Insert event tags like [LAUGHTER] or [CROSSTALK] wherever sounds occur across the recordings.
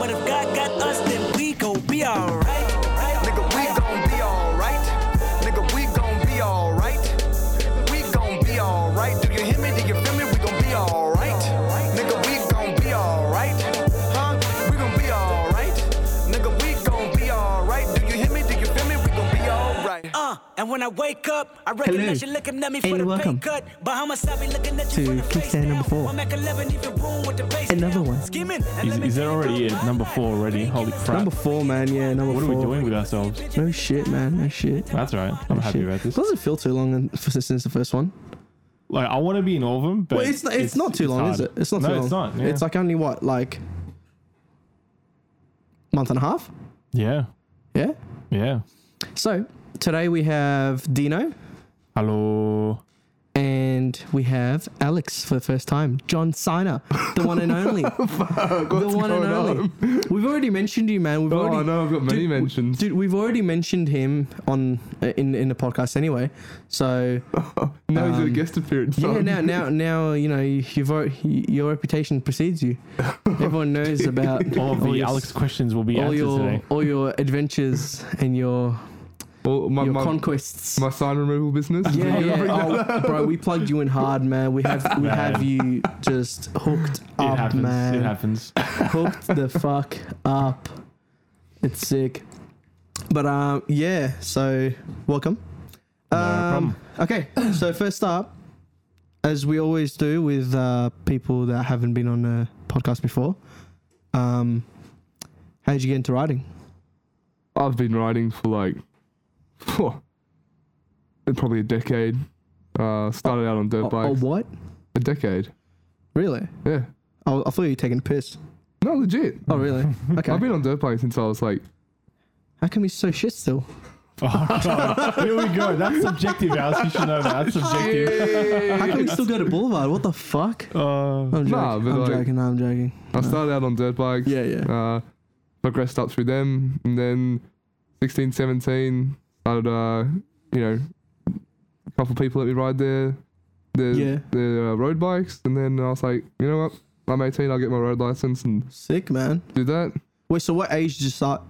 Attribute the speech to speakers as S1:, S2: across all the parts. S1: at us, then we gon' be alright.
S2: Nigga, we gon' be alright. Nigga, we gon' be alright. We gon' be alright. Do you hear me? Do you feel me? We gon' be alright. Nigga, we gon' be alright. Huh? We gon' be alright. Nigga, we gon' be alright. Do you hear me? Do you feel me? We gon' be alright.
S1: Uh, and when I wake up, I recognize
S3: Hello,
S1: you looking at me
S3: and
S1: for the
S3: welcome
S1: pay cut. Bahamas, I be looking at you
S3: to
S1: from the face
S3: Kickstand number
S1: down.
S3: four.
S1: I'm at 11, even room with the bass
S3: Another
S1: down.
S3: one.
S1: Skimming, and
S4: Is,
S1: let me
S4: is that
S1: take
S4: already
S1: you
S4: it?
S1: through
S4: Number
S1: my
S4: four
S1: life.
S4: already? Holy crap.
S3: Number four, man. Yeah, number
S4: what are
S3: four.
S4: we doing with ourselves?
S3: No shit, man. No shit.
S4: That's all right. I'm happy
S3: Shit.
S4: about this.
S3: Doesn't feel too long in- for- [LAUGHS] since the first one.
S4: Like, I want to be in all of them, but
S3: Well, it's not, it's, not too long,
S4: hard.
S3: is it? It's not
S4: no,
S3: too long.
S4: it's not. Yeah.
S3: It's like only what, like month and a half.
S4: yeah,
S3: Yeah.
S4: yeah.
S3: So today we have Dino
S4: Hello.
S3: and we have Alex for the first time. John Siner, the one and
S4: [LAUGHS]
S3: only. the one and only. We've already mentioned you, man. We've
S5: Oh,
S3: already,
S5: I know. I've got many
S3: Dude, w-
S5: mentions.
S3: Dude, we've already mentioned him on in in the podcast anyway. So
S5: now he's at a
S3: um,
S5: guest appearance.
S3: yeah,
S5: on.
S3: now now now you know you've al- your reputation precedes
S4: [LAUGHS]
S3: you. Everyone knows about
S4: All of the
S3: your-
S4: Alex questions will be
S3: all
S4: answered
S3: your
S4: today.
S3: all your adventures and your
S5: Well, my,
S3: your
S5: my,
S3: conquests.
S5: my sign removal business.
S4: [LAUGHS]
S3: yeah, yeah, oh, bro, we plugged you in hard, man. We have we
S4: Man.
S3: have you just hooked
S4: It
S3: up,
S4: happens.
S3: man. [LAUGHS]
S4: It happens. [LAUGHS]
S3: hooked the fuck up. It's sick. But um, yeah. So welcome.
S4: No
S3: Um,
S4: problem.
S3: okay. So first up, as we always do with uh, people that haven't been on a podcast before, um, how did you get into writing?
S5: I've been writing for like, phew, probably a decade. Uh, started out on dirt
S3: Or, or
S5: bikes.
S3: what?
S5: a decade.
S3: Really?
S5: Yeah.
S3: Oh, I thought you were taking a piss.
S5: No, legit.
S3: Oh, really? Okay.
S5: I've been on dirt bikes since I was like,
S3: How come he's so shit still?
S4: Here we go. That's subjective, Alex. You should know that. That's subjective.
S3: How come we still go to Boulevard? What the fuck?
S4: Uh,
S3: I'm joking.
S5: Nah, but
S3: I'm
S5: like-
S3: joking. I'm joking.
S5: I started out on dirt bikes.
S3: Yeah, yeah.
S5: Uh, progressed up through them, and then 16, 17 started. Uh, you know, a couple people let me ride their their
S3: Yeah.
S5: their uh, road bikes, and then I was like, you know what, I'm 18, I'll get my road license and
S3: Sick man.
S5: do that.
S3: Wait, so what age did you start?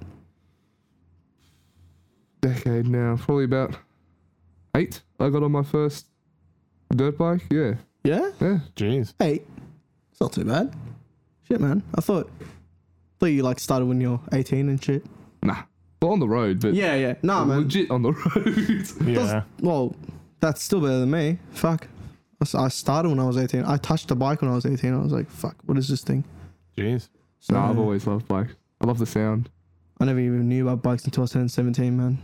S5: Decade now, probably about eight. I got on my first dirt bike. Yeah,
S3: Yeah.
S5: yeah.
S4: Jeez.
S3: Eight. It's not too bad. Shit, man. I thought, thought you like started when you're 18 and shit.
S5: Nah, but on the road, but
S3: Yeah, yeah. Nah, man.
S5: legit on the [LAUGHS] road.
S4: Yeah.
S3: That's- Well, that's still better than me. Fuck. I s- I started when I was 18. I touched the bike when I was 18. I was like, fuck, what is this thing?
S4: Jeez.
S3: So
S5: nah, I've always loved bikes. I love the sound.
S3: I never even knew about bikes until I turned 17, man.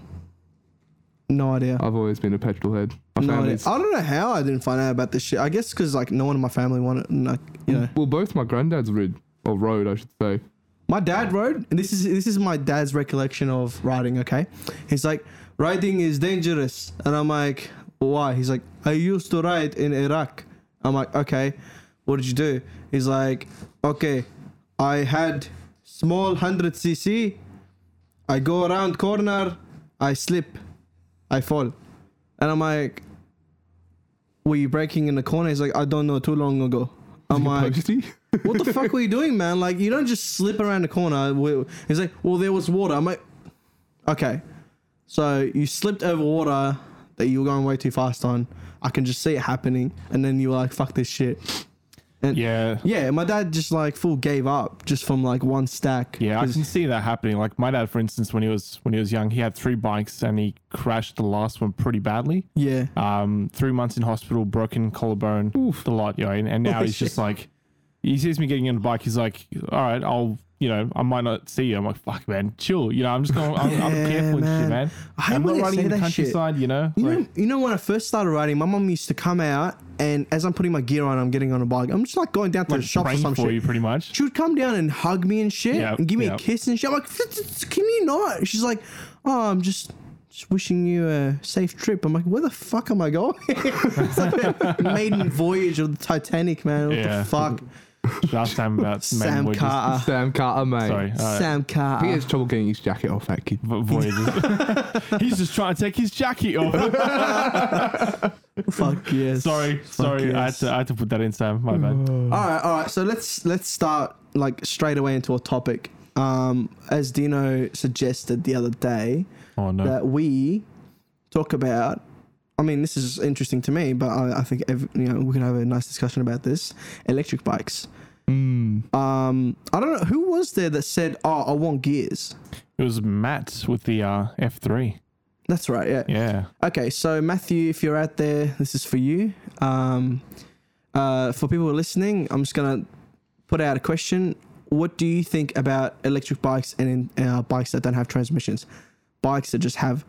S3: No idea.
S5: I've always been a petrol head. My
S3: No idea.
S5: family's-
S3: I don't know how I didn't find out about this shit. I guess because like no one in my family wanted, like, you know.
S5: Well, both my granddad's rid or road, I should say.
S3: My dad rode, and this is this is my dad's recollection of riding. Okay, he's like, riding is dangerous, and I'm like, why? He's like, I used to ride in Iraq. I'm like, okay, what did you do? He's like, okay, I had small hundred cc. I go around corner, I slip, I fall, and I'm like, were you breaking in the corner? He's like, I don't know, too long ago. I'm like,
S5: Posty?
S3: what the fuck were you doing, man? Like, you don't just slip around the corner. We- He's like, well, there was water. I'm like, okay. So you slipped over water that you were going way too fast on. I can just see it happening. And then you were like, fuck this shit. And
S4: Yeah.
S3: Yeah, my dad just like full gave up just from like one stack.
S4: Yeah, I
S3: 'Cause-
S4: can see that happening. Like my dad, for instance, when he was when he was young, he had three bikes and he crashed the last one pretty badly.
S3: Yeah.
S4: Um, three months in hospital, broken collarbone, the lot, you know, and, and now
S3: Oh,
S4: he's just
S3: shit.
S4: like, he sees me getting on a bike, he's like, all right, I'll, you know, I might not see you. I'm like, fuck, man, chill. You know, I'm just going, I'm, I'm
S3: Yeah,
S4: careful and
S3: man.
S4: shit, man.
S3: I hate
S4: I'm
S3: when
S4: not
S3: they
S4: riding
S3: say
S4: in the
S3: that shit.
S4: countryside, you know.
S3: You
S4: like,
S3: know, you know when I first started riding, my mom used to come out and as I'm putting my gear on, I'm getting on a bike. I'm just like going down to
S4: like
S3: the shop or
S4: praying
S3: some
S4: for
S3: shit.
S4: you, pretty
S3: [LAUGHS]
S4: much.
S3: she would come down and hug me and shit
S4: Yeah,
S3: and give me
S4: yeah.
S3: a kiss and shit. I'm like, can you not? She's like, oh, I'm just, just wishing you a safe trip. I'm like, where the fuck am I going? [LAUGHS] it's like a maiden voyage of the Titanic, man. What
S4: Yeah.
S3: the fuck?
S4: Last time about man,
S3: Sam
S4: voyages.
S3: Carter.
S5: [LAUGHS] Sam Carter, mate.
S4: Sorry, uh,
S3: Sam
S5: He
S3: Carter.
S5: has trouble getting his jacket off, that kid.
S4: vo- voyages. [LAUGHS] he's just trying to take his
S3: [LAUGHS]
S4: jacket off.
S3: Fuck yes.
S4: sorry, sorry, I had to, uh, I had to put that in, Sam. My bad.
S3: [SIGHS] All right, all right. So let's let's start like straight away into a topic. um, as Dino suggested the other day,
S4: Oh no.
S3: that we talk about. I mean, this is interesting to me, but I, I think ev you know we can have a nice discussion about this. Electric bikes. Um, I don't know who was there that said, "Oh, I want gears."
S4: it was Matt with the uh, F3.
S3: That's right. Yeah.
S4: Yeah.
S3: Okay, so Matthew, if you're out there, this is for you. Um, uh, for people who are listening, I'm just gonna put out a question. What do you think about electric bikes and uh, bikes that don't have transmissions? Bikes that just have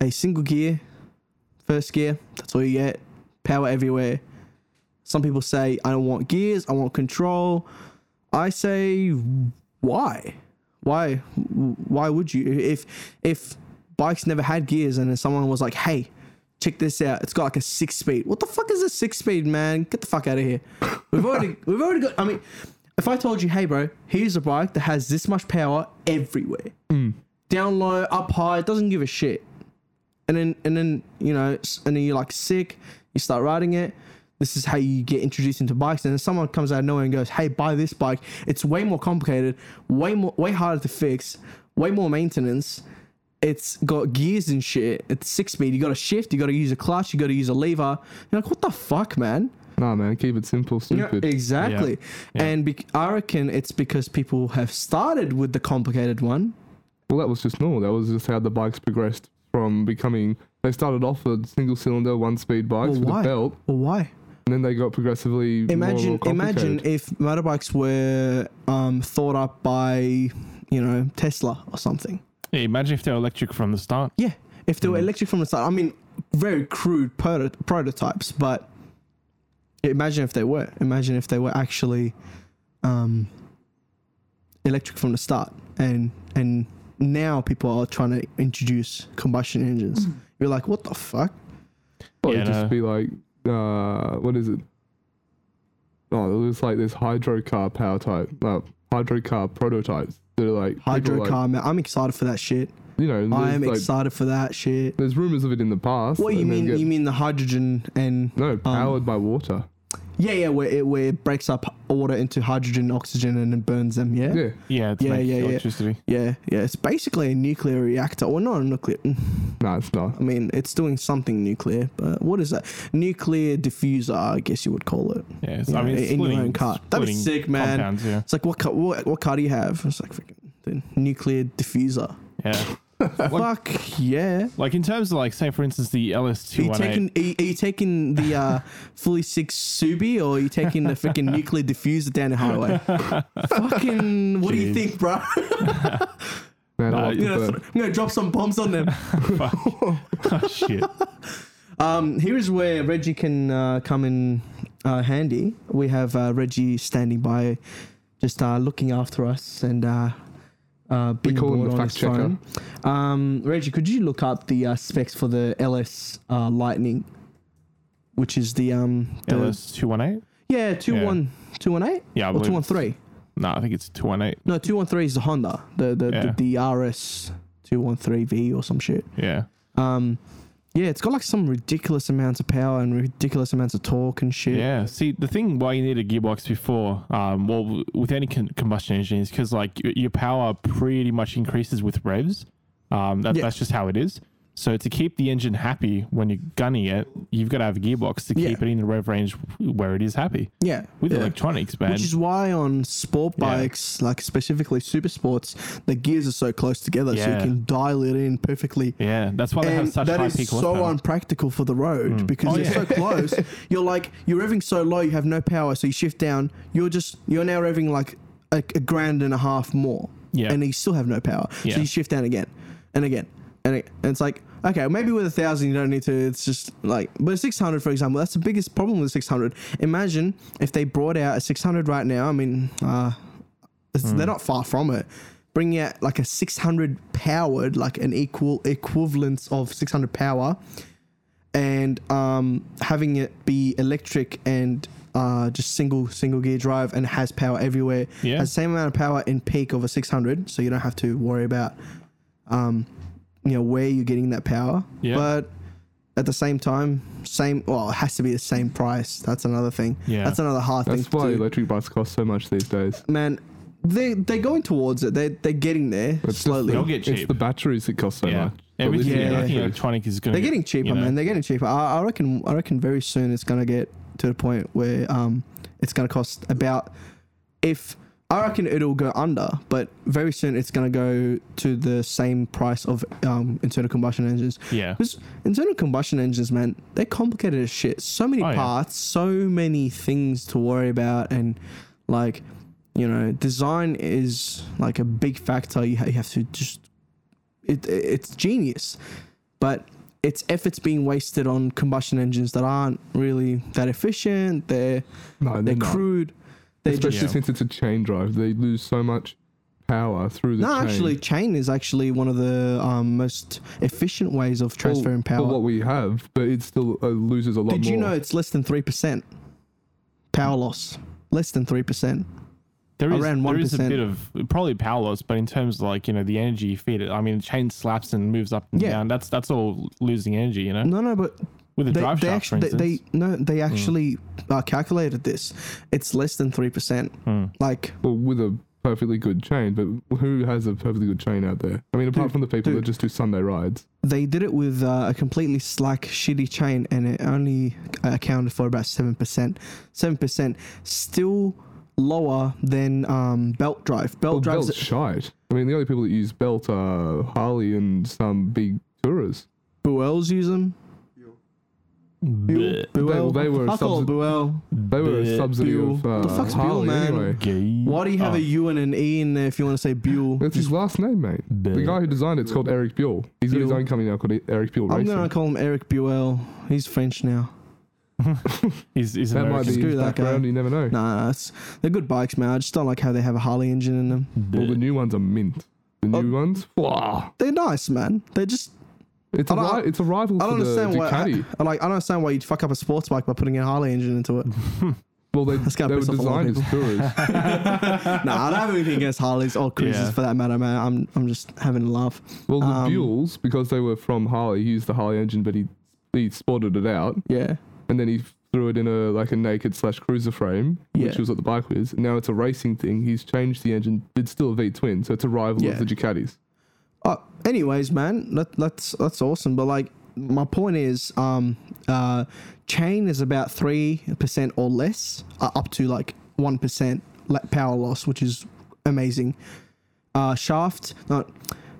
S3: a single gear, first gear. That's all you get. Power everywhere. Some people say I don't want gears. I want control. I say why? Why? Why would you? If if bikes never had gears and then someone was like, hey, check this out, it's got like a six speed. What the fuck is a six speed, man? Get the fuck out of here. We've already we've already got. I mean, if I told you, hey, bro, here's a bike that has this much power everywhere, down low, up high, it doesn't give a shit. And then and then you know, s- and then you're like sick. You start riding it. This is how you get introduced into bikes, and then someone comes out of nowhere and goes, "Hey, buy this bike. It's way more complicated, way more, way harder to fix, way more maintenance. It's got gears and shit. It's six speed. You got to shift. You got to use a clutch. You got to use a lever. You're like, what the fuck, man?
S5: Nah, man, keep it simple,
S3: Yeah,
S5: stupid.
S3: exactly.
S4: Yeah.
S3: And bec I reckon it's because people have started with the complicated one.
S5: Well, that was just normal. That was just how the bikes progressed from becoming. They started off with single cylinder, one speed bikes
S3: Well,
S5: with
S3: why?
S5: a belt,
S3: Well, why?
S5: and then they got progressively more
S3: Imagine,
S5: and more
S3: imagine
S5: complicated.
S3: if motorbikes were um, thought up by, you know, Tesla or something.
S4: Yeah, imagine if they're electric from the start.
S3: Yeah, if they were electric from the start. I mean, very crude proto- prototypes, but imagine if they were. Imagine if they were actually um, electric from the start, and and now people are trying to introduce combustion engines. You're like, what the fuck?
S5: Or
S4: Yeah,
S5: it'd just
S4: no.
S5: be like, uh, what is it? Oh, it was like this hydro car power type, uh, hydro car prototypes. That are like people
S3: Hydro
S5: like-
S3: car, man. I'm excited for that shit.
S5: you know, there's,
S3: I am
S5: like,
S3: excited for that shit.
S5: there's rumors of it in the past.
S3: What you
S5: and then
S3: mean?
S5: get-
S3: you mean the hydrogen and um,
S5: no, powered by water.
S3: yeah, yeah, where it where it breaks up water into hydrogen, oxygen, and it burns them.
S5: Yeah,
S4: Yeah, to
S3: Yeah,
S4: make
S3: yeah, yeah.
S4: electricity.
S3: Yeah, yeah. It's basically a nuclear reactor. Well, not a nuclear. [LAUGHS] mm,
S5: no, it's not.
S3: I mean, it's doing something nuclear, but what is that? Nuclear diffuser, I guess you would call it.
S4: Yeah, it's-
S3: You
S4: I mean, it's
S3: in your own
S4: splitting-
S3: car. That'd be
S4: splitting
S3: sick, man.
S4: compounds, yeah.
S3: It's like what car? What, what car do you have? It's like freaking the nuclear diffuser. [LAUGHS]
S4: Yeah.
S3: Fuck yeah.
S4: Like in terms of like, say for instance, the
S3: Are you
S4: LS218.
S3: taking are you, are you taking the [LAUGHS] uh, fully six Subi or are you taking the freaking nuclear diffuser down the highway? [LAUGHS] fucking what do you
S4: Jeez.
S3: think, bro? [LAUGHS]
S5: Man,
S4: Nah,
S5: I like
S4: you
S5: the
S3: I'm gonna
S5: burn.
S3: th- I'm gonna drop some bombs on them.
S4: [LAUGHS] oh, shit.
S3: [LAUGHS] Um, here is where Reggie can uh, come in uh, handy. We have uh, Reggie standing by, just uh, looking after us and uh, uh, being
S5: call him
S3: bored
S5: the
S3: on
S5: fact
S3: his phone. Um, Reggie, could you look up the uh, specs for the LS uh, Lightning, which is the um [LAUGHS] the,
S4: LS218?
S3: yeah two
S4: Yeah.
S3: one two one eight
S4: Yeah, I
S3: or
S4: believe
S3: two one
S4: it's-
S3: three
S4: No, I think it's 218.
S3: no two one three is the Honda the the,
S4: Yeah.
S3: the, the RS two one three V or some shit.
S4: Yeah.
S3: Um, yeah, it's got like some ridiculous amounts of power and ridiculous amounts of torque and shit.
S4: Yeah. See, the thing why you need a gearbox before, um, well, w- with any con- combustion engine is because like y- your power pretty much increases with revs. Um, that,
S3: Yeah.
S4: that's just how it is. So to keep the engine happy when you're gunning it, you've got to have a gearbox to
S3: Yeah.
S4: keep it in the rev range where it is happy.
S3: Yeah,
S4: With
S3: yeah.
S4: electronics, man.
S3: Which is why on sport
S4: Yeah.
S3: bikes, like specifically super sports, the gears are so close together, so you
S4: Yeah.
S3: can dial it in perfectly.
S4: yeah, that's why they have
S3: And
S4: such
S3: that
S4: high
S3: is
S4: peak
S3: so
S4: horsepower.
S3: unpractical for the road because
S4: Oh,
S3: you're
S4: yeah.
S3: so
S4: [LAUGHS]
S3: close. You're like you're revving so low, you have no power, so you shift down. You're just you're now revving like a, a grand and a half more,
S4: Yeah.
S3: and you still have no power.
S4: Yeah.
S3: So you shift down again, and again, and, ag- and it's like okay, maybe with a thousand you don't need to. It's just like but six hundred for example, that's the biggest problem with six hundred. Imagine if they brought out a six hundred right now. I mean, uh, it's
S4: Hmm.
S3: they're not far from it. Bringing out like a 600 powered, like an equal equivalence of 600 power, and um, having it be electric and uh, just single single gear drive and has power everywhere.
S4: Yeah.
S3: Has the same amount of power in peak of a 600, so you don't have to worry about, um, you know, where you're getting that power.
S4: Yeah.
S3: But at the same time, same well, it has to be the same price. That's another thing.
S4: Yeah.
S3: That's another hard
S5: That's
S3: thing.
S5: why
S3: to do
S5: electric bikes cost so much these days.
S3: man, they they're going towards it. They they're getting there
S5: It's just
S3: slowly.
S4: They'll get
S5: It's
S4: cheap.
S5: the batteries that cost so
S4: yeah.
S5: much. But at
S4: Everything
S5: least you get
S3: Yeah.
S4: everything
S5: batteries.
S4: electronic is going.
S3: They're getting cheaper,
S4: you know.
S3: man. They're getting cheaper. I, I reckon. I reckon very soon it's gonna get to the point where um it's gonna cost about if I reckon it'll go under, but very soon it's gonna go to the same price of um internal combustion engines.
S4: Yeah.
S3: Because internal combustion engines, man, they're complicated as shit. So many
S4: Oh, yeah.
S3: parts, so many things to worry about, and like, you know, design is like a big factor. You, ha- you have to just, it, it- it's genius, but it's efforts being wasted on combustion engines that aren't really that efficient. They're
S5: No, Oh, they're
S3: they're
S5: not.
S3: crude. They
S5: Especially
S3: just
S4: Yeah.
S5: since it's a chain drive, they lose so much power through the
S3: no,
S5: chain.
S3: actually, chain is actually one of the um, most efficient ways of
S5: Well,
S3: transferring
S5: for
S3: power.
S5: what we have, but it still uh, loses a lot
S3: Did
S5: more.
S3: you know it's less than three percent power loss? Less than three percent.
S4: There is,
S3: Around
S4: there is a
S3: 1%.
S4: bit of probably power loss, but in terms of like you know the energy you feed it, I mean, the chain slaps and moves up and
S3: Yeah.
S4: down. That's that's all losing energy, you know.
S3: No, no, but
S4: With a
S3: they,
S4: drive
S3: they
S4: shaft, for
S3: actually they,
S4: instance.
S3: they
S4: Mm.
S3: no they actually uh, calculated this. It's less than three percent.
S4: Hmm.
S3: Like
S5: Well, with a perfectly good chain, but who has a perfectly good chain out there? I mean, apart
S3: Dude,
S5: from the people that
S3: dude.
S5: just do Sunday rides.
S3: they did it with uh, a completely slack, shitty chain, and it only accounted for about seven percent. Seven percent, still lower than um, belt drive. Belt
S5: Well,
S3: drives
S5: Belt's Oh, shite. I mean, the only people that use Belt are Harley and some big tourers.
S3: Buells use them.
S4: Bleh.
S3: Buell.
S5: they were
S3: I call it
S5: subsid-
S3: Buell.
S5: They were
S4: Bleh.
S5: a subsidy
S3: Buell.
S5: of uh,
S3: What the fuck's Buell,
S5: Harley
S3: man?
S5: anyway.
S4: Gay.
S3: Why do you have
S4: Oh,
S3: a U and an E in there if you want to say Buell?
S5: That's his last name, mate. The
S4: Buell.
S5: guy who designed it's called Eric Buell. He's got his
S3: Buell.
S5: own company now called E- Eric Buell
S3: I'm
S5: Racing.
S3: gonna call him Eric Buell. He's French now.
S4: Is is
S5: that might be
S4: American.
S3: Screw
S5: his
S3: that guy.
S5: background. You never know.
S3: Nah, nah, it's, they're good bikes, man. I just don't like how they have a Harley engine in them.
S5: Well, the new ones are mint. The
S3: Oh.
S5: new ones, wow!
S3: They're nice, man. They're just
S5: It's a,
S3: I don't-
S5: ri- it's a rival
S3: I
S5: for
S3: don't
S5: the
S3: understand why.
S5: Ducati.
S3: I, I like I don't understand why you'd fuck up a sports bike by putting a Harley engine into
S5: [LAUGHS]
S3: it.
S5: well, they,
S3: That's gonna
S5: they were
S3: piss off a lot of
S5: designed as tourists.
S3: [LAUGHS] nah, I don't have anything against Harleys or cruisers
S4: Yeah.
S3: for that matter, man. I'm I'm just having a laugh.
S5: Well, the
S3: Um,
S5: Buells, because they were from Harley, he used the Harley engine, but he he sported it out,
S3: Yeah,
S5: and then he threw it in a like a naked slash cruiser frame, which
S3: Yeah.
S5: was what the bike was. Now it's a racing thing. He's changed the engine. It's still a V twin, so it's a rival
S3: Yeah.
S5: of the Ducatis.
S3: Uh, anyways, man, that, that's that's awesome. But like, my point is, um, uh, chain is about three percent or less, uh, up to like one percent power loss, which is amazing. Uh, shaft, not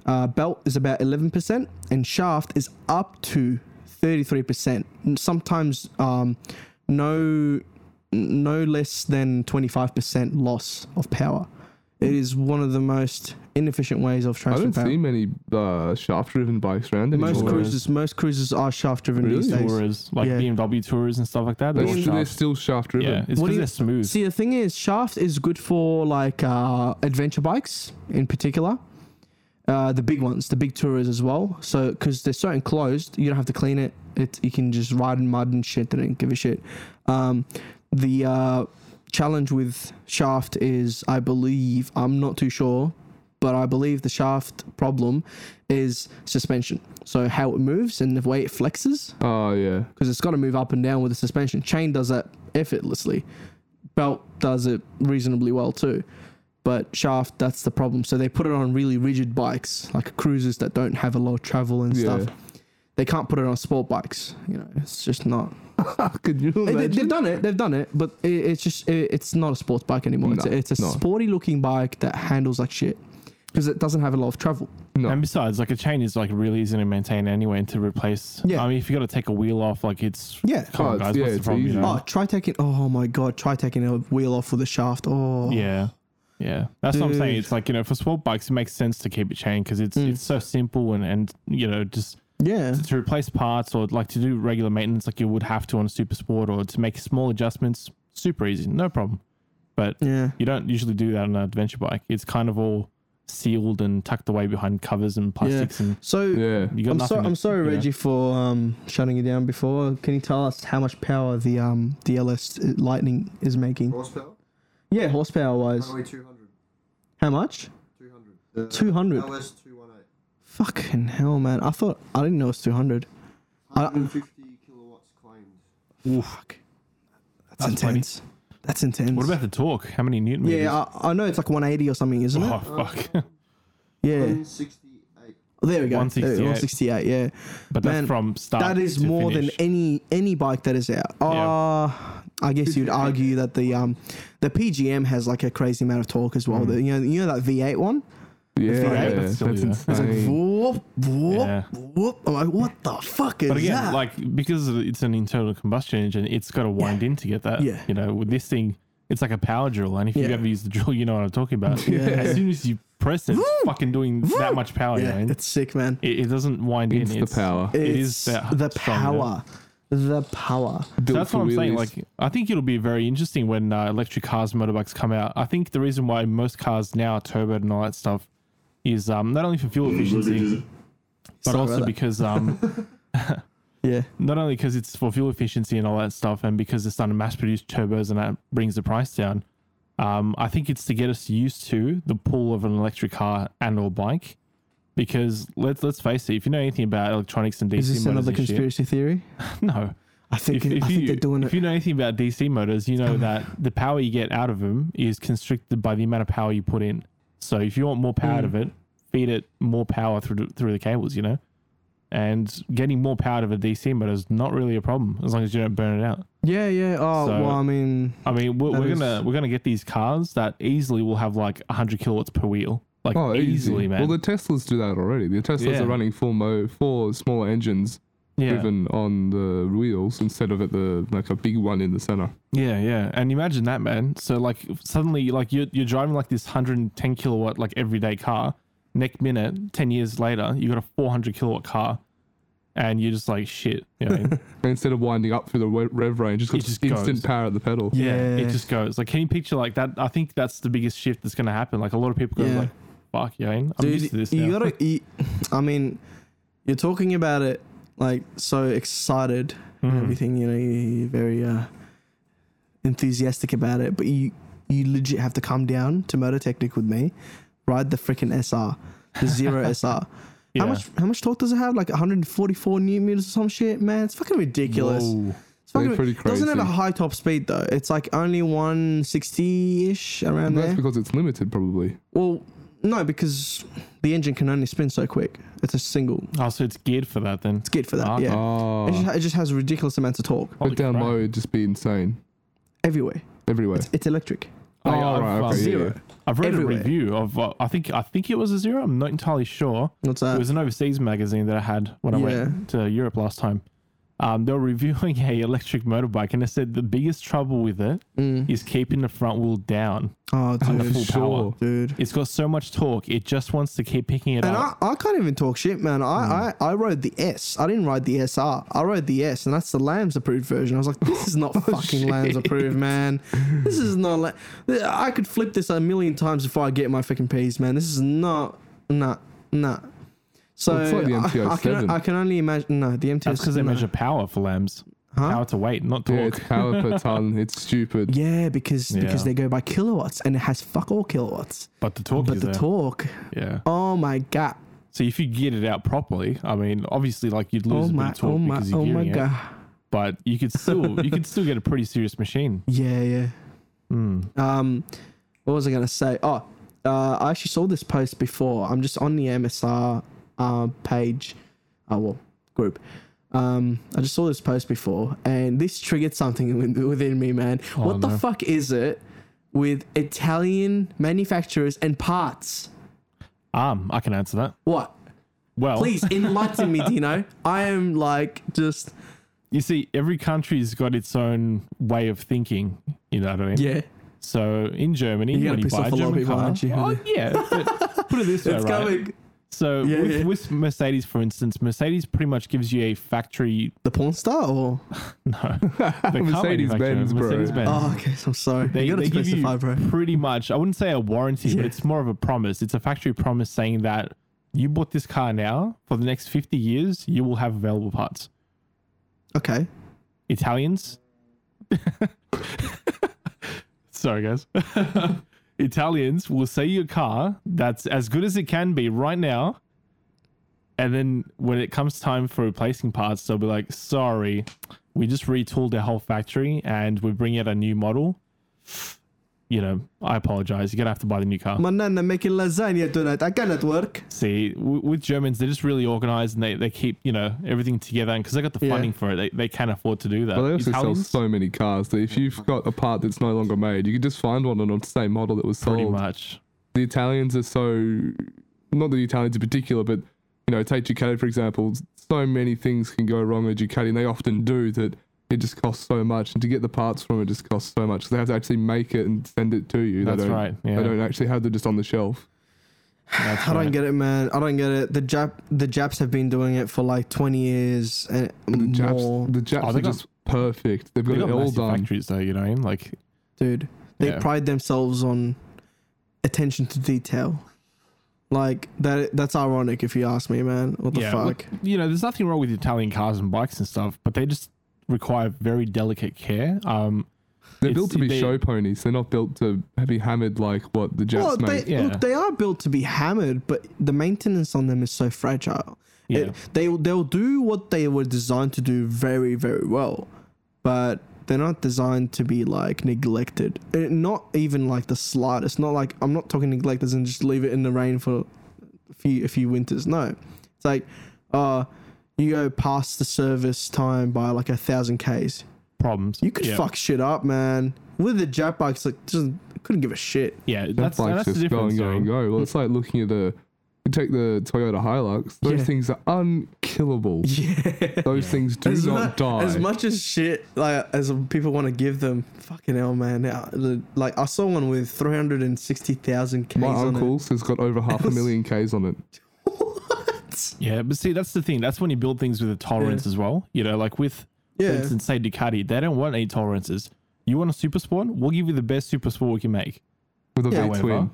S3: uh, belt, is about eleven percent, and shaft is up to thirty-three percent. Sometimes, um, no, no less than twenty-five percent loss of power. It is one of the most inefficient ways of
S5: I
S3: transferring
S5: don't
S3: power.
S5: see many uh, shaft driven bikes around anymore.
S3: Most
S4: Tourers.
S3: cruisers, most cruisers are shaft driven
S5: Really?
S3: these days.
S4: Tourers, like
S3: Yeah.
S4: BMW tours and stuff like that.
S5: They're,
S4: all
S5: still, they're
S4: shafts.
S5: still shaft driven.
S4: yeah, it's
S3: What do
S4: because
S3: you-
S4: they're smooth.
S3: See, the thing is, shaft is good for like uh, adventure bikes in particular, uh, the big ones, the big tourers as well. So because they're so enclosed, you don't have to clean it. It you can just ride in mud and shit. They don't give a shit. Um, the uh, challenge with shaft is, I believe, I'm not too sure, but I believe the shaft problem is suspension. So how it moves and the way it flexes.
S5: Oh yeah.
S3: because it's got to move up and down with the suspension. Chain does that effortlessly. Belt does it reasonably well too. But shaft, that's the problem. So they put it on really rigid bikes, like cruisers that don't have a lot of travel and
S5: Yeah.
S3: stuff. They can't put it on sport bikes. You know, it's just not.
S5: Could you
S3: They,
S5: imagine?
S3: have done it. They've done it, but it, it's just it, it's not a sports bike anymore. it's
S5: No,
S3: a, it's a
S5: no.
S3: sporty looking bike that handles like shit because it doesn't have a lot of travel.
S5: No.
S4: And besides, like a chain is like really easy to maintain anyway and to replace.
S3: Yeah.
S4: I mean, if you got to take a wheel off, like it's
S3: Yeah.
S4: Come
S5: Oh,
S4: on,
S5: it's-
S4: guys,
S5: yeah,
S4: what's the
S5: it's
S4: problem? You
S5: easy.
S4: know?
S3: Oh, try taking. Oh my god, try taking a wheel off with a shaft. Oh.
S4: Yeah. Yeah. That's what I'm saying.
S3: Dude. Mm.
S4: It's like, you know, for sport bikes, it makes sense to keep it chain because it's it's so simple and, and you know, just
S3: Yeah.
S4: to replace parts or like to do regular maintenance like you would have to on a super sport or to make small adjustments, super easy, no problem. But
S3: Yeah.
S4: you don't usually do that on an adventure bike. It's kind of all sealed and tucked away behind covers and plastics and
S3: So
S5: Yeah.
S4: you got
S3: I'm
S4: nothing.
S3: sorry,
S4: to-
S3: I'm sorry,
S4: you know.
S3: Reggie, for um, shutting you down before. Can you tell us how much power the um, the LS Lightning is making?
S6: Horsepower?
S3: Yeah, horsepower wise.
S6: Only 200.
S3: How much?
S6: 200. The
S3: Uh, 200.
S6: LS 218.
S3: Fucking hell, man! I thought I didn't know it was 200. I- uh,
S6: 150 kilowatts claimed.
S3: Fuck, that's,
S4: That's plenty.
S3: intense. That's intense.
S4: What about the torque? How many newton meters?
S3: Yeah, I, I know it's like 180 or something, isn't
S4: Oh
S3: it?
S4: fuck! [LAUGHS]
S3: Yeah.
S6: 168.
S3: There we go.
S4: 168.
S3: 168. Yeah.
S4: But that's from start.
S3: That is
S4: to
S3: more
S4: finish.
S3: than any any bike that is out. Uh, I guess you'd argue that the um the PGM has like a crazy amount of torque as
S4: Mm.
S3: well. The, you know you know that V8 one.
S5: Yeah,
S3: That's
S5: that's,
S4: silly, though. It's
S5: insane.
S4: like,
S3: It's like whoop whoop
S4: Yeah.
S3: whoop. I'm like, what the fuck is
S4: But again,
S3: that?
S4: like because it's an internal combustion engine, it's got to wind in to get that.
S3: Yeah.
S4: You know, with this thing, it's like a power drill, and if you've
S3: Yeah.
S4: ever used the drill, you know what I'm talking
S3: [LAUGHS]
S4: about.
S3: Yeah.
S4: As soon as you press it, it's fucking doing that much power.
S3: yeah,
S4: you know?
S3: it's sick, man.
S4: it, it doesn't wind
S5: It's
S4: in.
S5: the power.
S4: It
S3: It's
S4: is that
S3: the
S4: strong, yeah.
S3: power, the power.
S5: Built
S4: that's
S5: for
S4: what I'm saying.
S5: wheelies.
S4: Like, I think it'll be very interesting when uh, electric cars, motorbikes come out. I think the reason why most cars now are turbo and all that stuff is um, not only for fuel efficiency, but
S3: Sorry about
S4: also
S3: that. [LAUGHS]
S4: because um,
S3: Yeah,
S4: not only because it's for fuel efficiency and all that stuff, and because they're starting to mass produce turbos and that brings the price down. Um, I think it's to get us used to the pull of an electric car and or bike. Because let's let's face it, if you know anything about electronics and DC
S3: is this
S4: motors
S3: another
S4: and shit-
S3: conspiracy theory?
S4: [LAUGHS] no,
S3: I think
S4: if, if
S3: I
S4: you,
S3: think they're doing
S4: if
S3: it.
S4: you know anything about DC motors, you know that the power you get out of them is constricted by the amount of power you put in. So if you want more power
S3: Mm.
S4: out of it, feed it more power through the, through the cables, you know. And getting more power out of a DC motor is not really a problem as long as you don't burn it out.
S3: Yeah, yeah. Oh
S4: So-
S3: well, I mean,
S4: I mean, we're,
S3: That
S4: we're
S3: is-
S4: gonna we're gonna get these cars that easily will have like 100 kilowatts per wheel, like
S5: Oh, easy.
S4: easily, man.
S5: Well, the Teslas do that already. The Teslas
S4: Yeah.
S5: are running four mo four smaller engines
S4: yeah.
S5: driven on the wheels instead of at the like a big one in the center.
S4: Yeah, yeah, and imagine that, man. So like suddenly, like you're you're driving like this 110 kilowatt like everyday car. Next minute, 10 years later, you got a 400 kilowatt car, and you're just like shit. You know,
S5: And instead of winding up through the re- rev range, it's got
S4: It just
S5: instant
S4: goes.
S5: power at the pedal.
S4: yeah,
S3: [LAUGHS] Yeah.
S4: it just goes. Like, can you picture like that? I think that's the biggest shift that's gonna happen. Like a lot of people go
S3: Yeah.
S4: like, "Fuck, yeah, I'm used to this
S3: you
S4: now."
S3: gotta. You, I mean, you're talking about it like so excited
S4: Hmm.
S3: and everything. You know, you're very uh, enthusiastic about it, but you you legit have to come down to Motor Technic with me, ride the freaking SR, the
S4: [LAUGHS]
S3: zero SR.
S4: Yeah.
S3: How much how much torque does it have? Like 144 newton meters or some shit, man. It's fucking ridiculous.
S4: Whoa.
S3: It's fucking
S5: They're pretty
S3: rid- Doesn't have a
S5: crazy.
S3: high top speed though. It's like only 160 ish around
S5: That's
S3: there.
S5: because it's limited, probably.
S3: Well, no, because the engine can only spin so quick. It's a single.
S4: Oh, so it's geared for that then.
S3: It's good for that.
S4: Ah,
S3: yeah.
S5: Oh,
S3: It, just, it just has ridiculous amounts of torque
S5: put down
S4: crap.
S5: low, it'd just be insane
S3: everywhere.
S5: everywhere.
S3: It's electric.
S5: Oh,
S4: Oh,
S5: yeah,
S4: I've,
S5: alright,
S4: um,
S5: okay, yeah,
S4: zero.
S5: yeah.
S4: I've read
S3: Everywhere.
S4: a review of. Uh, I think I think it was a zero. I'm not entirely sure.
S3: What's that?
S4: It was an overseas magazine that I had when I went to Europe last time. Um, they were reviewing [LAUGHS] a electric motorbike, and they said the biggest trouble with it is
S3: Mm.
S4: keeping the front wheel down. [LAUGHS]
S3: oh, dude.
S4: full power.
S3: dude.
S4: It's got so much torque, it just wants to keep picking it
S3: And
S4: up.
S3: I, I can't even talk shit, man.
S4: Hmm.
S3: I, I, I rode the S. I didn't ride the SR. I rode the S, and that's the Lambs approved version. I was like, this is
S4: [LAUGHS]
S3: not
S4: Oh,
S3: fucking Lambs approved, man. This is not like. I could flip this a million times before I get my fucking P's, man. This is not. Nah, nah. So
S5: Well, it's like the
S3: I- I,
S5: MTO7.
S3: can, I can only imagine. No, the MTS.
S4: That's because they measure power for lambs, power to weight, not
S5: Yeah, it's
S4: torque. [LAUGHS]
S5: power per ton. It's stupid.
S3: Yeah, because because
S4: Yeah.
S3: they go by kilowatts and it has fuck all kilowatts.
S4: but the torque
S3: But
S4: is
S3: the
S4: there.
S3: torque,
S4: Yeah.
S3: oh my god,
S4: So if you geared it out properly, I mean, obviously, like you'd
S3: oh
S4: lose a bit
S3: my,
S4: of torque
S3: oh my,
S4: because you're
S3: oh my
S4: gearing it,
S3: god.
S4: but you could
S3: [LAUGHS]
S4: still you could still get a pretty serious machine.
S3: Yeah, yeah.
S4: Hmm.
S3: Um, what was I gonna say? Oh, uh, I actually saw this post before. I'm just on the MSR uh, page, uh, well, group. Um, I just saw this post before, and this triggered something [LAUGHS] within- within me, man. what the
S4: Oh, no.
S3: fuck is it with Italian manufacturers and parts?
S4: Um, I can answer that.
S3: What?
S4: Well,
S3: Please enlighten
S4: [LAUGHS]
S3: me, Dino. I am like just
S4: you see, every country's got its own way of thinking. You know what I mean?
S3: yeah.
S4: So in Germany,
S3: You're gonna
S4: when you
S3: piss
S4: buy
S3: off a
S4: a
S3: lot of
S4: German
S3: people,
S4: car,
S3: aren't you?
S4: oh, yeah. but put it this way,
S3: [LAUGHS] It's
S4: right?
S3: coming.
S4: So
S3: Yeah,
S4: with,
S3: yeah.
S4: with Mercedes, for instance, Mercedes pretty much gives you
S3: [LAUGHS]
S4: a factory. [LAUGHS]
S3: The porn star or
S4: the car
S5: Mercedes-Benz,
S4: manufacturer,
S5: bro.
S4: Mercedes-Benz.
S3: oh okay, I'm sorry.
S4: They,
S3: you gotta
S4: they give you
S3: specify, bro.
S4: pretty much. I wouldn't say a warranty,
S3: Yeah.
S4: but it's more of a promise. It's a factory promise saying that you bought this car now for the next fifty years, you will have available parts.
S3: Okay.
S4: Italians. [LAUGHS] Sorry, guys. [LAUGHS] Italians will sell you a car that's as good as it can be right now. And then when it comes time for replacing parts, they'll be like, sorry, we just retooled our whole factory and we're bringing out a new model. you know, I apologize. You're gonna have to buy the new car.
S3: My nana making lasagna tonight. I cannot work.
S4: See, w- with Germans, they're just really organized and they, they keep you know everything together. And because they got the
S3: Yeah.
S4: funding for it, they, they can afford to do that.
S5: But they also
S4: Italians,
S5: sell so many cars that if you've got a part that's no longer made, you can just find one on the same model that was sold.
S4: pretty much.
S5: the Italians are so not the Italians in particular, but you know, take Ducati for example. So many things can go wrong with Ducati, and they often do that. It just costs so much, and to get the parts from it just costs so much. They have to actually make it and send it to you.
S4: That's
S5: they don't,
S4: right, yeah.
S5: They don't actually have them just on the shelf.
S4: That's
S3: I don't
S4: right.
S3: get it, man. I don't get it. The Jap, the Japs have been doing it for like twenty years and
S5: The Japs,
S3: more,
S5: the Japs
S4: Oh, they
S5: are
S4: got-
S5: just perfect. They've got,
S4: They got
S5: it all
S4: massive
S5: done.
S4: factories though, you know, what I mean? like
S3: dude. They
S4: Yeah.
S3: pride themselves on attention to detail. Like that. That's ironic, if you ask me, man. What the
S4: yeah,
S3: fuck?
S4: look, you know, there's nothing wrong with Italian cars and bikes and stuff, but they just require very delicate care. Um,
S5: They're
S4: It's-
S5: built to be
S4: they-
S5: show ponies. They're not built to be hammered like what the Japs
S3: well,
S5: make.
S3: they,
S4: yeah.
S3: look, they are built to be hammered, but the maintenance on them is so fragile.
S4: yeah,
S3: It, they they'll do what they were designed to do very very well, but they're not designed to be like neglected. Eh, not even like the slightest. Not like I'm not talking neglect as in just leave it in the rain for a few a few winters. No, it's like uh you go past the service time by like a thousand k's.
S4: problems.
S3: You could
S4: yeah.
S3: fuck shit up, man. With the jet bikes, like just couldn't give a shit.
S4: [LAUGHS] Yeah,
S5: That's
S4: that's
S5: like
S4: that's the
S5: just go
S4: difference.
S5: and go and
S4: though.
S5: go. Well, it's like looking at the you take the Toyota Hilux. Those
S3: Yeah.
S5: things are unkillable.
S3: [LAUGHS] Yeah.
S5: Those things do
S3: as,
S5: not
S3: mu-
S5: die.
S3: as much as shit like as people want to give them fucking hell man now, the- like i saw one with 360000 k's
S5: My
S3: on
S5: uncle's has got over half a
S3: was-
S5: million k's on it.
S3: it what
S4: Yeah, but see, that's the thing. That's when you build things with a tolerance as well. You know, like with for
S3: yeah
S4: instance, say Ducati, they don't want any tolerances. You want a super sport? We'll give you the best super sport we can make.
S5: With a
S3: Yeah,
S5: V twin.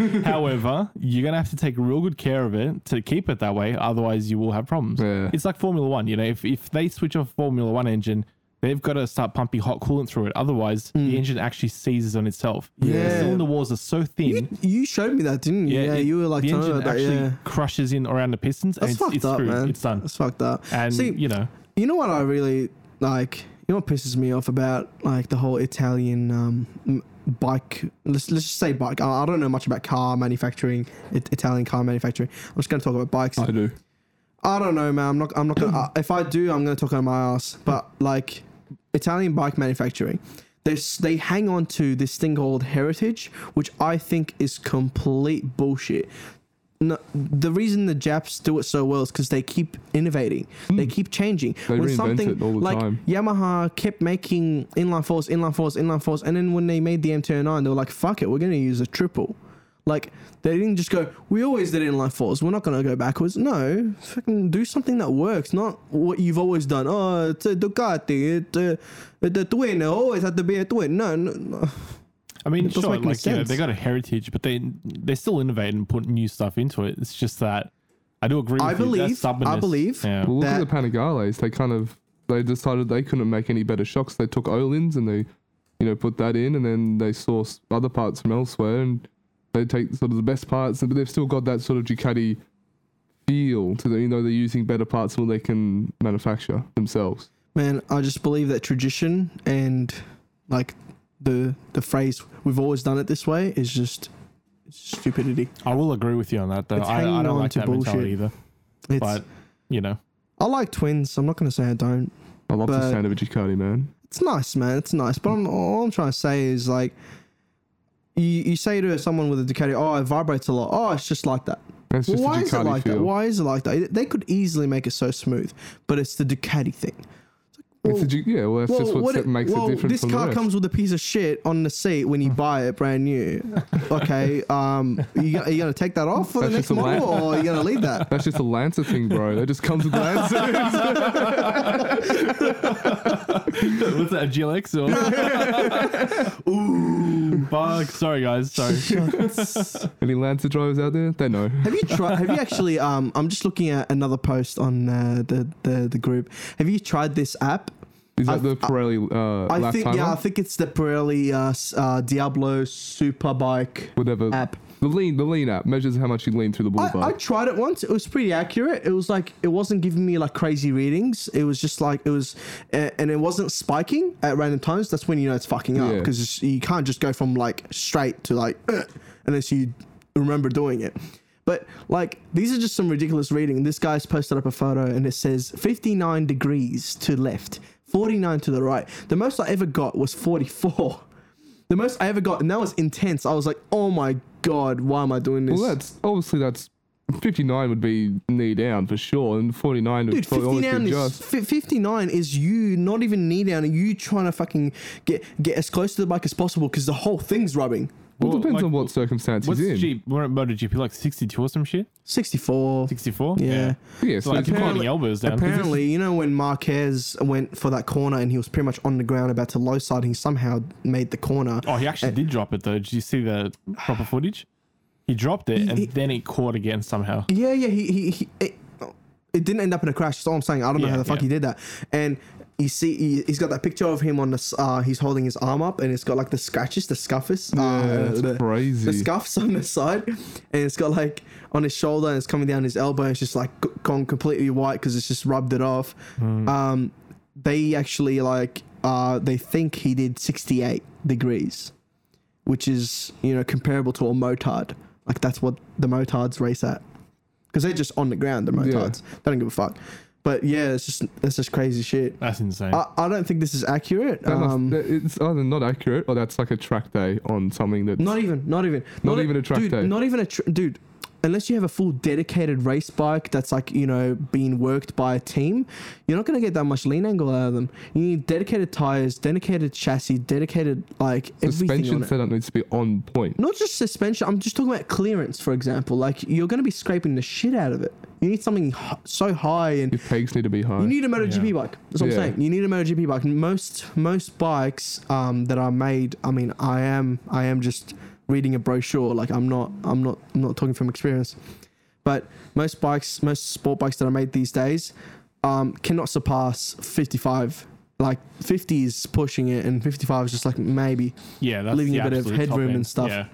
S4: However, you're gonna have to take real good care of it to keep it that way. Otherwise, you will have problems.
S5: Yeah.
S4: It's like Formula One. You know, if if they switch off Formula One engine, they've got to start pumping hot coolant through it. Otherwise, the engine actually seizes on itself.
S3: Mm. Yeah.
S4: the cylinder walls are so thin.
S3: you, you showed me that didn't you yeah,
S4: it-
S3: you were like
S4: the
S3: telling me
S4: engine
S3: about that
S4: actually
S3: yeah
S4: crushes in around the pistons,
S3: that's
S4: and it's,
S3: fucked
S4: it's
S3: up
S4: screwed.
S3: man
S4: It's done.
S3: that's fucked up
S4: And
S3: see
S4: you know,
S3: You know what I really like? You know what pisses me off about like the whole Italian um, m- bike? Let's, let's just say bike. I, I don't know much about car manufacturing, it, Italian car manufacturing. I'm just gonna talk about bikes.
S5: I do.
S3: I don't know, man. I'm not. I'm not gonna. uh, if I do, I'm gonna talk on my ass. But like, Italian bike manufacturing, they s- they hang on to this thing called heritage, which I think is complete bullshit. No, the reason the Japs do it so well is because they keep innovating. They keep changing.
S5: Hmm. They reinvent it all the
S3: like
S5: time.
S3: Yamaha kept making inline fours, inline fours, inline fours, and then when they made the M209, they were like, "Fuck it, we're gonna use a triple." Like they didn't just go, "We always did inline fours. We're not gonna go backwards." No, fucking do something that works, not what you've always done. Oh, it's a Ducati, it's a, it's a twin. It always had to be a twin. No, no, no.
S4: I mean,
S3: It doesn't
S4: sure,
S3: make any
S4: like you know, they
S3: sense.
S4: got a heritage, but they they still innovate and put new stuff into it. It's just that I do agree. With
S3: I
S4: you, that
S3: believe- I
S4: stubbornness-
S3: believe-
S4: Yeah.
S5: Well, look
S3: That-
S5: at the Panigales. They kind of they decided they couldn't make any better shocks. They took Olin's and they, you know, put that in, and then they source other parts from elsewhere, and they take sort of the best parts, but they've still got that sort of Ducati feel to them. You know, they're using better parts than they can manufacture themselves.
S3: Man, I just believe that tradition and like the the phrase "we've always done it this way" is just stupidity.
S4: I will agree with you on that though.
S3: It's
S4: I, I
S3: hanging
S4: don't
S3: on
S4: like
S3: to
S4: that mentality either.
S3: It's,
S4: But you know,
S3: I like twins. I'm not gonna say I don't.
S5: I love the
S3: But-
S5: sound of a Ducati, man.
S3: It's nice, man. It's nice. But I'm, all I'm trying to say is like, you, you say to someone with a Ducati, "Oh, it vibrates a lot." Oh, it's just like that.
S5: That's just
S3: Well, why
S5: a
S3: is it
S5: Ducati
S3: like
S5: feel.
S3: that? Why is it like that? They could easily make it so smooth, but it's the Ducati thing.
S5: It's a Duc- yeah, well, that's just what,
S3: what
S5: set-
S3: it-
S5: makes
S3: well,
S5: it different
S3: This
S5: from the
S3: car
S5: rest.
S3: comes with a piece of shit on the seat when you buy it brand new.
S5: [LAUGHS]
S3: Okay, um, you, are you gonna take that off for the
S5: That's
S3: next
S5: just a lamp.
S3: model, or are you gonna leave
S5: [LAUGHS]
S3: that?
S5: That's just a Lancer thing, bro. That just comes with
S3: [LAUGHS]
S4: [LAUGHS]
S5: Lancers.
S4: what's that? A GLX or? [LAUGHS] Ooh, fuck! Sorry guys.
S3: [LAUGHS]
S4: Sorry.
S5: Any Lancer drivers out there? They know.
S3: Have you tried? Have you actually? Um, I'm just looking at another post on uh, the, the the group. Have you tried this app?
S5: Is that
S3: I-
S5: the Pirelli uh,
S3: I
S5: lap
S3: think
S5: timer?
S3: yeah, I think it's the Pirelli uh, s- uh, Diablo Superbike
S5: Whatever.
S3: app.
S5: The lean, the lean app measures how much you lean through the
S3: I,
S5: boulevard.
S3: I tried it once. It was pretty accurate. It was like it wasn't giving me like crazy readings. It was just like it was, a- and it wasn't spiking at random times. That's when you know it's fucking up
S5: Yeah.
S3: because you can't just go from like straight to like [CLEARS THROAT] unless you remember doing it. But like these are just some ridiculous reading. This guy's posted up a photo and it says 59 degrees to left, 49 to the right. The most I ever got was 44. The most I ever got, and that was intense. I was like, oh my god, why am I doing this?
S5: well, that's obviously that's 59 would be knee down for sure, and 49
S3: Dude,
S5: would probably
S3: 59
S5: honestly
S3: is,
S5: just.
S3: fi- 59 is you not even knee down and you trying to fucking get get as close to the bike as possible because the whole thing's rubbing.
S5: Well,
S4: Well,
S5: depends
S4: like,
S5: on what circumstance
S4: What's
S5: he's in.
S4: Jeep? What MotoGP? Like 62 or some shit?
S3: 64.
S4: 64?
S3: Yeah.
S5: Yeah,
S4: So
S5: so
S4: like you're
S5: apparently-
S4: putting the elbows down. 'cause this-
S3: Apparently, you know when Marquez went for that corner and he was pretty much on the ground about to low side, he somehow made the corner.
S4: Oh, he actually did drop it though. Did you see the proper footage? He dropped it and
S3: he-
S4: then it caught again somehow.
S3: Yeah, yeah, he, he, he it, it didn't end up in a crash. That's all I'm saying. I don't know
S4: Yeah,
S3: how the fuck
S4: yeah.
S3: he did that. And you see, he, he's got that picture of him on the, s- uh, he's holding his arm up and it's got like the scratches, the scuffers.
S5: Yeah,
S3: uh,
S5: that's
S3: the,
S5: crazy.
S3: The scuffs on the side. And it's got like on his shoulder and it's coming down his elbow. It's just like g- gone completely white because it's just rubbed it off.
S5: Hmm.
S3: Um, they actually like, uh, they think he did 68 degrees which is you know comparable to a motard. Like that's what the motards race at, because they're just on the ground. The motards they don't give a fuck. But yeah, it's just it's just crazy shit.
S4: That's insane.
S3: I, I don't think this is accurate.
S5: that must-
S3: Um,
S5: that- it's either not accurate or that's like a track day on something that's
S3: not even, not even,
S5: Not even a track
S3: dude,
S5: day.
S3: Not even a tr- dude. Unless you have a full dedicated race bike that's like you know being worked by a team, you're not gonna get that much lean angle out of them. You need dedicated tires, dedicated chassis, dedicated like everything on
S5: suspension
S3: it.
S5: setup needs to be on point.
S3: not just suspension. I'm just talking about clearance, for example. Like you're going to be scraping the shit out of it. You need something h- so high, and
S5: Your pegs need to be high.
S3: you need a MotoGP bike. That's what
S5: Yeah.
S3: I'm saying. You need a MotoGP bike. Most most bikes um, that are made. I mean, I am I am just reading a brochure. Like I'm not I'm not I'm not talking from experience, but most bikes, most sport bikes that are made these days, um, cannot surpass 55. Like 50 is pushing it, and 55 is just like maybe.
S4: yeah, that's
S3: leaving
S4: the
S3: a bit of
S4: absolute top
S3: headroom and
S4: end.
S3: stuff.
S4: Yeah.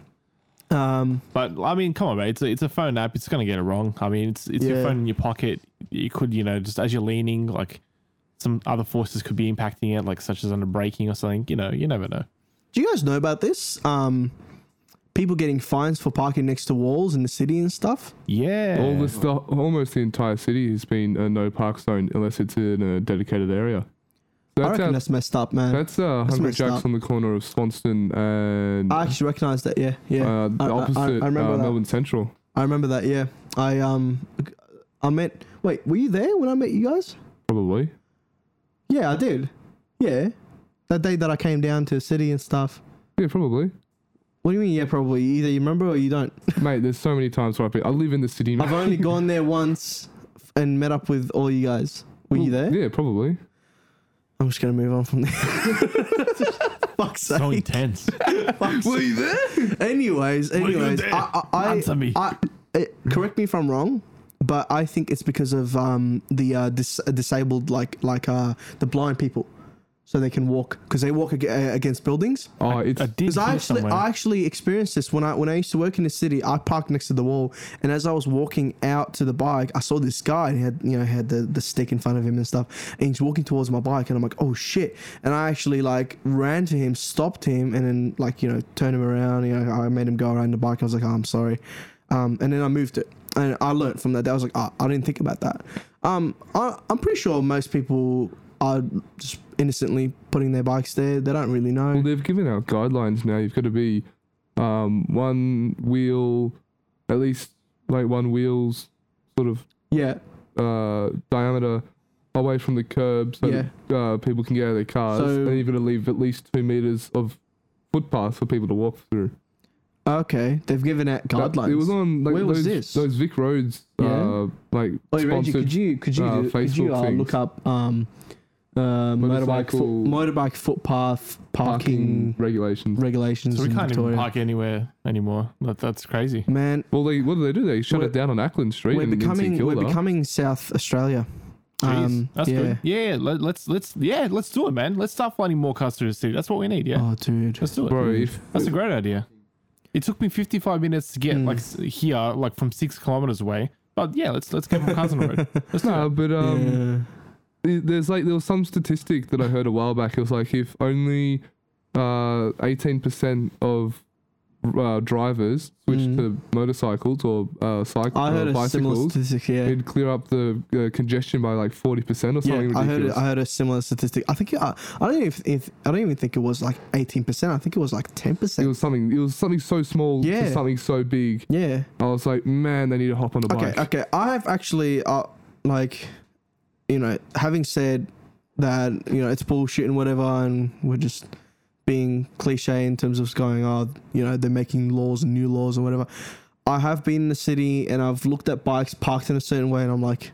S3: Um,
S4: But I mean, come on, mate. It's a, it's a phone app. It's gonna get it wrong. I mean, it's it's your
S3: Yeah.
S4: phone in your pocket. You could, you know, just as you're leaning, like some other forces could be impacting it, like such as under braking or something. You know, you never know.
S3: Do you guys know about this? Um, people getting fines for parking next to walls in the city and stuff.
S4: Yeah.
S5: All
S4: [LAUGHS]
S5: this, the, almost the entire city has been a no park zone unless it's in a dedicated area.
S3: I
S5: That's
S3: reckon
S5: out-
S3: that's messed up, man.
S5: that's uh, Hungry
S3: messed
S5: Jack's
S3: up.
S5: on the corner of Swanston and
S3: I actually recognise that. Yeah, yeah.
S5: uh, the
S3: I- I- I-
S5: opposite
S3: I, remember
S5: uh,
S3: that.
S5: Melbourne Central.
S3: I remember that. Yeah. I um, I met. Wait, were you there when I met you guys?
S5: Probably.
S3: Yeah, I did. Yeah, that day that I came down to the city and stuff.
S5: Yeah, probably.
S3: What do you mean? Yeah, probably. Either you remember or you
S5: [LAUGHS]
S3: don't.
S5: Mate, there's so many times where I've been, I live in the city.
S3: I've only gone there once and met up with all you guys. Were you there?
S5: Yeah, probably.
S3: I'm just gonna move on from there. [LAUGHS] Fuck's sake.
S4: so intense.
S3: Were you there? Anyways,
S4: you
S3: anyways,
S4: there?
S3: I, I, I,
S4: Answer me.
S3: I, eh, correct me if I'm wrong, but I think it's because of um, the uh, dis- uh, disabled, like like uh, the blind people, so they can walk because they walk ag- uh, against buildings.
S5: Oh, it's
S4: I did
S3: Because I
S4: hear
S3: actually,
S4: somewhere.
S3: I actually experienced this when I when I used to work in the city. I parked next to the wall, and as I was walking out to the bike, I saw this guy. And he had you know he had the, the stick in front of him and stuff, and he's walking towards my bike, and I'm like, oh shit! And I actually like ran to him, stopped him, and then like you know turned him around. You know, I made him go around the bike. I was like, oh, I'm sorry, um, and then I moved it. And I learned from that. day. I was like, oh, I didn't think about that. Um, I, I'm pretty sure most people are just innocently putting their bikes there. They don't really know.
S5: Well, they've given out guidelines now. You've got to be um, one wheel, at least like one wheel's sort of
S3: yeah.
S5: uh, diameter away from the curb so
S3: Yeah.
S5: that, uh, people can get out of their cars.
S3: So-
S5: and you've got to leave at least two meters of footpath for people to walk through.
S3: Okay, they've given out
S5: That-
S3: guidelines.
S5: It was on like,
S3: Where
S5: those,
S3: was this?
S5: those Vic Roads,
S3: Yeah.
S5: uh, like
S3: Wait, Reggie,
S5: sponsored.
S3: could you could you,
S5: uh,
S3: do- could you
S5: Facebook
S3: uh,
S5: things.
S3: look up um, uh, motorbike foot,
S5: Motorcycle-
S3: motorbike footpath
S5: parking
S3: parking,
S5: regulations.
S3: regulations
S4: so we
S3: in
S4: can't even
S3: Victoria?
S4: park anywhere anymore. That, that's crazy.
S3: Man,
S5: Well, they what do they do? They shut
S3: We're-
S5: it down on Ackland Street.
S3: we're
S5: in- in
S3: becoming we're
S5: St Kilda.
S3: becoming South Australia.
S4: Jeez,
S3: Um,
S4: that's
S3: yeah.
S4: good. Yeah, let, let's let's yeah, let's do it, man. Let's start finding more cars through the city. That's what we need. Yeah,
S3: Oh, dude.
S4: let's do it.
S5: Bro, if
S4: that's a great idea. It took me 55 minutes to get like s- here, like from six kilometers away. But yeah, let's let's go from Carson Road. Let's
S5: [LAUGHS] No, but um,
S3: Yeah.
S5: th- there's like there was some statistic that I heard a while back. It was like if only uh 18% of uh, drivers switched to motorcycles or uh, cycles
S3: Mm. I heard
S5: or
S3: a similar
S5: bicycles,
S3: statistic. Yeah,
S5: it'd clear up the uh, congestion by like 40% or something
S3: yeah.
S5: ridiculous.
S3: I heard I heard a similar statistic. I think I, I don't even if, I don't even think it was like eighteen percent. I think it was like ten
S5: it
S3: percent.
S5: was something. It was something so small
S3: Yeah.
S5: to something so big.
S3: Yeah.
S5: I was like, man, they need to hop on a
S3: Okay.
S5: bike.
S3: Okay. I have actually uh, like, you know, having said that, you know, it's bullshit and whatever, and we're just being cliche in terms of going, oh, you know, they're making laws and new laws and whatever. I have been in the city and I've looked at bikes parked in a certain way, and I'm like,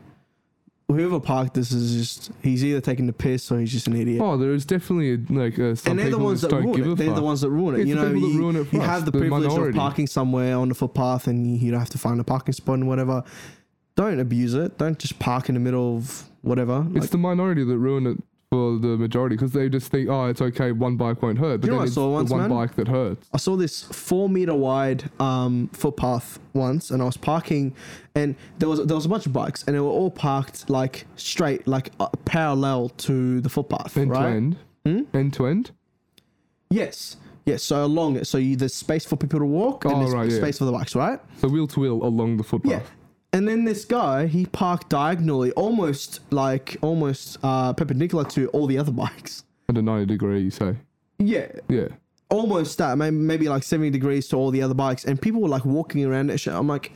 S3: whoever parked this is just he's either taking the piss or he's just an idiot.
S5: Oh, there is definitely like uh, some
S3: and they're the
S5: people
S3: ones
S5: that
S3: that
S5: don't
S3: ruin
S5: give
S3: it.
S5: a
S3: They're
S5: fuck.
S3: the ones that ruin it.
S5: It's
S3: you
S5: the
S3: know,
S5: people that
S3: you,
S5: ruin it for
S3: you
S5: us,
S3: have the,
S5: the
S3: privilege
S5: minority.
S3: of parking somewhere on the footpath, and you, you have to find a parking spot and whatever. Don't abuse it. Don't just park in the middle of whatever.
S5: It's
S3: Like,
S5: the minority that ruin it for the majority because they just think, oh, it's okay, one bike won't hurt. But
S3: You know
S5: then
S3: what I
S5: it's
S3: saw
S5: the
S3: once,
S5: one
S3: man?
S5: bike that hurts.
S3: I saw this four meter wide um, footpath once, and I was parking, and there was there was a bunch of bikes, and they were all parked like straight, like uh, parallel to the footpath,
S5: End
S3: right? Hmm?
S5: to end. End to end.
S3: Yes, yes. So along it, so you, there's space for people to walk,
S5: Oh,
S3: and there's
S5: right, yeah.
S3: space for the bikes, right?
S5: So wheel to wheel along the footpath.
S3: Yeah. And then this guy, he parked diagonally, almost like almost uh, perpendicular to all the other bikes.
S5: At a 90 degree, so.
S3: Yeah,
S5: Yeah.
S3: almost that. may- Maybe like seventy degrees to all the other bikes, and people were like walking around it. shit. I'm like,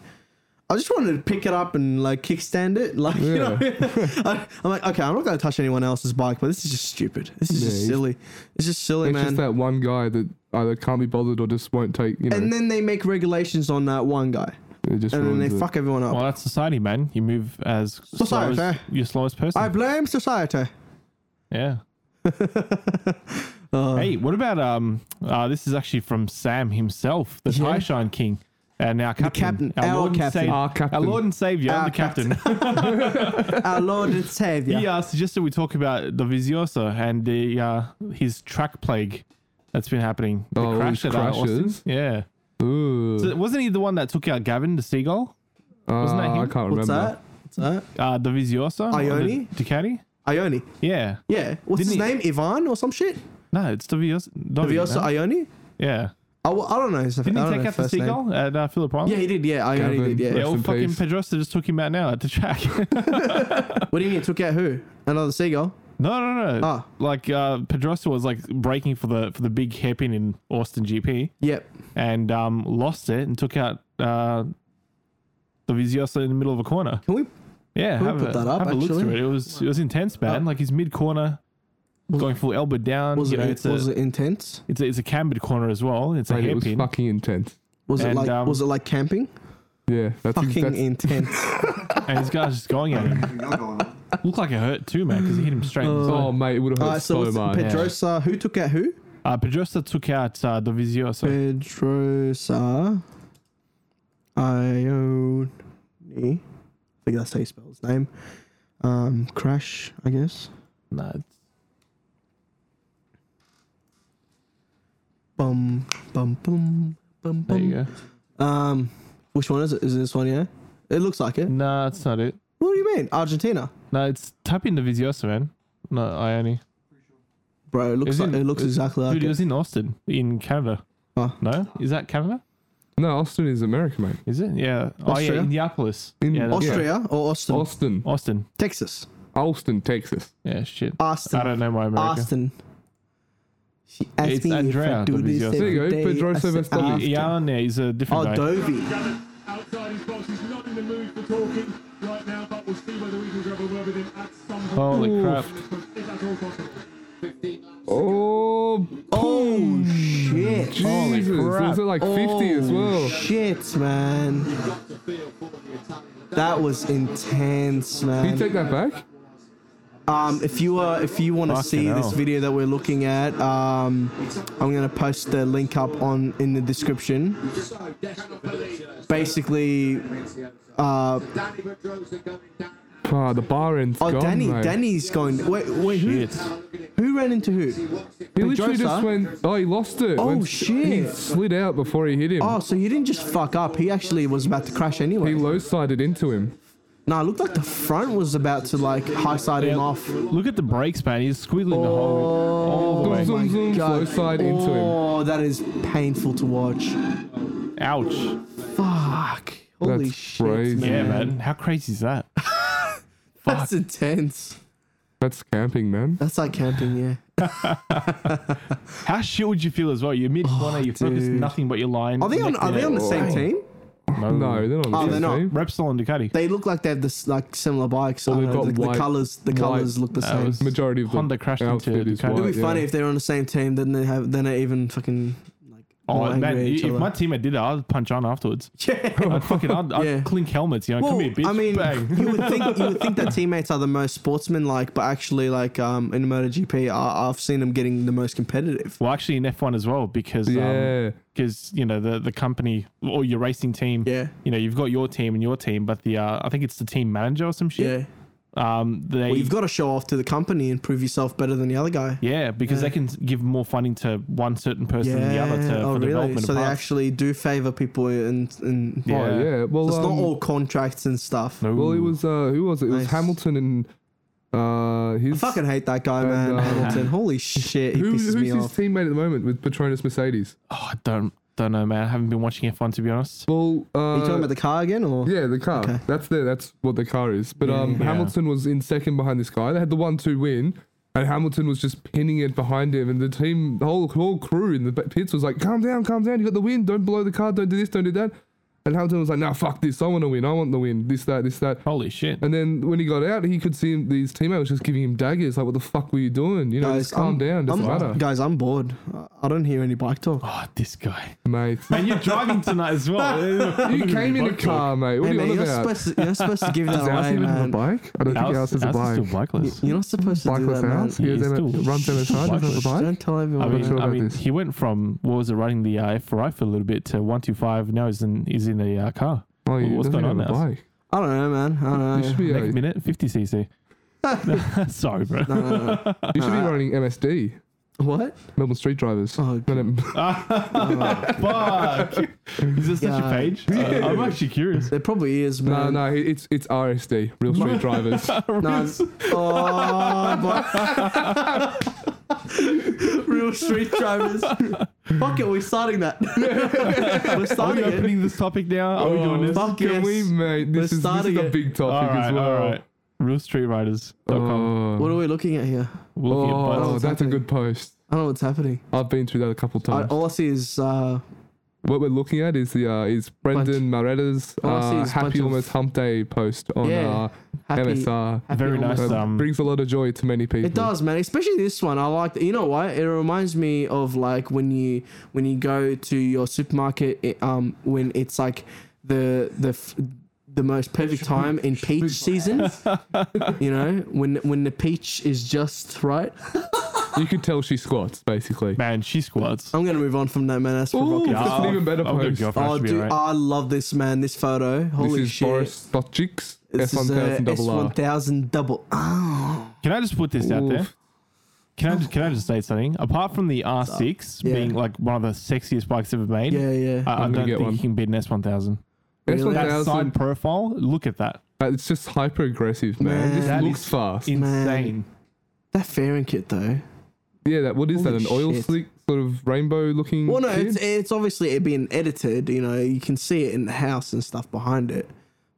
S3: I just wanted to pick it up and like kickstand it. [LAUGHS] Like, you know, I, am like, okay, I'm not gonna touch anyone else's bike, but this is just stupid. This is just
S5: Yeah,
S3: silly. It's just silly,
S5: It's
S3: man.
S5: just that one guy that either can't be bothered or just won't take, you know,
S3: and then they make regulations on that one guy,
S5: it just
S3: and then
S5: ruins
S3: they
S5: it.
S3: fuck everyone up.
S4: Well, that's society, man. You move as slow
S3: Society.
S4: as your slowest person.
S3: I blame society.
S4: yeah. hey, what about um? Uh, this is actually from Sam himself, the
S3: Yeah.
S4: Taishan King, and our
S3: captain,
S4: captain,
S3: our
S4: and
S3: captain.
S4: sav-
S5: Our captain.
S4: our Lord and Savior,
S3: Our
S4: the captain.
S3: Our Lord
S5: [LAUGHS]
S3: and Savior.
S4: He uh, suggested we talk about the Viziosa and the uh, his track plague that's been happening. The
S5: Oh,
S4: crash
S5: his
S4: at uh, Austin.
S5: crashes?
S4: Yeah.
S5: Ooh.
S4: So wasn't he the one that took out Gavin, the seagull?
S5: Uh,
S4: that him?
S5: I can't
S3: What's
S5: remember.
S3: that? What's that?
S4: Uh, the Viziosa? or
S3: Ione?
S4: The Ducati?
S3: Ioni.
S4: Yeah.
S3: Yeah. What's
S4: Didn't
S3: his
S4: he-
S3: name? Ivan or some shit?
S4: No, it's the Viziosa.
S3: Daviosa
S4: man.
S3: Ioni?
S4: yeah.
S3: I, w- I don't know. his- I
S4: Didn't
S3: don't know
S4: he take out
S3: his
S4: the
S3: first name.
S4: seagull at uh, Phillip Island?
S3: Yeah, he did. Yeah, Ioni
S5: Gavin.
S3: did. Yeah.
S4: Yeah,
S5: Rest
S4: well,
S5: in
S4: fucking
S5: peace.
S4: Pedrosa just took him out now at the track. [LAUGHS]
S3: What do you mean? Took out who? Another seagull?
S4: no, no, no.
S3: Ah.
S4: Like uh, Pedrosa was like breaking for the for the big hairpin in Austin GP.
S3: Yep.
S4: and um, lost it and took out uh, the Viziosa in the middle of a corner.
S3: Can we?
S4: Yeah,
S3: we
S4: have,
S3: put
S4: a,
S3: that up,
S4: have a look
S3: actually? Uh,
S4: through it. It was it was intense, man. Like he's mid corner, going full elbow down.
S3: Was
S4: you
S3: it?
S4: know, it's
S3: was
S4: a,
S3: it intense?
S4: it's a it's a cambered corner as well. It's a
S5: Mate, it was
S4: hairpin.
S5: fucking intense.
S3: Was it
S4: And,
S3: like?
S4: um,
S3: was it like camping?
S5: Yeah. That's, ex-
S3: Fucking
S4: [LAUGHS]
S5: that's
S3: intense.
S4: and his guy's just going at
S5: [LAUGHS]
S4: him. Looked like it hurt too, man, because he hit him straight. in the side.
S5: Oh, mate, it would have hurt
S3: Alright, so,
S5: so,
S3: what's
S5: much.
S3: Pedrosa. Who took out who?
S4: Uh, Pedrosa took out uh, the Viziosa.
S3: Pedrosa Ioni. I think that's how you spell his name. Um, crash, I guess.
S4: Nah, it's-
S3: Bum bum bum bum
S4: there
S3: bum.
S4: you go.
S3: Um, which one is it? Is it this one? Yeah, it looks like it.
S4: Nah, that's not it.
S3: What do you mean, Argentina,
S4: No, it's type in the Viziosa, man. No, Ione.
S3: bro? It looks
S4: Is it-
S3: like, it looks
S4: is-
S3: exactly like
S4: Dude, it
S3: it.
S4: was in Austin, in Canada.
S3: Oh.
S4: No, is that Canada?
S5: No, Austin is America, mate.
S4: Is it? Yeah. Oh
S3: Austria?
S4: yeah, Indianapolis.
S5: In
S4: yeah, that's-
S3: Austria or Austin?
S5: Austin.
S4: Austin.
S3: Texas,
S5: Austin, Texas.
S4: Yeah, shit.
S3: Austin.
S4: I don't know my America.
S3: Austin. She asked
S4: It's
S3: me if I
S4: Andrea,
S3: do
S4: the
S3: this
S4: Viziosa.
S3: every
S4: There
S5: you go,
S3: day.
S5: Pedrosa
S3: I said,
S5: versus
S3: "Ah,
S4: Yeah,
S5: Austin.
S4: yeah, yeah, he's a different
S3: Oh,
S4: guy.
S3: Dovey.
S6: outside his box. He's not in the mood for talking right now, but we'll see whether we can grab a word with him at some point.
S4: Holy crap.
S6: If that's all possible.
S5: Oh,
S3: Oh shit! Oh,
S4: Holy
S5: Jesus.
S4: crap.
S5: Was it like 50 as well?
S3: Shit, man. That was intense,
S5: Can
S3: man.
S5: you take that back?
S3: Um, if you uh, if you want to
S4: Fucking
S3: see this
S4: hell.
S3: video that we're looking at, um, I'm gonna post the link up on in the description. Basically, uh,
S5: Ah, the bar end's
S3: Oh,
S5: gone,
S3: Danny,
S5: mate.
S3: Danny's going. Wait, wait, who?
S4: Shit.
S3: Who ran into who?
S5: He
S3: the
S5: literally
S3: Joestar?
S5: just went. Oh, he lost it.
S3: Oh,
S5: Went- He
S3: shit.
S5: slid out before he hit him.
S3: Oh, so he didn't just fuck up. He actually was about to crash anyway.
S5: He low sided into him.
S3: Nah, it looked like the front was about to like high side him
S4: Yeah,
S3: off. Oh
S4: Look at the brakes, man. He's squiggling the whole all the way.
S5: Zoom, zoom, slow side
S3: oh,
S5: into him.
S3: that is painful to watch.
S4: Ouch.
S3: Fuck. Holy
S5: That's
S3: shit.
S5: crazy.
S3: Man.
S4: Yeah, man. How crazy is that?
S3: That's intense.
S5: That's camping, man.
S3: That's like camping, yeah.
S4: How shit would you feel as well? You're mid corner, you focus
S3: Oh, dude.
S4: nothing but your line.
S3: Are they on? Are they on the same team?
S5: No, they're not.
S3: Oh,
S5: On
S3: they're
S5: the same
S3: not.
S5: team.
S4: Repsol and Ducati.
S3: They look like they have this like similar bikes.
S5: Well,
S3: I
S5: they've
S3: don't know,
S5: got
S3: the,
S5: white-
S3: the colors. The
S5: white-
S3: colors look the
S4: that
S3: same.
S4: was-
S5: Majority of the
S4: Honda crashed into
S5: outfit is
S4: Ducati.
S5: white,
S3: It'd be
S5: yeah.
S3: funny if they're on the same team. Then they have. Then they're even fucking [LAUGHS] like. more
S4: Oh
S3: angry
S4: man,
S3: at each
S4: if
S3: other.
S4: my teammate did that, I'd punch on afterwards. [LAUGHS]
S3: yeah.
S4: I'd fucking, I'd,
S3: [LAUGHS]
S4: I'd
S3: Yeah.
S4: clink helmets. You know,
S3: Well,
S4: come here, bitch.
S3: I mean, [LAUGHS]
S4: bang.
S3: you would think you would think
S4: [LAUGHS]
S3: that teammates are the most sportsmanlike, but actually, like um, in MotoGP, I, I've seen them getting the most competitive.
S4: Well, actually, in F1 as well, because um,
S5: Yeah.
S4: because you know the the company or your racing team.
S3: Yeah.
S4: You know, you've got your team and your team, but the uh, I think it's the team manager or some shit.
S3: Yeah.
S4: Um, they
S3: Well, you've got to show off to the company and prove yourself better than the other guy.
S4: yeah because they can give more funding to one certain person than the other to
S3: oh,
S4: for
S3: really?
S4: development.
S3: So
S4: of
S3: they
S4: parts.
S3: actually do favor people and and
S5: Oh,
S4: Yeah.
S5: yeah. Well,
S3: it's not
S5: um,
S3: all contracts and stuff.
S4: No.
S5: Well, it was uh, who was it? It was
S3: Nice.
S5: Hamilton and uh, his.
S3: I fucking hate that guy,
S5: And,
S3: man.
S5: uh,
S3: Hamilton.
S5: [LAUGHS]
S3: Holy shit, he
S5: who,
S3: pisses
S5: who's
S3: me
S5: his
S3: off.
S5: teammate at the moment with Patronus Mercedes?
S4: Oh, I don't don't know, man. I haven't been watching F1 to be honest.
S5: Well, uh,
S3: Are you talking about the car again, or
S5: yeah, the car.
S3: Okay.
S5: That's the that's what the car is. But um,
S4: Yeah.
S5: Hamilton was in second behind this guy. They had the one-two win, and Hamilton was just pinning it behind him. And the team, the whole whole crew in the ba- pits was like, "Calm down, calm down. You got the win. Don't blow the car. Don't do this. Don't do that." And Hamilton was like, "Nah, fuck this. I want to win. I want the win. This, that, this, that."
S4: Holy shit!
S5: And then when he got out, he could see him, these teammates just giving him daggers. Like, what the fuck were you doing? You know, just
S3: I'm-
S5: calm down. Doesn't
S3: I'm-
S5: matter,
S3: Guys, I'm bored. I- I don't hear any bike talk.
S4: Oh, this guy.
S5: mate.
S4: And you're driving tonight
S3: [LAUGHS]
S4: as well.
S5: you came in a car, mate.
S3: Hey,
S5: What are you
S3: man,
S5: on
S3: you're
S5: about?
S3: supposed to you're supposed to
S5: [LAUGHS]
S3: give that
S5: Is Alf
S3: away,
S5: even on a
S3: man.
S5: bike? I don't think
S4: Alf-
S5: Alf is a
S4: Alf
S5: bike.
S4: still bikeless.
S3: You're not supposed to do
S5: Bikeless
S3: that, man.
S5: Alf? He
S4: He's
S5: has M-
S4: still
S5: runs MSR. He doesn't
S4: bikeless.
S5: have a
S3: Don't
S5: bike.
S3: tell everyone.
S4: I
S5: not
S4: mean,
S5: sure
S4: I
S5: about
S4: mean
S5: this.
S4: he went from what was it running the uh, F4i for a little bit to 125. Now he's in he's in a uh, car.
S5: Oh,
S4: What-
S5: you
S4: What's
S5: doesn't
S4: going on
S5: have a
S4: now?
S5: bike.
S3: I don't know, man. I don't
S5: You
S3: know.
S5: should be, uh,
S4: Next minute, 50
S5: [LAUGHS]
S4: cc. [LAUGHS] Sorry, bro.
S3: No, no, no.
S5: you should be running MSD,
S3: What?
S5: Melbourne Street Drivers. [LAUGHS]
S3: Oh,
S5: No, no,
S4: Fuck. Is there such
S3: Yeah.
S4: a
S5: [LAUGHS]
S4: page? Uh, I'm actually curious.
S3: There probably is,
S5: no,
S3: man.
S5: no, he- it's it's RSD, Real [LAUGHS] Street
S4: [LAUGHS]
S5: Drivers. [LAUGHS]
S3: No. Oh, but real street drivers. Fuck it, we're starting
S5: [LAUGHS]
S3: that. we're
S4: Are we
S5: Oh,
S3: starting it.
S4: opening this topic now? Are we doing this?
S3: fuck
S5: Can
S3: yes.
S5: we, mate? This is, this
S3: starting
S5: is a
S3: it.
S5: big topic
S4: All right,
S5: as well.
S4: all right. RealStreetRiders.com.
S5: Oh,
S3: What are we looking at here?
S4: We're looking at
S5: oh,
S4: buttons.
S5: that's a good post.
S3: I don't know what's happening.
S5: I've been through that a couple
S3: I,
S5: times.
S3: all I see is uh,
S5: What we're looking at is the uh, is Brendan Maretta's
S3: Oh, I see,
S5: uh,
S3: it's a bunch
S5: happy
S3: of-
S5: almost hump day post on
S3: Yeah,
S5: uh,
S3: happy-
S5: MSR.
S3: happy
S4: Very
S3: almost-
S4: nice.
S5: Uh,
S4: Um,
S5: brings a lot of joy to many people.
S3: It does, man. Especially this one. I like. You know what? It reminds me of like when you when you go to your supermarket. It, um, when it's like the the f- the most perfect time in peach
S5: [LAUGHS]
S3: season. you know, when when the peach is just right.
S5: You could tell she squats basically.
S4: Man, she squats.
S3: I'm gonna move on from that, man. That's
S5: Ooh,
S3: provocative.
S5: that's an even better
S4: I'll go
S5: post.
S4: girlfriend,
S3: Oh,
S4: should be
S3: dude,
S4: alright.
S5: uh,
S3: I love this man. This photo.
S5: This
S3: Holy
S5: is
S3: shit.
S5: Boris Stotchik's
S3: this is uh, a
S5: S1000 double R.
S3: S1000 double. Oh,
S4: Can I just put this out there?
S5: Oof.
S4: Can I just can I just say something? Apart from the R6
S3: Yeah.
S4: being like one of the sexiest bikes ever made,
S3: yeah, yeah.
S4: I, I
S5: I'm gonna
S4: don't
S5: get
S4: think
S5: one.
S4: you can beat an S1000.
S3: really?
S4: That side
S5: S1000,
S4: profile, look at that,
S5: uh, it's just hyper aggressive, man.
S3: Man.
S5: This
S4: That
S5: looks
S4: is
S5: fast.
S4: insane.
S3: that fairing kit though.
S5: yeah, that what is that?
S3: Holy
S5: An oil
S3: shit.
S5: slick sort of rainbow looking.
S3: Well, no, it's,
S5: kid?
S3: it's obviously it being edited. You know, you can see it in the house and stuff behind it.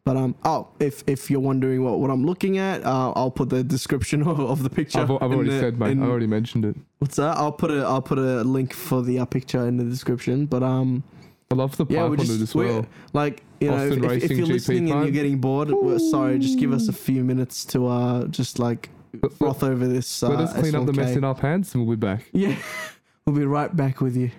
S3: But um, oh, if if you're wondering what, what I'm looking at, uh, I'll put the description [LAUGHS] of, of the picture.
S5: I've, I've
S3: in
S5: already
S3: the-
S5: said, mate.
S3: in-
S5: I already mentioned it.
S3: What's that? I'll put a I'll put a link for the uh, picture in the description. But um,
S5: I love the pipe
S3: yeah, we're
S5: on
S3: just
S5: it as
S3: we're-
S5: well.
S3: like you know,
S5: Austin
S3: if, if- if
S5: Racing
S3: you're
S5: GP
S3: listening and
S5: time.
S3: you're getting bored, we're sorry, just give us a few minutes to uh, just like
S5: Let- let-
S3: froth over this. Uh,
S5: Let us clean up the mess
S3: S1K.
S5: in our pants and we'll be back.
S3: Yeah, [LAUGHS] we'll be right back with you.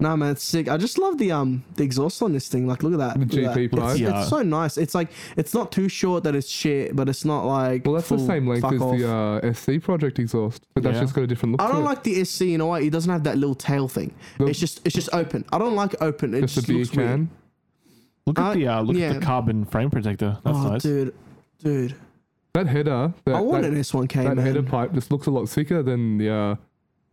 S3: Nah, man, it's sick. I just love the um the exhaust on this thing. Like, look at that.
S5: The
S3: Look at
S5: GP
S3: that. It's,
S4: pipe.
S3: it's so nice. It's like it's not too short that it's shit, but it's not like
S5: Well, that's the
S3: full
S5: same length
S3: fuck
S5: as
S3: off.
S5: the uh, SC project exhaust, but that's
S4: Yeah.
S5: just got a different look.
S3: I
S5: to
S3: don't
S5: it.
S3: like the SC. You know what? It doesn't have that little tail thing.
S5: The-
S3: it's just it's just open. I don't like open. It
S5: just
S3: just,
S5: a beer
S3: looks weird.
S5: can.
S4: Look at
S3: Uh,
S4: the uh, look
S3: yeah.
S4: at the carbon frame protector. That's
S3: oh,
S4: nice.
S3: dude, dude,
S5: That header, that,
S3: I want
S5: that,
S3: an S1K,
S5: that
S3: man.
S5: header pipe just looks a lot thicker than the uh,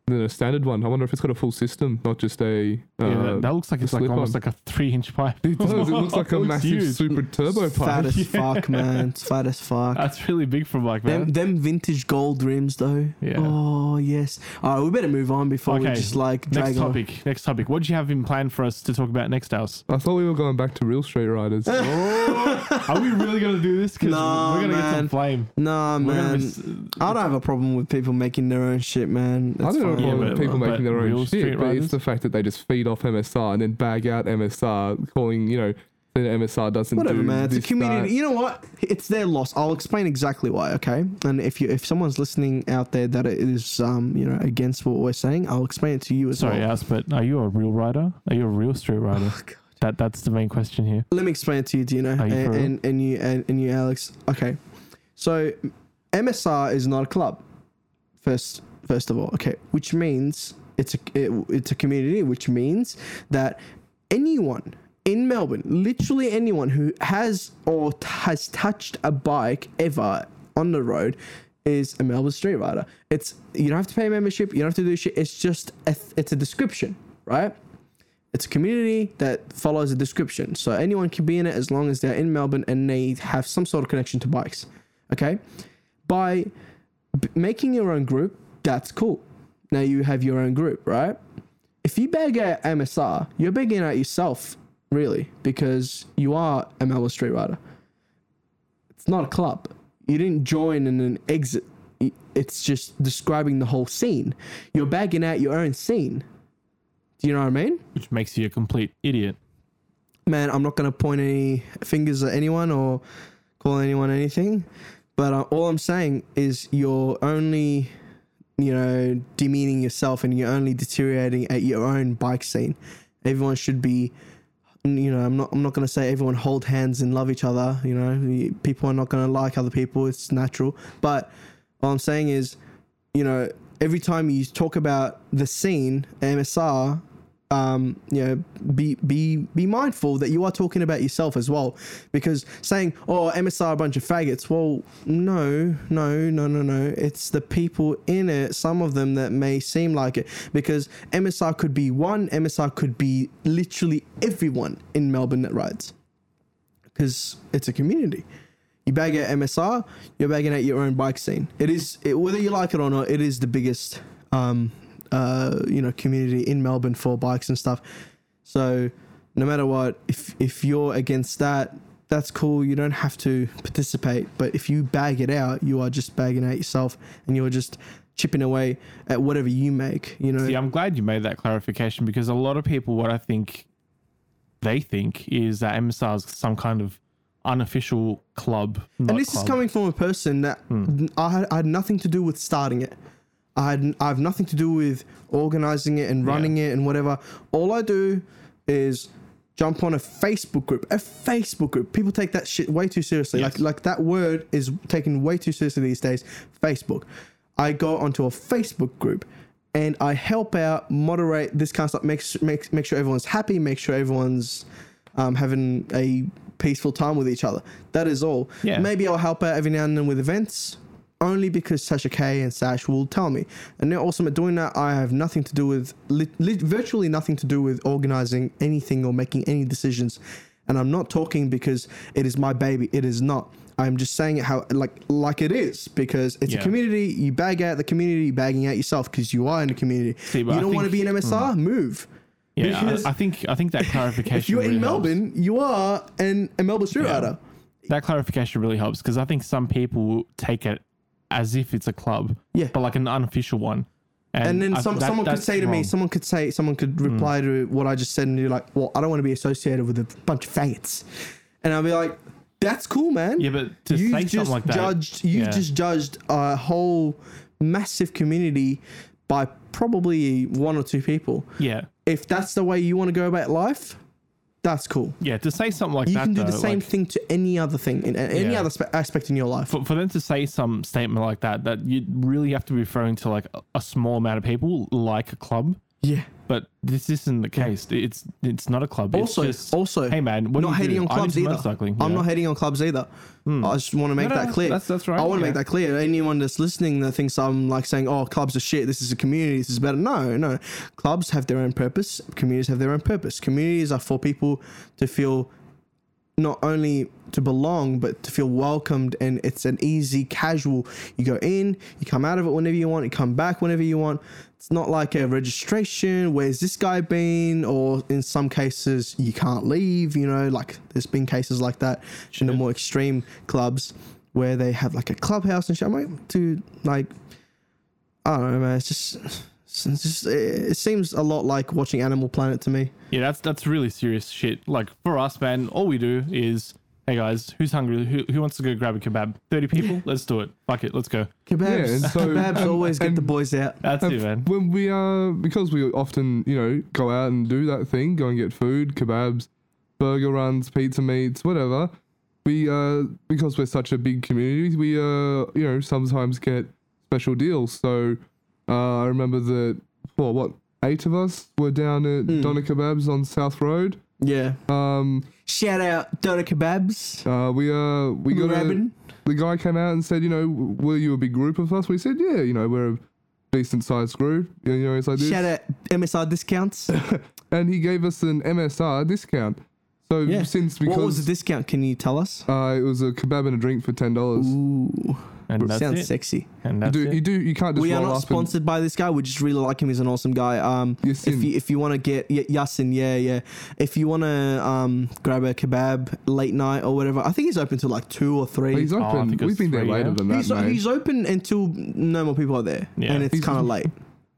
S5: than a standard one. I wonder if it's got a full system, not just a. Uh,
S4: Yeah, that, that looks like
S5: a
S4: it's like
S5: slip-on.
S4: almost like a three inch pipe.
S5: [LAUGHS] It does. It
S4: [LAUGHS]
S5: looks like a
S4: Looks
S5: massive
S4: huge.
S5: super turbo
S3: It's fat
S5: [LAUGHS] pipe.
S3: as fuck, man. It's fat as fuck.
S4: That's really big for like that.
S3: Them, them vintage gold rims though.
S4: Yeah.
S3: Oh yes. All right, we better move on before we
S4: Okay,
S3: just like drag
S4: next
S3: on.
S4: topic. Next topic. What do you have in plan for us to talk about next, Alice?
S5: I thought we were going back to real street
S3: [LAUGHS]
S5: riders. Oh.
S4: [LAUGHS] Are we really gonna do this? Because
S3: No,
S4: we're gonna get
S3: man.
S4: some flame.
S3: Nah,
S4: We're gonna
S3: man.
S4: miss- uh,
S3: I don't have a problem with people making their own shit, man.
S5: I
S3: That's fine.
S5: don't know
S4: Yeah,
S5: about
S4: but-
S5: people
S4: but
S5: making their
S4: real
S5: own
S4: street
S5: shit, but
S4: riders?
S5: it's the fact that they just feed off MSR and then bag out MSR, calling you know that MSR doesn't
S3: Whatever,
S5: do
S3: man. It's a
S5: this,
S3: community.
S5: that.
S3: You know what? It's their loss. I'll explain exactly why. Okay. And if you if someone's listening out there that it is um you know against what we're saying, I'll explain it to you as
S4: Sorry,
S3: well. Oh,
S4: Alice, but are you a real rider? Are you a real
S3: [LAUGHS]
S4: street rider? that that's the main question here.
S3: Let me explain it to you, Dino,
S4: Are you for
S3: and,
S4: real?
S3: and and you and, and you, Alex. Okay. So MSR is not a club. First, first of all, okay, which means it's a it, it's a community, which means that anyone in Melbourne, literally anyone who has or t- has touched a bike ever on the road is a Melbourne street rider. It's you don't have to pay membership, you don't have to do shit. It's just a, th- it's a description, right? It's a community that follows a description. So anyone can be in it as long as they're in Melbourne and they have some sort of connection to bikes. Okay? By b- making your own group, that's cool. Now you have your own group, right? If you bag out MSR, you're bagging out yourself, really, because you are a Melbourne Street Rider. It's not a club. You didn't join and then exit. I- It's just describing the whole scene. You're bagging out your own scene. Do you know what I mean?
S4: Which makes you a complete idiot.
S3: man, I'm not going to point any fingers at anyone or call anyone anything. But uh, all I'm saying is you're only, you know, demeaning yourself and you're only deteriorating at your own bike scene. Everyone should be, you know, I'm not, I'm not going to say everyone hold hands and love each other. You know, Y- people are not going to like other people. It's natural. But all I'm saying is, you know, every time you talk about the scene, MSR, um, you know, be be be mindful that you are talking about yourself as well, because saying "oh, MSR a bunch of faggots," well, no, no, no, no, no. It's the people in it, some of them that may seem like it, because MSR could be one, MSR could be literally everyone in Melbourne that rides, because it's a community. You bag at MSR, you're bagging at your own bike scene. It is it, whether you like it or not, it is the biggest um, uh, you know community in Melbourne for bikes and stuff. So no matter what, if if you're against that, that's cool. You don't have to participate. But if you bag it out, you are just bagging out yourself, and you're just chipping away at whatever you make. You know,
S4: See, I'm glad you made that clarification because a lot of people, what I think they think is that MSR is some kind of unofficial club. not Hmm.
S3: and this
S4: club.
S3: is coming from a person that I, had, I had nothing to do with starting it. I had I have nothing to do with organizing it and running it and whatever. All I do is jump on a Facebook group. A Facebook group. People take that shit way too seriously. Like like that word is taken way too seriously these days. Facebook. I go onto a Facebook group and I help out, moderate this kind of stuff. Make s- make make sure everyone's happy. Make sure everyone's um, having a peaceful time with each other. That is all.
S4: Yeah.
S3: Maybe I'll help out every now and then with events, only because Sasha K and Sash will tell me. And they're awesome at doing that. I have nothing to do with, li- li- virtually nothing to do with organizing anything or making any decisions. And I'm not talking because it is my baby. It is not. I'm just saying it how like like it is because it's a
S4: Yeah.
S3: community. You bag out the community, you bagging out yourself because you are in the community.
S4: See,
S3: you
S4: but I
S3: don't want to
S4: think- Hmm.
S3: be an MSR. Move.
S4: Yeah,
S3: because-
S4: I, I think I think that
S3: [LAUGHS]
S4: clarification.
S3: If you're
S4: really
S3: in
S4: helps.
S3: Melbourne, you are an, a Melbourne street
S4: Yeah.
S3: rider.
S4: that clarification really helps because I think some people take it as if it's a club,
S3: Yeah.
S4: but like an unofficial one.
S3: and then
S4: I-
S3: some,
S4: that-
S3: someone could
S4: that's
S3: say to me,
S4: wrong. Mm.
S3: someone could say, someone could reply to what I just said, and you're like, "Well, I don't want to be associated with a bunch of faggots," and I'll be like, "That's cool, man."
S4: Yeah, but to
S3: you've
S4: say
S3: just
S4: something like that,
S3: judged, you've
S4: yeah.
S3: just judged a whole massive community by probably one or two people.
S4: yeah,
S3: If that's the way you want to go about life, that's cool.
S4: yeah, to say something like
S3: You
S4: that.
S3: can do the
S4: though,
S3: same
S4: like,
S3: thing to any other thing in in any
S4: Yeah.
S3: other spe- aspect in your life.
S4: for, for them to say some statement like that, that you really have to be referring to like a, a small amount of people, like a club,
S3: yeah.
S4: But this isn't the case. It's it's not a club. It's
S3: Also,
S4: just,
S3: also,
S4: hey man, what
S3: not
S4: do you
S3: hating
S4: do?
S3: on
S4: I do
S3: clubs
S4: some
S3: either.
S4: motorcycling,
S3: I'm
S4: yeah. Hmm.
S3: not hating on clubs either. I just want to make
S4: No, no,
S3: that clear.
S4: that's- that's right,
S3: I want to
S4: yeah.
S3: make that clear. Anyone that's listening that thinks I'm like saying, "Oh, clubs are shit. This is a community. This is better." No, no. Clubs have their own purpose. Communities have their own purpose. Communities are for people to feel not only to belong but to feel welcomed and it's an easy casual you go in you come out of it whenever you want you come back whenever you want it's not like a registration where's this guy been or in some cases you can't leave you know like there's been cases like that in the more extreme clubs where they have like a clubhouse and shit i'm like dude like i don't know man it's just it's just it it seems a lot like watching animal planet to me
S4: Yeah, that's that's really serious shit. Like for us, man, all we do is, hey guys, who's hungry? Who, who wants to go grab a kebab? Thirty people, let's do it. Fuck it, let's go.
S3: kebabs
S5: and so-
S3: kebabs
S5: and-
S3: always get
S5: and-
S3: the boys out
S4: That's it,
S3: [LAUGHS]
S4: man.
S5: When we uh because we often you know go out and do that thing, go and get food, kebabs, burger runs, pizza meets, whatever. We uh because we're such a big community, we uh you know sometimes get special deals. So uh, I remember that well, what eight of us were down at
S3: Hmm.
S5: Donna Kebabs on South Road.
S3: yeah
S5: Um,
S3: Shout out Dota Kebabs.
S5: Uh, we uh, we got a,
S3: Rabin.
S5: the guy came out and said, you know, w- were you a big group of us? We said, yeah, you know, we're a decent sized group. You know, it's like this,
S3: Shout out MSR
S5: [LAUGHS]
S3: discounts.
S5: and he gave us an MSR discount. So since because
S3: what was the discount? Can you tell us?
S5: uh, it was a kebab and a drink for ten dollars. You
S3: Ooh,
S4: And that's
S3: sounds
S4: it.
S3: sexy.
S4: And that's
S5: do
S4: it.
S5: you do you can't just
S3: We are
S5: roll
S3: not
S5: up
S3: sponsored by this guy. We just really like him. He's an awesome guy. Um,
S5: Yasin.
S3: if you if you want to get y- Yasin, yeah, yeah. If you want to um grab a kebab late night or whatever, I think he's open till like two or three.
S5: And, he's
S4: I
S5: open.
S4: think it was
S5: We've been there
S4: three,
S5: later
S4: yeah.
S5: than that,
S3: he's,
S5: mate.
S3: he's open until no more people are there,
S4: Yeah.
S3: and it's
S5: He's-
S3: kind of late.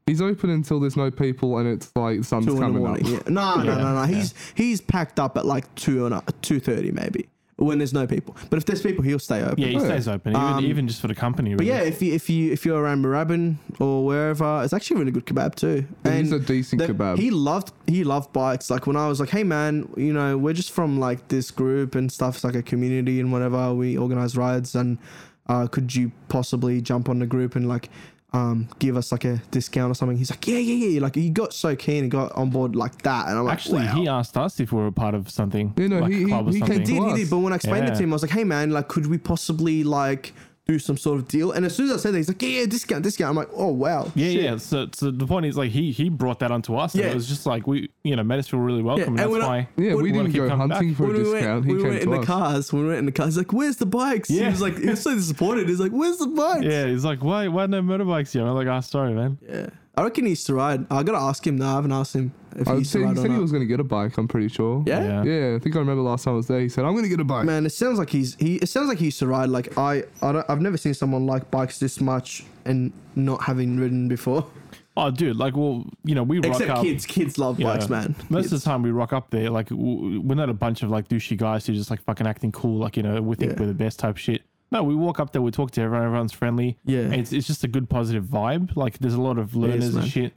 S5: He's open until there's no people and it's like sun's
S3: two in the
S5: coming
S3: morning.
S5: up.
S3: Yeah. No, no, no, no.
S4: Yeah.
S3: He's he's packed up at like two and two thirty maybe when there's no people. But if there's people, he'll stay open.
S4: yeah, he
S5: Yeah.
S4: stays open, even, even just for the company.
S3: Oh. Um, But
S4: Really.
S3: yeah, if you if you if you're around Moorabbin or wherever, it's actually a really good kebab too.
S5: It is a decent kebab.
S3: He loved he loved bikes. Like when I was like, hey man, you know, we're just from like this group and stuff. It's like a community and whatever. We organize rides and uh, could you possibly jump on the group and like um, give us like a discount or something? He's like, yeah, yeah, yeah. Like he got so keen and got on board like that. And I'm like,
S4: Actually,
S3: wow.
S4: he asked us if we were a part of something.
S5: Yeah, no,
S4: like
S5: he-
S4: a club or
S5: he came
S4: something.
S5: to-
S3: He did, he
S5: us.
S3: did. But when I explained it
S4: Yeah.
S3: to him, I was like, "Hey, man, like, could we possibly like do some sort of deal?" And as soon as I said that, he's like, "Yeah, yeah, discount, discount." I'm like, "Oh wow,
S4: Yeah,
S3: shit."
S4: yeah. So, so the point is, like, he he brought that onto us. And
S3: Yeah.
S4: it was just like we, you know, made us feel really welcome.
S3: and
S4: and
S3: we're
S4: that's
S3: not-
S4: why.
S5: Yeah, we
S4: we wanna
S5: didn't
S4: keep
S5: go
S4: coming back.
S5: hunting for a
S3: When we
S5: discount.
S3: went,
S5: He
S3: when we
S5: came
S3: went in
S5: to
S3: the
S5: us.
S3: cars, when we went in the cars, like, "Where's the bikes?" He
S4: Yeah.
S3: was like, he was
S4: [LAUGHS]
S3: so disappointed. He's like, "Where's the bikes?"
S4: Yeah, he's like, why why no motorbikes? Yeah, I'm like, ah, sorry, man.
S3: Yeah. I reckon he used to ride. I gotta ask him. No, I haven't asked him if he
S5: I
S3: used
S5: said,
S3: to
S5: Oh, he
S3: ride or
S5: said he
S3: not.
S5: was going to get a bike. I'm pretty sure.
S3: Yeah?
S4: Yeah.
S5: Yeah, I think I remember last time I was there. He said, "I'm going to get a bike."
S3: Man, it sounds like he's he. It sounds like he used to ride. Like I, I don't, I've never seen someone like bikes this much and not having ridden before.
S4: Oh, dude, like, well, you know, we rock
S3: Except
S4: up.
S3: kids, kids love
S4: you know,
S3: bikes, man.
S4: Most
S3: Kids.
S4: of the time we rock up there, like, w- we're not a bunch of like douchey guys who just like fucking acting cool, like, you know, we think
S3: Yeah.
S4: we're the best type shit. No, we walk up there, we talk to everyone, everyone's friendly.
S3: Yeah.
S4: And It's, it's just a good positive vibe. Like, there's a lot of learners
S3: man.
S4: and shit.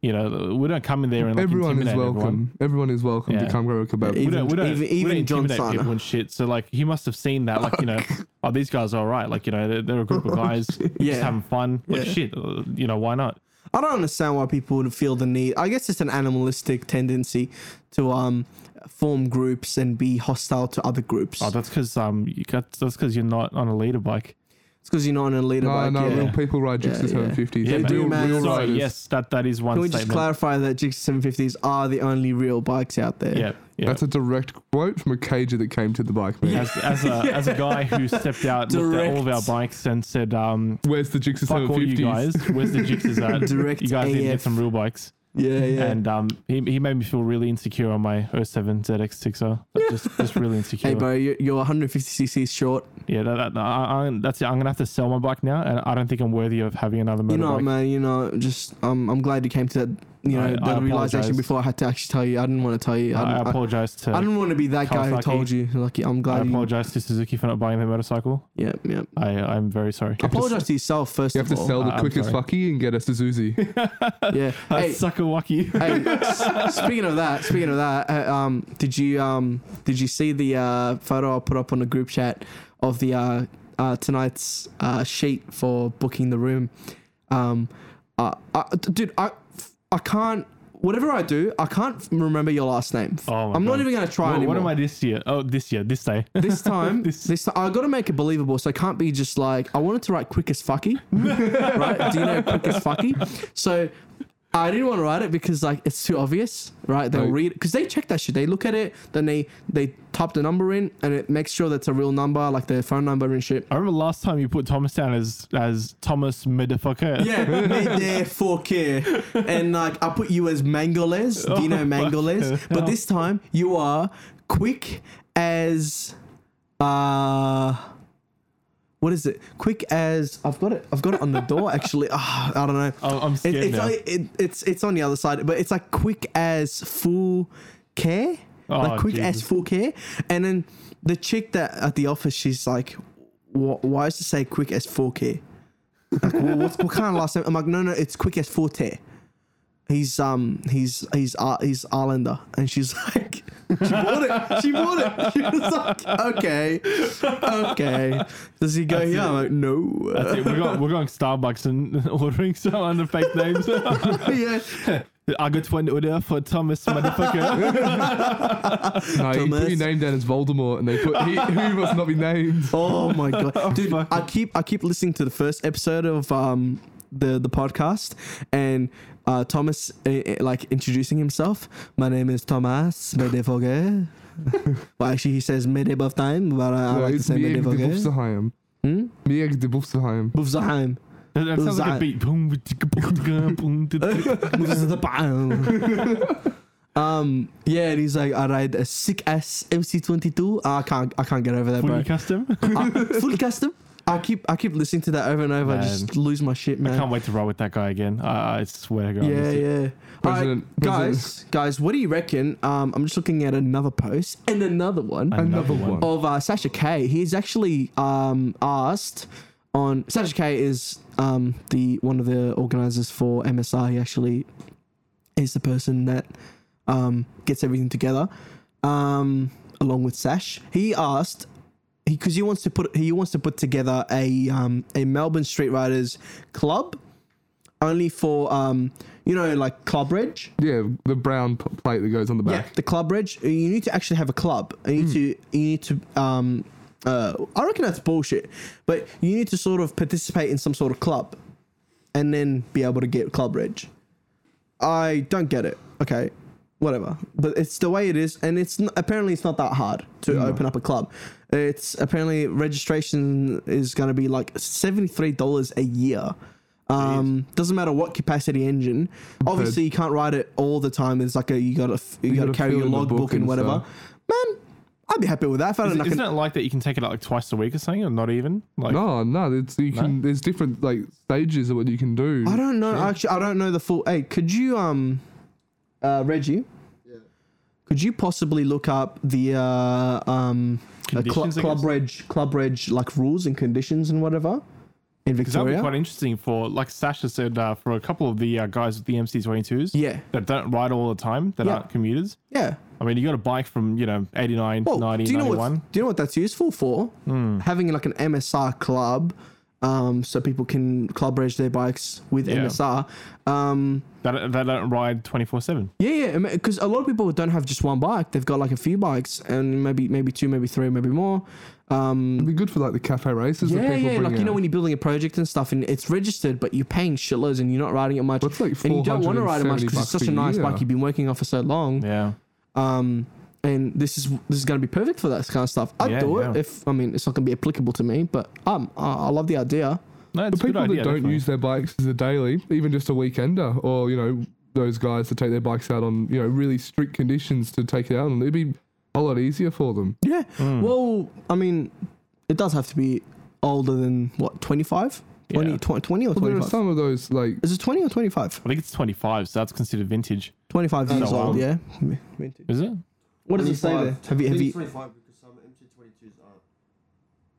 S4: You know, we don't come in there and like,
S5: everyone is
S4: intimidate
S5: welcome.
S4: Everyone.
S5: Everyone, is welcome to
S4: Yeah.
S5: come grab a kebab.
S4: we don't, we don't,
S3: even-
S4: even, we
S3: even
S4: don't
S3: John
S4: intimidate
S3: Sarna.
S4: people and shit. So like, he must have seen that. Like, you know, oh, these guys are all right. Like, you know, they're, they're a
S3: [LAUGHS]
S4: group of guys
S3: Oh, Yeah.
S4: just having fun. Like,
S3: Yeah.
S4: shit, uh, you know, why not?
S3: I don't understand why people would feel the need. I guess it's an animalistic tendency to um form groups and be hostile to other groups.
S4: Oh, that's because um, you got, that's because you're not on a leader bike.
S3: it's because you're not on a leader
S5: no,
S3: bike.
S5: no,
S3: yeah.
S5: real people ride
S3: Yeah,
S5: Jixxer
S3: yeah.
S5: 750s.
S4: Yeah,
S5: Real-
S4: man.
S3: do, man.
S5: real
S4: Sorry,
S5: riders.
S4: yes, that that is one
S3: Can we just
S4: statement.
S3: clarify that GX 750s are the only real bikes out there?
S4: yeah, yeah.
S5: That's a direct quote from a cager that came to the bike man.
S4: as, as a
S3: [LAUGHS]
S4: as a guy who stepped out, looked at all of our bikes, and said, um,
S5: Where's the Jixxer
S4: "Fuck all you
S5: 750s?
S4: guys, where's the jixes at?
S3: [LAUGHS] Direct
S4: you guys need to
S3: AF.
S4: get some real bikes."
S3: Yeah, yeah.
S4: And um, he, he made me feel really insecure on my 07 ZX6R. Like, Just just really insecure.
S3: hey, bro, you're, you're 150cc short.
S4: Yeah, that, that, I, I, that's it. I'm gonna have to sell my bike now, and I don't think I'm worthy of having another motorbike.
S3: You know, what, man. You know, just um, I'm glad you came to that. You know,
S4: I-
S3: that
S4: I
S3: realization
S4: apologize.
S3: before I had to actually tell you. I didn't want to tell you. I,
S4: I,
S3: didn't- I,
S4: apologize to
S3: I
S4: I,
S3: didn't want to be that guy who
S4: Kawasaki.
S3: told you. Like, I'm glad. you-
S4: apologize to Suzuki for not buying their motorcycle.
S3: Yeah, yeah.
S4: I I'm very sorry.
S3: Apologize to yourself first
S5: You
S3: of
S5: have to
S3: all.
S5: sell the
S4: Uh, I'm
S5: quickest
S4: sorry.
S5: fucky and get a Suzuki.
S3: Yeah.
S4: I
S3: Hey,
S4: suck a wacky.
S3: hey, s- speaking of that, speaking of that, uh, um, did you um, did you see the uh, photo I put up on the group chat of the uh, uh, tonight's uh, sheet uh, for booking the room? Um, uh, I, d- dude, I I can't whatever I do, I can't f- remember your last name.
S4: Oh my
S3: I'm
S4: God.
S3: not even gonna try
S4: What,
S3: anymore.
S4: what am I this year? Oh, this year, this day.
S3: this time, [LAUGHS]
S4: This-
S3: this, ti- I got to make it believable, so I can't be just like I wanted to write quick as fucky, [LAUGHS] right? Do you know quick as fucky? So I didn't want to write it because like it's too obvious, right? They'll
S5: Right.
S3: read because they check that shit. They look at it, then they they type the number in, and it makes sure that's a real number, like their phone number and shit.
S4: I remember last time you put Thomas down as as Thomas motherfucker.
S3: Yeah, there for care. And like I put you as Mangoles,
S4: [LAUGHS] Oh,
S3: Dino Mangoles. But this time you are quick as uh what is it? Quick as I've got it. I've got it on the door actually. Ah, I don't know.
S4: Oh, I'm
S3: It-
S4: scared
S3: it's,
S4: now.
S3: it- it- it's it's on the other side, but it's like quick as full care. like
S4: Oh,
S3: quick as
S4: Jesus.
S3: full care. And then the chick that at the office, she's like, "Wh- why is it say quick as full care? well, what's, what kind of last name? I'm like, no, no, it's quick as forte. He's um, he's he's uh, he's Islander, and she's like, [LAUGHS] she bought it. She bought it. [LAUGHS] She was like, okay, okay. Does he go? yeah. I'm like, no.
S4: That's it. We're going, we're going Starbucks and ordering some under fake
S3: [LAUGHS]
S4: names.
S3: yeah.
S4: I got one order for Thomas motherfucker.
S5: No, he put
S3: Thomas.
S5: your name down as Voldemort, and they put he, who must not be named.
S3: Oh
S4: [LAUGHS]
S3: my god, dude! I keep I keep listening to the first episode of um the the podcast and uh, Thomas uh, uh, like introducing himself. My name is Thomas Medefoge.
S4: [LAUGHS]
S3: well, actually, he says Medebov time, but [LAUGHS] I, I
S5: No,
S3: like to
S5: it's
S3: say
S5: Mieg de
S3: Medefoge.
S5: Wolfsheim.
S3: Hmm?
S5: Mieg de Wolfsheim.
S3: Bufzaheim.
S4: That, that sounds like a
S3: Zion.
S4: beat. Boom, ticka, boom, ticka, boom, ticka. [LAUGHS]
S3: [LAUGHS] um, yeah, and he's like, I ride a sick ass MC22. Ah, I can't, I can't get over that,
S4: Fully
S3: bro.
S4: custom.
S3: I, fully custom. I keep, I keep listening to that over and over. I just lose my shit, man.
S4: I can't wait to ride with that guy again. I, I swear to God.
S3: Yeah,
S4: this is-
S3: yeah. All right,
S5: President-
S3: guys, guys, what do you reckon? Um, I'm just looking at another post and another one
S4: Another
S5: Another
S4: one.
S5: one.
S3: of uh, Sasha K. He's actually um, asked on Sasha K is um, the one of the organizers for MSR. He actually is the person that um, gets everything together, um, along with Sash. He asked because he, wants to put he wants to put together a um, a Melbourne Street Riders club, only for um, you know like Club Reg.
S5: Yeah, the brown p- plate that goes on the
S3: Yeah,
S5: back.
S3: the club reg. You need to actually have a club. You need to. You need to. Um, uh, I reckon that's bullshit. But you need to sort of participate in some sort of club, and then be able to get club reg. I don't get it. Okay, whatever. But it's the way it is, and it's n- apparently it's not that hard to open up a club. It's apparently registration is going to be like seventy three dollars a year. Um, doesn't matter what capacity engine. Obviously, you can't ride it all the time. It's like a you gotta f- you, gotta,
S5: gotta
S3: carry
S5: fill
S3: your
S5: in the
S3: logbook
S5: book
S3: and
S5: and
S3: whatever. Man, I'd be happy with that. If I
S4: Is
S3: don't
S4: it,
S3: like
S4: isn't
S3: an-
S4: it like that you can take it out like twice a week or something, or not even? Like,
S5: No, no, it's you can. There's different like stages of what you can do.
S3: I don't know. Actually, I don't know the full. Hey, could you, um, uh, Reggie? Yeah. Could you possibly look up the uh, um, uh, cl-
S4: Conditions, I
S3: club
S4: guess?
S3: reg, club reg, like rules and conditions and whatever in
S4: Because that would be
S3: Victoria?
S4: quite interesting for, like Sasha said, uh, for a couple of the uh, guys with the MC22s
S3: Yeah.
S4: that don't ride all the time, that
S3: Yeah.
S4: aren't commuters.
S3: yeah.
S4: I mean, you got a bike from, you know, 89,
S3: Well,
S4: 90,
S3: do you know
S4: 91.
S3: what? Do you know what that's useful for?
S4: Hmm.
S3: Having like an MSR club, um, so people can club reg their bikes with
S4: Yeah.
S3: MSR. Um,
S4: that, that don't ride 24 7.
S3: Yeah, yeah, because a lot of people don't have just one bike; they've got like a few bikes, and maybe maybe two, maybe three, maybe more. Um,
S5: It'd be good for like the cafe races. that
S3: yeah,
S5: people
S3: yeah,
S5: bring
S3: like you know
S5: out.
S3: when you're building a project and stuff, and it's registered, but you're paying shitloads, and you're not riding it much,
S5: That's like
S3: and you don't want to ride it much
S5: 470
S3: because it's
S5: bucks
S3: such
S5: a
S3: a nice
S5: year.
S3: bike you've been working on for so long.
S4: Yeah.
S3: Um, and this is this is gonna be perfect for that kind of stuff. I'd
S4: Yeah,
S3: do it
S4: yeah.
S3: if I mean it's not gonna be applicable to me, but um, I, I love the idea.
S4: No,
S5: the
S4: it's a good
S5: people
S4: idea,
S5: that don't
S4: definitely.
S5: use their bikes as a daily, even just a weekender, or you know those guys that take their bikes out on you know really strict conditions to take it out, and it'd be a lot easier for them.
S3: Yeah. Mm. Well, I mean, it does have to be older than what 25, 20,
S4: Yeah.
S3: 20, 20 or
S5: Well, there are
S3: 25.
S5: some of those like
S3: Is it 20 or 25?
S4: I think it's 25, so that's considered vintage.
S3: 25 years
S4: so
S3: old,
S4: old.
S3: yeah.
S4: Is it?
S3: What does it say there? Have you, have you,
S7: Twenty-five because some MC22s aren't,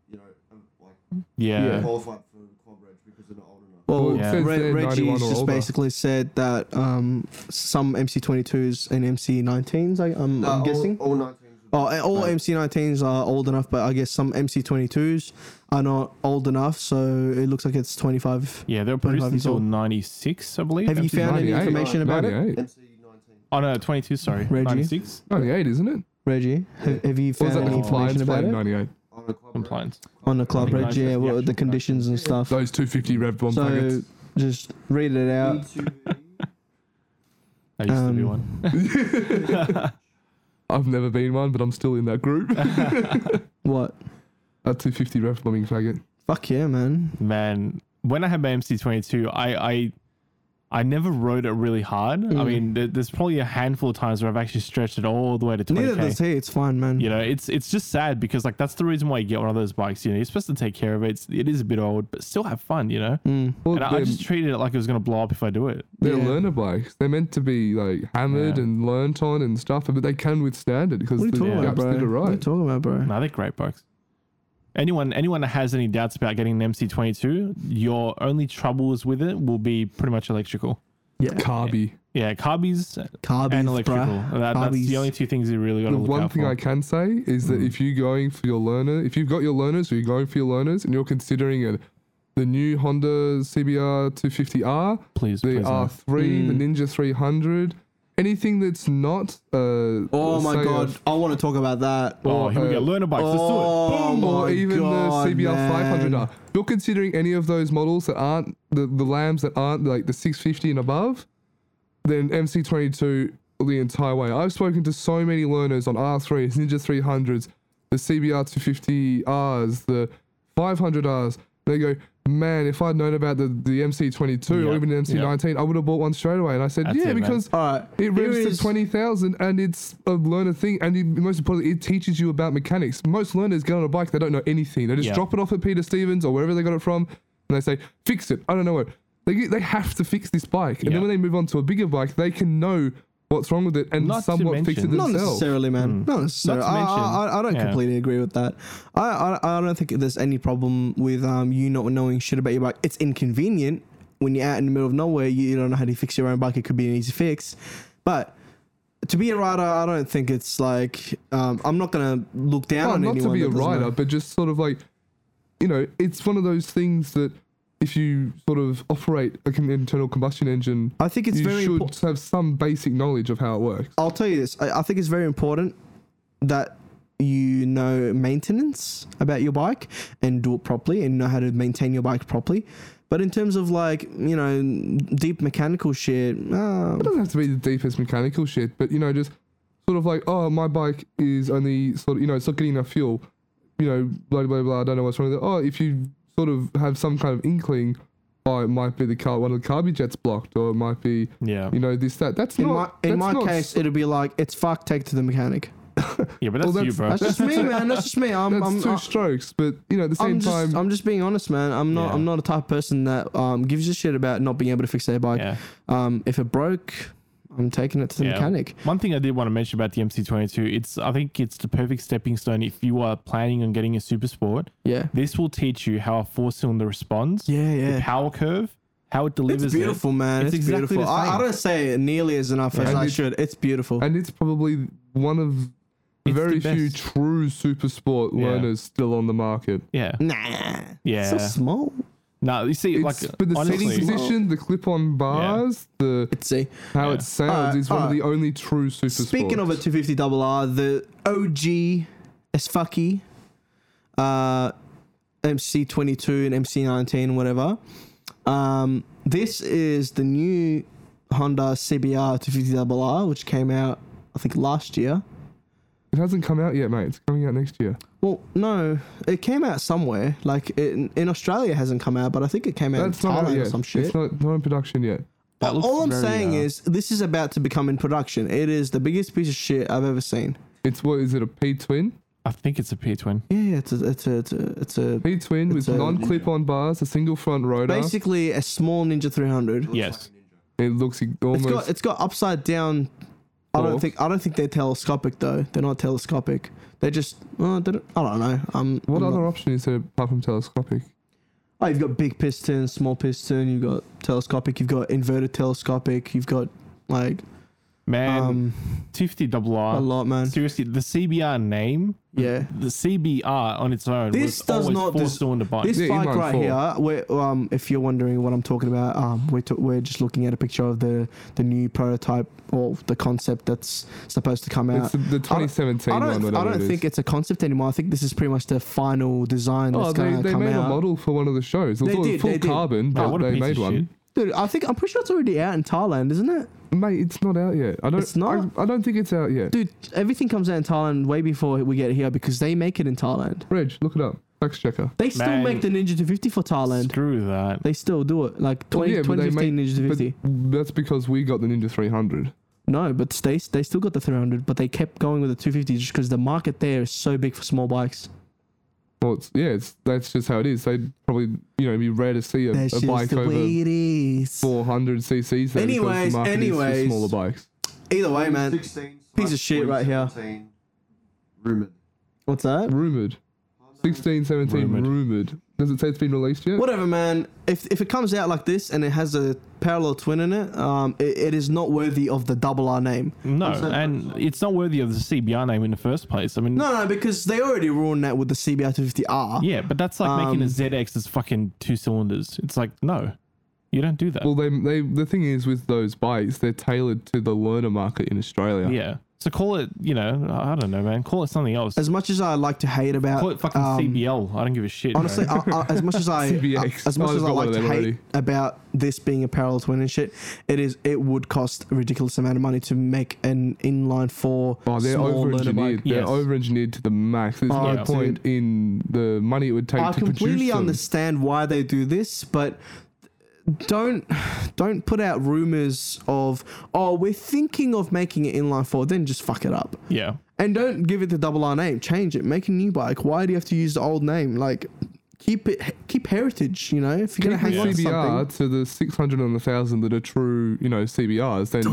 S7: you know, um, like
S4: Yeah.
S5: Yeah.
S7: qualified for club reg because they're not old enough.
S3: well,
S5: Well, it says
S3: Re-
S5: there 91
S3: Reggie's
S5: or
S3: just
S5: older.
S3: basically said that um, some MC22s and MC19s, I, I'm, I'm
S7: Nah, Uh, all-
S3: guessing.
S7: all 19s.
S3: Oh, and all MC19s are old enough, but I guess some MC22s are not old enough, so it looks like it's 25.
S4: Yeah, they were
S3: 25
S4: produced
S3: years
S4: until
S3: old.
S4: '96, I believe.
S3: Have you
S4: MC
S3: found any
S5: 98,
S3: information about it?
S5: 98.
S7: MC 19
S4: Oh no, 22. Sorry,
S3: Reggie?
S4: 96
S5: 98, isn't it?
S3: Reggie, have, have you
S5: Or was
S3: found
S5: that the
S3: any
S5: compliance
S3: information about
S5: plan?
S3: it
S5: 98.
S7: On the club. right?
S4: compliance.
S3: on the club,
S4: Compliance,
S3: Reggie? Yeah,
S4: the
S3: what are
S4: actual
S3: the conditions and stuff.
S5: Those 250 Rev Bomb
S3: So
S5: packets.
S3: just read it out.
S7: B2B,
S4: That used to be
S3: Um,
S4: one.
S5: I've never been one, but I'm still in
S3: [LAUGHS]
S5: that group. a
S3: What?
S5: 250 Rev Bombing packet.
S3: Fuck yeah, man.
S4: Man, when I had my MC22, I I I never rode it really hard.
S3: Mm.
S4: I mean, there, there's probably a handful of times where I've actually stretched it all the way to 20k.
S3: Neither does he. It's fine, man.
S4: You know, it's it's just sad because like that's the reason why you get one of those bikes. You know, you're supposed to take care of it. It's, it is a bit old, but still have fun. You
S3: Mm,
S4: know,
S5: Well,
S4: and I, I
S5: they're,
S4: just treated it like it was gonna blow up if I do it.
S5: they're
S3: Yeah.
S5: learner bikes. They're meant to be like hammered
S4: Yeah.
S5: and learnt on and stuff, but they can withstand it because
S3: What are
S5: the
S3: you talking
S5: gaps
S3: about, bro?
S5: did it
S3: What are you
S5: right.
S3: talking about, bro?
S4: No, they're great bikes. Anyone anyone that has any doubts about getting an MC22, your only troubles with it will be pretty much electrical.
S3: Yeah.
S5: Carby.
S4: Yeah, carbies
S3: Carbies,
S4: and
S3: bruh.
S4: electrical. That, that's
S3: Carbies.
S4: the only two things you really got to
S5: The
S4: look
S5: one
S4: out
S5: thing
S4: for. Hmm.
S5: I can say is that if you're going for your learner, if you've got your learners or you're going for your learners and you're considering it, the new Honda CBR 250R,
S4: Please,
S5: the uh,
S4: please no.
S5: R3, the
S3: Hmm.
S5: Ninja 300, anything that's not. Uh,
S3: Oh my
S5: say, a
S3: god, I want to talk about that.
S4: Oh, here we
S5: uh,
S4: go. Learner bikes. Let's do it.
S3: Oh
S5: Boom, or
S3: my
S5: even uh,
S3: God,
S5: the CBR
S3: man.
S5: 500R. If you're considering any of those models that aren't the, the lambs that aren't like the 650 and above, then MC22 the entire way. I've spoken to so many learners on R3s, Ninja 300s, the CBR 250Rs, the 500Rs. They go, man, if I'd known about the, the MC22 or
S4: Yeah,
S5: even the MC19, I would have bought one straight away. And I said,
S4: That's
S5: yeah,
S4: it, man.
S5: because
S3: All right.
S5: it
S3: here
S5: revs to
S3: is-
S5: 20,000 and it's a learner thing. And it, most importantly, it teaches you about mechanics. Most learners get on a bike, they don't know anything. They just
S4: Yeah.
S5: drop it off at Peter Stevens or wherever they got it from and they say, fix it. I don't know what. They, get- they have to fix this bike. And
S4: Yeah.
S5: then when they move on to a bigger bike, they can know what's wrong with it and
S4: Not to
S5: somewhat fix it
S4: mention-
S5: themselves.
S3: Not necessarily, man. Not necessarily.
S4: Hmm. Not to mention-
S3: I, I, I don't
S4: yeah.
S3: completely agree with that. I, I I don't think there's any problem with um you not knowing shit about your bike. It's inconvenient when you're out in the middle of nowhere. You, you don't know how to fix your own bike. It could be an easy fix, but to be a rider, I don't think it's like um I'm not gonna look down
S5: Well,
S3: on
S5: Oh, not to
S3: anyone.
S5: be
S3: that
S5: a
S3: doesn't
S5: writer,
S3: know.
S5: but just sort of like, you know, it's one of those things that if you sort of operate like an internal combustion engine,
S3: I think it's
S5: you
S3: very
S5: should
S3: important.
S5: have some basic knowledge of how it works.
S3: I'll tell you this. I, I think it's very important that you know maintenance about your bike and do it properly and know how to maintain your bike properly. But in terms of like you know deep mechanical shit, uh,
S5: It doesn't have to be the deepest mechanical shit, but you know, just sort of like, oh, my bike is only sort of, you know, it's not getting enough fuel, you know, blah, blah, blah, I don't know what's wrong with it. Oh, if you sort of have some kind of inkling, oh, it might be the car, one of the carby jets blocked, or it might be,
S4: Yeah.
S5: you know, this, that. That's
S3: in my
S5: not,
S3: in
S5: that's
S3: my
S5: not-
S3: case, it'll be like it's fuck. Take it to the mechanic.
S4: Yeah, but that's,
S5: well,
S4: you,
S5: that's-
S4: bro.
S3: That's just
S5: [LAUGHS]
S3: me, man. That's just me. I'm
S5: that's
S3: I'm,
S5: 2
S3: I'm,
S5: strokes, but, you know, at the same
S3: I'm just
S5: time,
S3: I'm just being honest, man. I'm not
S4: Yeah.
S3: I'm not a type of person that um gives a shit about not being able to fix their bike.
S4: yeah.
S3: Um, if it broke, I'm taking it to the
S4: Yeah.
S3: mechanic.
S4: One thing I did want to mention about the MC22, it's I think it's the perfect stepping stone if you are planning on getting a super sport.
S3: Yeah.
S4: This will teach you how a four cylinder responds.
S3: Yeah, yeah.
S4: The power curve, how it delivers.
S3: It's
S4: it.
S3: beautiful, man. It's,
S4: exactly
S3: beautiful.
S4: the
S3: I, I
S4: same.
S3: don't say it nearly as enough as
S5: And
S3: I
S5: it's-
S3: should. It's beautiful.
S5: and it's probably one of the
S4: It's the
S5: very few
S4: best.
S5: true super sport
S4: Yeah.
S5: learners still on the market.
S4: Yeah.
S3: nah.
S4: Yeah.
S3: So small.
S4: No, you see,
S5: It's,
S4: like,
S5: but the
S4: honestly,
S5: seating position, the clip-on bars, the
S3: Let's see.
S5: how
S4: Yeah.
S5: it sounds
S3: Alright,
S5: is one
S3: alright.
S5: of the only true super
S3: Uh, Speaking of a
S5: sports.
S3: 250 double R, the OG as fucky, uh, MC22 and MC19, whatever. Um, this is the new Honda CBR 250 double R, which came out, I think, last year.
S5: it hasn't come out yet, mate. It's coming out next year.
S3: Well, no, it came out somewhere. Like it, in Australia, it hasn't come out, but I think it came out
S5: That's
S3: in
S5: not out
S3: Thailand or
S5: yet.
S3: some shit.
S5: It's not, not in production yet.
S4: that looks
S3: All I'm
S4: very,
S3: saying
S4: uh,
S3: is this is about to become in production. It is the biggest piece of shit I've ever seen.
S5: It's what is it? A P twin?
S4: I think it's a P twin.
S3: Yeah, yeah, it's a, it's a, it's a, it's a
S5: P twin
S3: It's
S5: with
S3: a-
S5: non-clip-on bars, a single front rotor.
S3: basically a small Ninja 300.
S7: looks
S4: Yes.
S7: Like
S5: It
S7: a ninja.
S5: looks e-
S3: It's
S5: almost.
S3: got it's got upside down. I don't
S5: Forks.
S3: think I don't think they're telescopic though. They're not telescopic. They're just uh, they don't, I don't know. Um,
S5: what
S3: I'm
S5: other
S3: not-
S5: option is there apart from telescopic?
S3: oh, you've got big piston, small piston. You've got telescopic. You've got inverted telescopic. You've got like
S4: Man,
S3: Um,
S4: 50 double R.
S3: a lot, man.
S4: Seriously, the CBR name,
S3: Yeah.
S4: the CBR on its own,
S3: This
S4: was
S3: does
S4: always
S3: not
S4: four
S3: dis-
S4: cylinder bike.
S3: This
S5: Yeah,
S3: bike
S5: inline
S3: right
S5: four.
S3: here, we're, um, if you're wondering what I'm talking about, um, we're, t- we're just looking at a picture of the, the new prototype or the concept that's supposed to come
S5: It's
S3: out.
S5: the, the
S3: I don't-
S5: 2017
S3: I
S5: one.
S3: don't, I
S5: whatever
S3: don't
S5: it
S3: think
S5: is.
S3: it's a concept anymore. I think this is pretty much the final design that's
S5: Oh, they,
S3: going to
S5: they
S3: come
S5: made
S3: out.
S5: a model for one of the shows. It was
S3: They
S5: all
S3: did,
S5: full
S3: they did.
S5: carbon,
S4: Man,
S5: but
S4: what a
S5: they
S4: piece
S5: made
S4: of
S5: one.
S4: shit.
S3: Dude, I think I'm pretty sure it's already out in Thailand, isn't it?
S5: Mate, it's not out yet. I don't.
S3: It's not?
S5: I, I don't think it's out yet.
S3: Dude, everything comes out in Thailand way before we get here because they make it in Thailand.
S5: Reg, look it up. Fact checker.
S3: They still
S4: Man.
S3: make the Ninja 250 for Thailand.
S4: Screw that.
S3: They still do it. Like 20,
S5: Oh, yeah, but they
S3: 2015
S5: make-
S3: Ninja
S5: but
S3: 250.
S5: that's because we got the Ninja 300.
S3: No, but they, they still got the 300, but they kept going with the 250 just because the market there is so big for small bikes.
S5: Well, it's, yeah, it's that's just how it is. They'd probably you know be rare to see a, a bike over
S3: it is.
S5: 400 cc's. there because the
S3: Anyways,
S5: market is for
S3: anyways.
S5: smaller bikes.
S3: Either way, man.
S7: 16
S3: Piece of shit right here.
S7: Rumored.
S3: What's that?
S5: Rumored. 16, 17,
S4: Rumoured.
S5: rumored. Does it say it's been released yet?
S3: Whatever, man. If, if it comes out like this and it has a parallel twin in it, um, it, it is not worthy of the double R name.
S5: Mm.
S4: No, and it's not worthy of the CBR name in the first place. I mean,
S3: No, no, because they already ruined that with the CBR 250R.
S4: yeah, but that's like making a
S3: Um,
S4: ZX as fucking two cylinders. It's like, no, you don't do that.
S5: Well, they, they the thing is with those bikes, they're tailored to the learner market in Australia.
S4: yeah. So call it, you know, I I don't know, man. Call it something else.
S3: As much as I like to hate about
S4: Call it fucking
S3: um,
S4: CBL. I don't give a shit. bro.
S3: Honestly, I, I, as much
S5: [LAUGHS]
S3: as I,
S5: CBX.
S3: as much
S5: I've
S3: as I
S5: got
S3: like
S5: one of
S3: to
S5: them
S3: hate
S5: already.
S3: about this being a parallel twin and shit, it is it would cost a ridiculous amount of money to make an inline four
S5: Oh, they're
S3: small learner
S5: over
S3: bike.
S5: engineered. They're
S4: Yes.
S5: over engineered to the max. There's
S3: Oh,
S5: no
S4: dude.
S5: point in the money it would take
S3: I
S5: to produce
S3: completely
S5: them.
S3: understand why they do this, but don't don't put out rumors of oh we're thinking of making it inline four, then just fuck it up.
S4: yeah.
S3: And don't give it the double R name. Change it. Make a new bike. Why do you have to use the old name? Like, keep it. Keep heritage. You know, if you're gonna hang
S5: Keep the
S3: on to something.
S5: CBR to the 600 and the 1000 that are true, you know, CBRs, then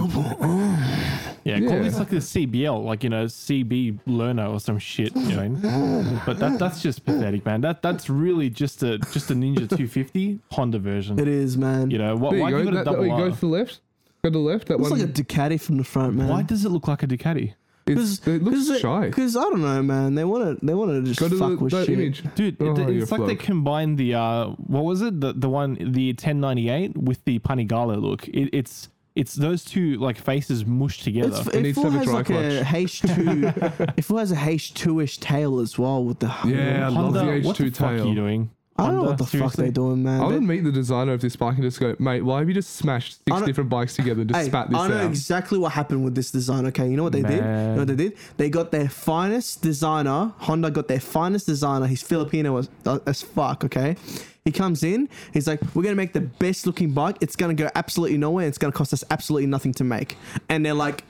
S4: Yeah, call
S5: Yeah.
S4: this like the CBL, like you know, CB learner or some shit. You know, what I
S5: [LAUGHS]
S4: mean? but that that's just pathetic, man. That that's really just a just a
S5: [LAUGHS]
S4: Ninja 250 Honda version.
S3: It is, man.
S4: You know, why,
S5: there
S4: why
S5: you go.
S4: give it a
S5: That, that,
S4: double
S5: you go
S4: R?
S5: to the left. Go to the left. That
S3: It's
S5: one.
S3: like a Ducati from the front, man.
S4: Why does it look like a Ducati,
S5: it's, it looks shy.
S3: Because I don't know, man. They want to. They want to just
S5: Go to
S3: fuck
S5: the,
S3: with
S5: that
S3: shit.
S5: image,
S4: dude?
S5: Oh,
S4: it,
S5: you're
S4: it's like they
S5: flawed.
S4: combined the uh, what was it, the the one, the 1098 with the Panigale look. It, it's it's those two like faces mushed together.
S3: It's,
S5: It
S3: it
S5: needs to
S3: full
S5: have a
S3: has
S5: dry
S3: like a H
S5: [LAUGHS]
S3: two. it full has a H two ish tail as well with the.
S5: Yeah, I love
S4: Honda,
S5: the H2
S4: what the fuck
S5: tail.
S4: are you doing?
S3: I don't know
S4: Honda,
S3: what the fuck
S4: seriously?
S3: they're doing, man.
S5: I
S3: They-
S5: would meet the designer of this bike and just go, mate, why have you just smashed
S3: I
S5: six
S3: don't-
S5: different bikes together and just
S3: Hey,
S5: spat this
S3: I know
S5: out?
S3: exactly what happened with this design. Okay, you know what they did? You know what they did? They got their finest designer. Honda got their finest designer. He's Filipino as, uh, as fuck. Okay, he comes in. He's like, "We're gonna make the best looking bike. It's gonna go absolutely nowhere. and It's gonna cost us absolutely nothing to make." And they're like,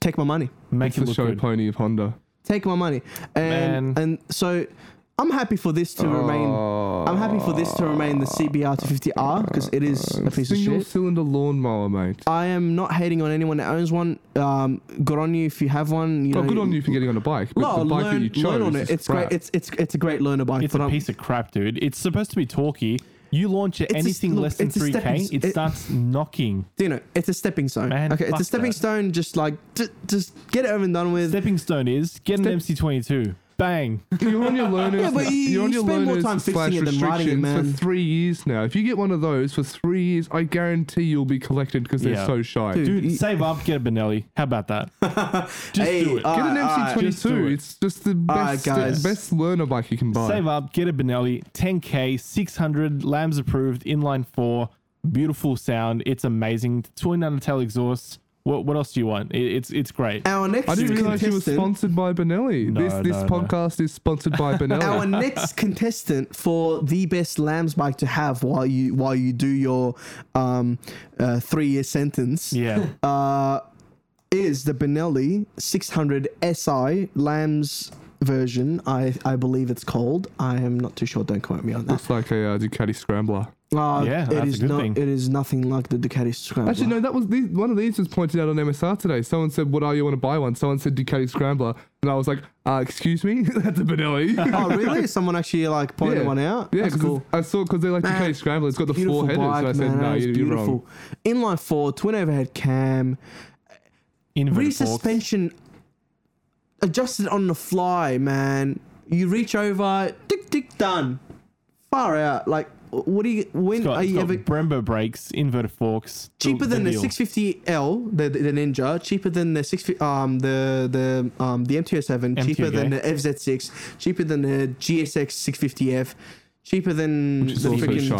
S3: "Take my money.
S4: Make
S5: It's
S4: it
S5: the
S4: look
S5: show
S4: good.
S5: pony of Honda.
S3: Take my money." And
S4: Man.
S3: and so. I'm happy for this to remain. I'm happy for this to remain the CBR 250R because it is a piece of
S5: Single
S3: shit.
S5: cylinder lawnmower, mate.
S3: I am not hating on anyone that owns one. Um, good on you if you have one. You
S5: Oh,
S3: know,
S5: good on you for getting on a bike. But
S3: No,
S5: the bike
S3: learn,
S5: that you chose
S3: learn on
S5: is
S3: it. It's
S5: crap.
S3: great. It's it's it's a great learner bike.
S4: It's
S3: but
S4: a
S3: I'm-
S4: piece of crap, dude. It's supposed to be talky. You launch at
S3: It's a s-
S4: anything
S3: look,
S4: less than
S3: it's a
S4: three
S3: stepping
S4: k,
S3: s-
S4: it,
S3: it-
S4: starts knocking.
S3: you know, it's a stepping stone.
S4: Man,
S3: okay, it's a
S4: fuck
S3: stepping
S4: that.
S3: stone. Just like d- just get it over and done with.
S4: Stepping stone is get an MC twenty two. Bang.
S5: You're on your learners.
S3: Yeah, but you-
S5: are on
S3: you
S5: your
S3: spend more
S5: learners
S3: time fixing
S5: slash
S3: it than writing it,
S5: restrictions
S3: man.
S5: For three years now. If you get one of those for three years, I guarantee you'll be collected because they're
S4: Yeah.
S5: so shy.
S3: Dude,
S4: Dude,
S3: you-
S4: save up, get a Benelli. How
S3: [LAUGHS]
S4: about that? Just
S3: Hey,
S4: do it.
S3: uh,
S5: Get an
S3: Alright,
S5: MC22.
S4: just do it.
S5: it's just the
S3: Alright,
S5: best,
S3: guys.
S5: the best learner bike you can buy.
S4: save up, get a Benelli. Ten k, six hundred lambs approved, inline four. Beautiful sound. It's amazing. Twin undertail exhausts. What what else do you want? It, it's it's great.
S3: Our next
S5: I didn't realize you were
S3: contestant.
S5: sponsored by Benelli.
S4: No,
S5: this this
S4: no, no.
S5: podcast is sponsored
S3: [LAUGHS]
S5: by [LAUGHS]
S3: Our
S5: Benelli.
S3: next contestant for the best lambs bike to have while you while you do your um, uh, three year sentence.
S4: Yeah.
S3: uh, is the Benelli 600 SI Lambs version, I I believe it's called. I am not too sure. Don't quote me on that.
S5: Looks like a uh, Ducati scrambler.
S3: Uh,
S4: Yeah,
S3: it
S4: that's a
S3: is
S4: good
S3: not.
S4: thing.
S3: It is nothing like the Ducati Scrambler.
S5: Actually, no, that was the, one of these was pointed out on MSR today. Someone said, "What are you want to buy one?" Someone said Ducati scrambler, and I was like, uh, "Excuse me, [LAUGHS] that's
S3: [LAUGHS]
S5: a Benelli."
S3: [LAUGHS] Oh,
S5: [LAUGHS]
S3: really? Someone actually like pointed one out.
S5: Yeah,
S3: that's
S5: 'cause
S3: cool.
S5: I saw because they like
S3: Man,
S5: Ducati scrambler. It's got the
S3: Beautiful
S5: four headers.
S3: bike,
S5: and I said,
S3: man.
S5: "No,
S3: that is
S5: you're, you're wrong."
S3: beautiful. Inline four, twin overhead cam,
S4: Inverted forks.
S3: resuspension adjusted on the fly, man. You reach over, tick tick done, far out. Like, what do you? When
S4: It's got,
S3: are
S4: it's
S3: you
S4: got
S3: ever?
S4: Brembo brakes, inverted forks. the-
S3: cheaper than the
S4: deal.
S3: 650L, the, the Ninja, cheaper than the six fif- um the the um the MTO7, cheaper
S4: MTO,
S3: than the
S4: okay.
S3: FZ6, cheaper than the GSX 650F, cheaper than
S5: is
S3: the
S5: also
S3: freaking
S5: shy.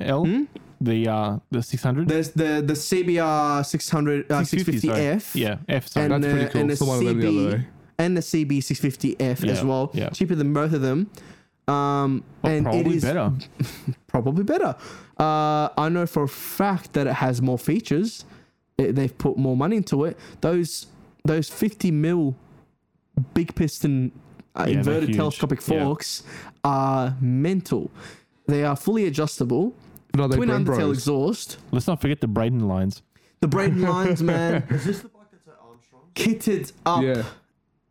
S4: 600L. The uh Hmm? the 600.
S3: there's the the CBR 600 uh,
S4: 650, sorry.
S3: 650F.
S4: Yeah, F. Sorry.
S3: And
S5: That's
S3: the,
S5: pretty cool.
S3: And the,
S5: Someone went the other
S3: CB,
S5: way.
S3: and the CB 650F as
S4: Yeah,
S3: well.
S4: yeah.
S3: Cheaper than both of them. Um,
S4: But
S3: and
S4: probably
S3: it is
S4: better.
S3: probably better. Uh, I know for a fact that it has more features. It, they've put more money into it. Those those 50 mil big piston uh,
S4: they're
S3: inverted
S4: huge.
S3: telescopic
S4: Yeah.
S3: forks are mental. They are fully adjustable.
S5: No, they
S3: Twin undertail
S5: Brembros.
S3: exhaust.
S4: Let's not forget the Braden lines.
S3: The
S4: [LAUGHS]
S3: brake lines, man,
S7: Is this the bike that's at Armstrong?
S3: kitted up,
S5: Yeah,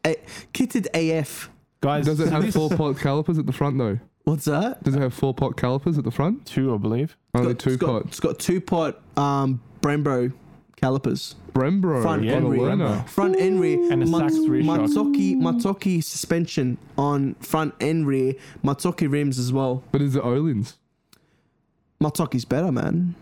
S3: a- kitted AF.
S4: Guys,
S5: does it
S4: so
S5: have
S4: these
S5: four pot calipers at the front though?
S3: What's that?
S5: Does it have four pot calipers at the front?
S4: two, I believe.
S5: Only
S3: got-
S5: two
S3: it's got,
S5: pot.
S3: it's got two pot um Brembo calipers.
S5: Brembro.
S3: Front
S4: yeah,
S5: on a
S3: end rear.
S5: learner.
S3: Front end rear
S4: And a Sachs rear shock.
S3: Matsuki Matsuki suspension on front end rear Matsuki rims as well.
S5: But is it Olin's?
S3: Matsuki's better, man.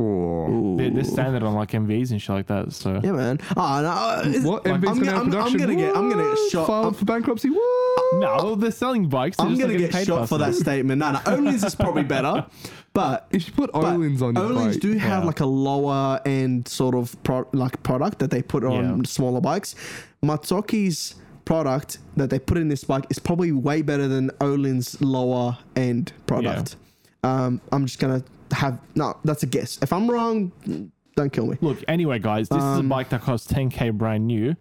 S4: They're, they're standard on like MVs and shit like that. So
S3: Yeah, man. Ah, no, it's-
S5: What?
S3: I'm,
S5: MV's
S3: gonna,
S5: gonna have
S3: I'm, I'm
S5: production.
S3: gonna get I'm gonna get
S5: What?
S3: shot.
S5: Filed
S3: I'm,
S5: for bankruptcy. What?
S4: no, they're selling bikes. They're
S3: I'm
S4: just
S3: gonna
S4: not
S3: get
S4: paid
S3: shot for
S4: faster.
S3: that statement. No, no, Olin's is probably better, but.
S5: If you put
S3: but
S5: Olin's on your
S3: Olin's
S5: bike,
S3: do have
S4: yeah.
S3: like a lower end sort of pro- like product that they put on
S4: Yeah.
S3: smaller bikes. Matsuki's product that they put in this bike is probably way better than Olin's lower end product. Um, I'm just gonna have no. That's a guess. If I'm wrong, don't kill me.
S4: Look, anyway, guys, this
S3: Um,
S4: is a bike that costs 10k brand new,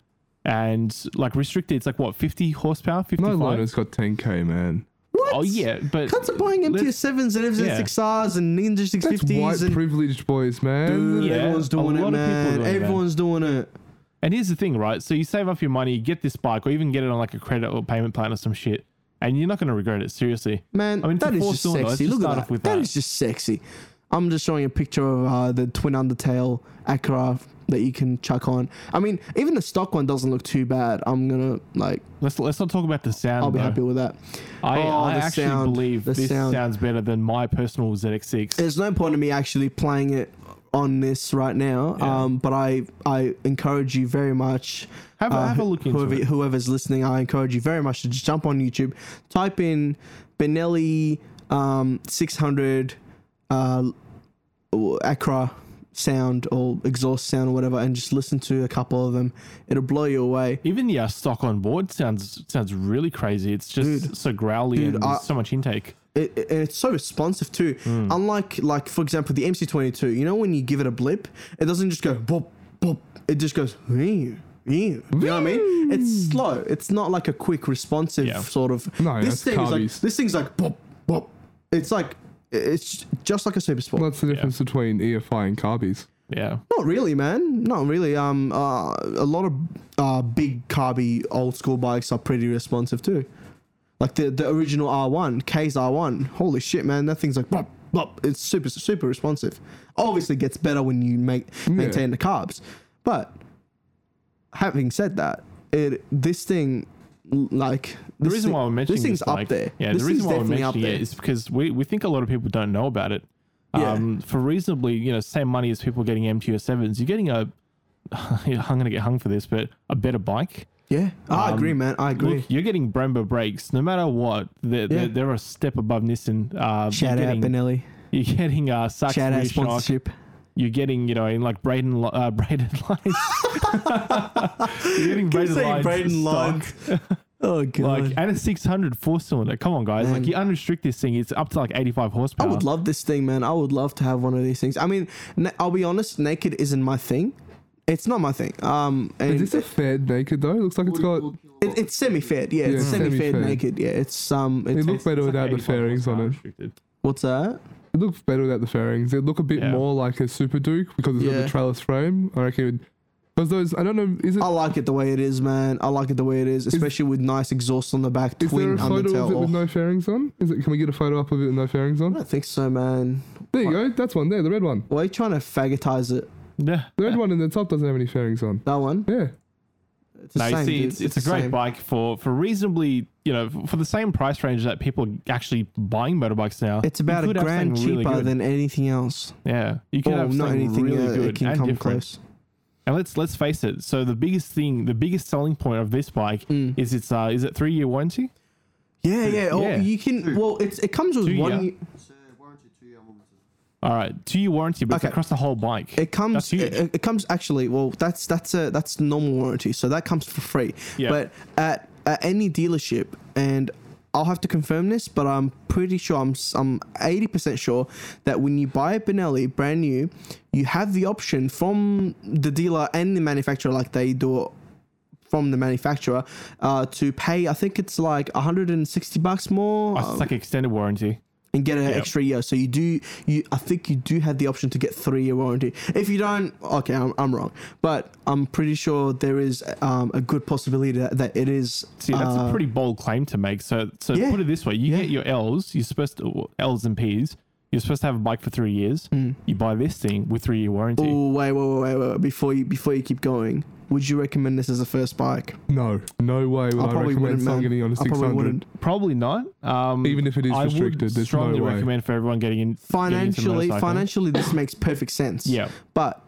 S4: and like restricted, it's like what 50 horsepower, 55.
S5: no liner's got 10k, man.
S3: What?
S4: oh yeah, but
S3: Cunts are buying
S4: let's-
S3: MTS7s and FZ6Rs and Ninja
S5: That's white
S3: 650s and
S5: privileged boys, man.
S4: Yeah,
S3: everyone's
S4: a
S3: doing it,
S4: lot of people
S3: man.
S4: doing it, man.
S3: everyone's doing it.
S4: And here's the thing, right? So you save up your money, you get this bike, or even get it on like a credit or payment plan or some shit, and you're not going to regret it. Seriously,
S3: Man,
S4: I mean, it's a
S3: that is
S4: four
S3: just
S4: cylinder, let's
S3: sexy.
S4: just
S3: Look
S4: start
S3: at
S4: off
S3: that.
S4: with
S3: That
S4: that.
S3: is just sexy. I'm just showing a picture of uh, the twin undertail Acura that you can chuck on. I mean, even the stock one doesn't look too bad. I'm gonna like,
S4: Let's let's not talk about the sound.
S3: I'll be
S4: though.
S3: happy with that.
S4: I,
S3: Oh,
S4: I
S3: the
S4: actually
S3: sound,
S4: believe
S3: the
S4: this
S3: sound.
S4: sounds better than my personal ZX6.
S3: There's no point in me actually playing it on this right now.
S4: Yeah.
S3: Um, but I I encourage you very much. uh,
S4: Have a- have a look into
S3: whoever,
S4: it.
S3: Whoever's listening, I encourage you very much to just jump on YouTube, type in Benelli um, 600 uh, Acra sound or exhaust sound or whatever, and just listen to a couple of them. It'll blow you away.
S4: Even yeah, stock on board sounds sounds really crazy. It's just so growly
S3: Dude,
S4: and
S3: I-
S4: there's so much intake.
S3: it, it- and it's so responsive too.
S5: Hmm.
S3: Unlike like for example the MC22, you know when you give it a blip, it doesn't just go bop bop. It just goes. "Ew, ew." You know what I mean? It's slow. It's not like a quick responsive
S4: Yeah.
S3: sort of.
S5: No,
S3: this
S5: that's
S3: thing is like
S5: carbies.
S3: this thing's like bop bop. It's like it's just like a super sport.
S5: What's the difference between EFI and Carbies?
S4: Yeah,
S3: Not really, man. Not really. Um, uh, a lot of uh, big carby old school bikes are pretty responsive too. Like the the original R1, K's R1. Holy shit, man! That thing's like bop bop. It's super super responsive. Obviously, it gets better when you make maintain the carbs. But having said that, it this thing l- like
S4: the
S3: this
S4: reason
S3: thing-
S4: why I'm mentioning
S3: this thing's
S4: this,
S3: up
S4: like-
S3: there.
S4: Yeah,
S3: this
S4: the
S3: thing's
S4: reason why I'm
S3: definitely
S4: mentioning it is because we, we think a lot of people don't know about it.
S3: Yeah.
S4: Um, for reasonably, you know, same money as people getting MTO sevens, you're getting a. [LAUGHS] I'm gonna get hung for this, but a better bike.
S3: yeah, I agree, man. I agree.
S4: Look, you're getting Brembo brakes, no matter what. They're,
S3: Yeah.
S4: they're, they're a step above Nissan. Uh,
S3: Shout
S4: you're
S3: out
S4: getting,
S3: Benelli.
S4: You're getting uh, Sachs
S3: Shout out
S4: rear shock.
S3: sponsorship.
S4: You're getting, you know, in like Braden, li- uh, [LAUGHS] Braden lines.
S3: [LAUGHS]
S4: you're getting Braden
S3: saying
S4: lines.
S3: Braden
S4: stock.
S3: lines.
S4: [LAUGHS]
S3: Oh god.
S4: Like, and a 600 four cylinder. Come on, guys.
S3: Man.
S4: Like, you unrestrict this thing, it's up to like 85
S3: I
S4: horsepower.
S3: would love this thing, man. I would love to have one of these things. I mean, na- I'll be honest, naked isn't my thing. It's not my thing. Um, and
S5: Is this a fed naked though? It looks like it's got.
S3: it, it's semi-fed. Yeah, it's
S5: Yeah,
S3: semi-fed
S5: semi-fed.
S3: naked. Yeah, it's um,
S5: It
S3: it's,
S5: looks better without the fairings on it.
S3: what's that?
S5: It looks better without the fairings. It look a bit
S4: Yeah.
S5: more like a Super Duke because it's got
S3: Yeah.
S5: the trellis frame. I reckon. It would, because those, I don't know, is it?
S3: I like it the way it is, man. I like it the way it is, especially with nice exhaust on the back,
S5: is there
S3: twin
S5: a photo of
S3: undertail.
S5: it with
S3: Oh,
S5: no fairings on? Is it? Can we get a photo up of it with no fairings
S3: I
S5: on?
S3: don't think so, man.
S5: There you go. That's one there, the red one.
S3: Why are you trying to faggotize it?
S4: Yeah.
S5: The red one in the top doesn't have any fairings on.
S3: That one?
S5: Yeah.
S3: It's the
S4: No, you
S3: same,
S4: see,
S3: dude.
S4: it's, it's a
S3: the
S4: great
S3: same.
S4: bike for for reasonably, you know, f- for the same price range that people are actually buying motorbikes now.
S3: It's
S4: you
S3: about a
S4: could have
S3: grand
S4: something really
S3: cheaper
S4: good.
S3: than anything else.
S4: yeah. You could
S3: Or
S4: have
S3: not
S4: something
S3: anything
S4: really
S3: uh,
S4: good
S3: it can
S4: and
S3: come
S4: different.
S3: close.
S4: And let's let's face it. So the biggest thing, the biggest selling point of this bike
S3: Hmm.
S4: is its uh, is it three year warranty?
S3: Yeah, yeah. Oh,
S4: Yeah.
S3: you can. Well, it's it comes with
S4: Two,
S3: one.
S4: yeah.
S3: year-
S7: So warranty two year warranty.
S4: All right, two year warranty, but
S3: Okay.
S4: it's across the whole bike.
S3: It
S4: That's
S3: comes.
S4: huge.
S3: It, it- it comes actually. Well, that's that's a that's normal warranty, so that comes for free.
S4: Yeah.
S3: But at, at any dealership, and I'll have to confirm this, but I'm pretty sure I'm s- I'm eighty percent sure that when you buy a Benelli brand new, you have the option from the dealer and the manufacturer, like they do it from the manufacturer, uh, to pay. I think it's like hundred and sixty bucks more.
S4: Oh,
S3: um,
S4: it's like extended warranty.
S3: and get an
S4: Yeah.
S3: extra year. So you do you I think you do have the option to get three year warranty. If you don't, okay, I'm, I'm wrong, but I'm pretty sure there is um, a good possibility that, that it is.
S4: See, that's
S3: uh,
S4: a pretty bold claim to make. So, so
S3: Yeah.
S4: put it this way: you get your L's, you're supposed to well, L's and P's. You're supposed to have a bike for three years.
S3: Mm.
S4: You buy this thing with three year warranty.
S3: Oh wait, wait, wait, wait, wait! Before you before you keep going, would you recommend this as a first bike?
S5: No. No way would I, recommend someone getting on a
S3: I probably
S5: 600.
S3: wouldn't.
S4: Probably not. Um,
S5: Even if it is
S4: I would
S5: restricted, there's no
S4: strongly
S5: way.
S4: recommend for everyone getting in getting into
S3: Financially,
S4: motorcycling.
S3: financially, this makes perfect sense.
S4: eh? Yeah.
S3: but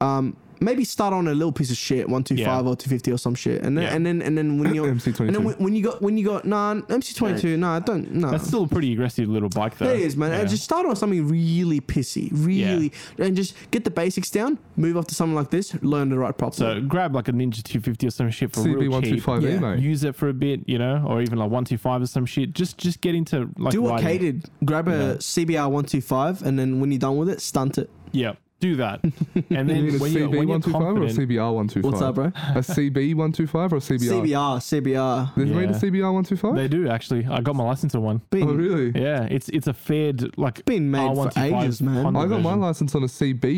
S3: um, maybe start on a little piece of shit, one two five
S4: Yeah.
S3: or two fifty or some shit, and then
S4: Yeah.
S3: and then and then
S4: [COUGHS]
S3: when you're
S5: MC22.
S3: and then when, when you got when you got nah MC twenty two nah don't nah.
S4: That's still a pretty aggressive little bike, though.
S3: It is, man.
S4: Yeah.
S3: And just start on something really pissy, really, and just get the basics down. Move up to something like this, learn to ride
S4: so
S3: properly.
S4: grab like a Ninja 250 or some shit for real cheap.
S5: CB125E,
S3: Yeah.
S5: eh, mate.
S4: Use it for a bit, you know, or even like 125 or some shit. Just just get into like
S3: do what Kay
S4: riding.
S3: did. Grab a CBR one two five, and then when you're done with it, stunt it.
S4: Yeah,
S3: [LAUGHS]
S4: do that. And
S5: You
S4: then
S5: mean a
S4: when you're, when you're
S5: CB125 or a
S4: confident,
S5: CBR125?
S3: What's up, bro?
S5: A CB125 or a CBR?
S3: CBR, CBR.
S5: They've made a
S4: Yeah.
S5: CBR125?
S4: they do actually. I got my license on one.
S3: Been,
S5: Oh, really?
S4: Yeah, it's it's a fared like
S3: Been made for
S4: R125
S3: ages, man.
S4: Honda
S5: I got my
S4: version.
S5: license on a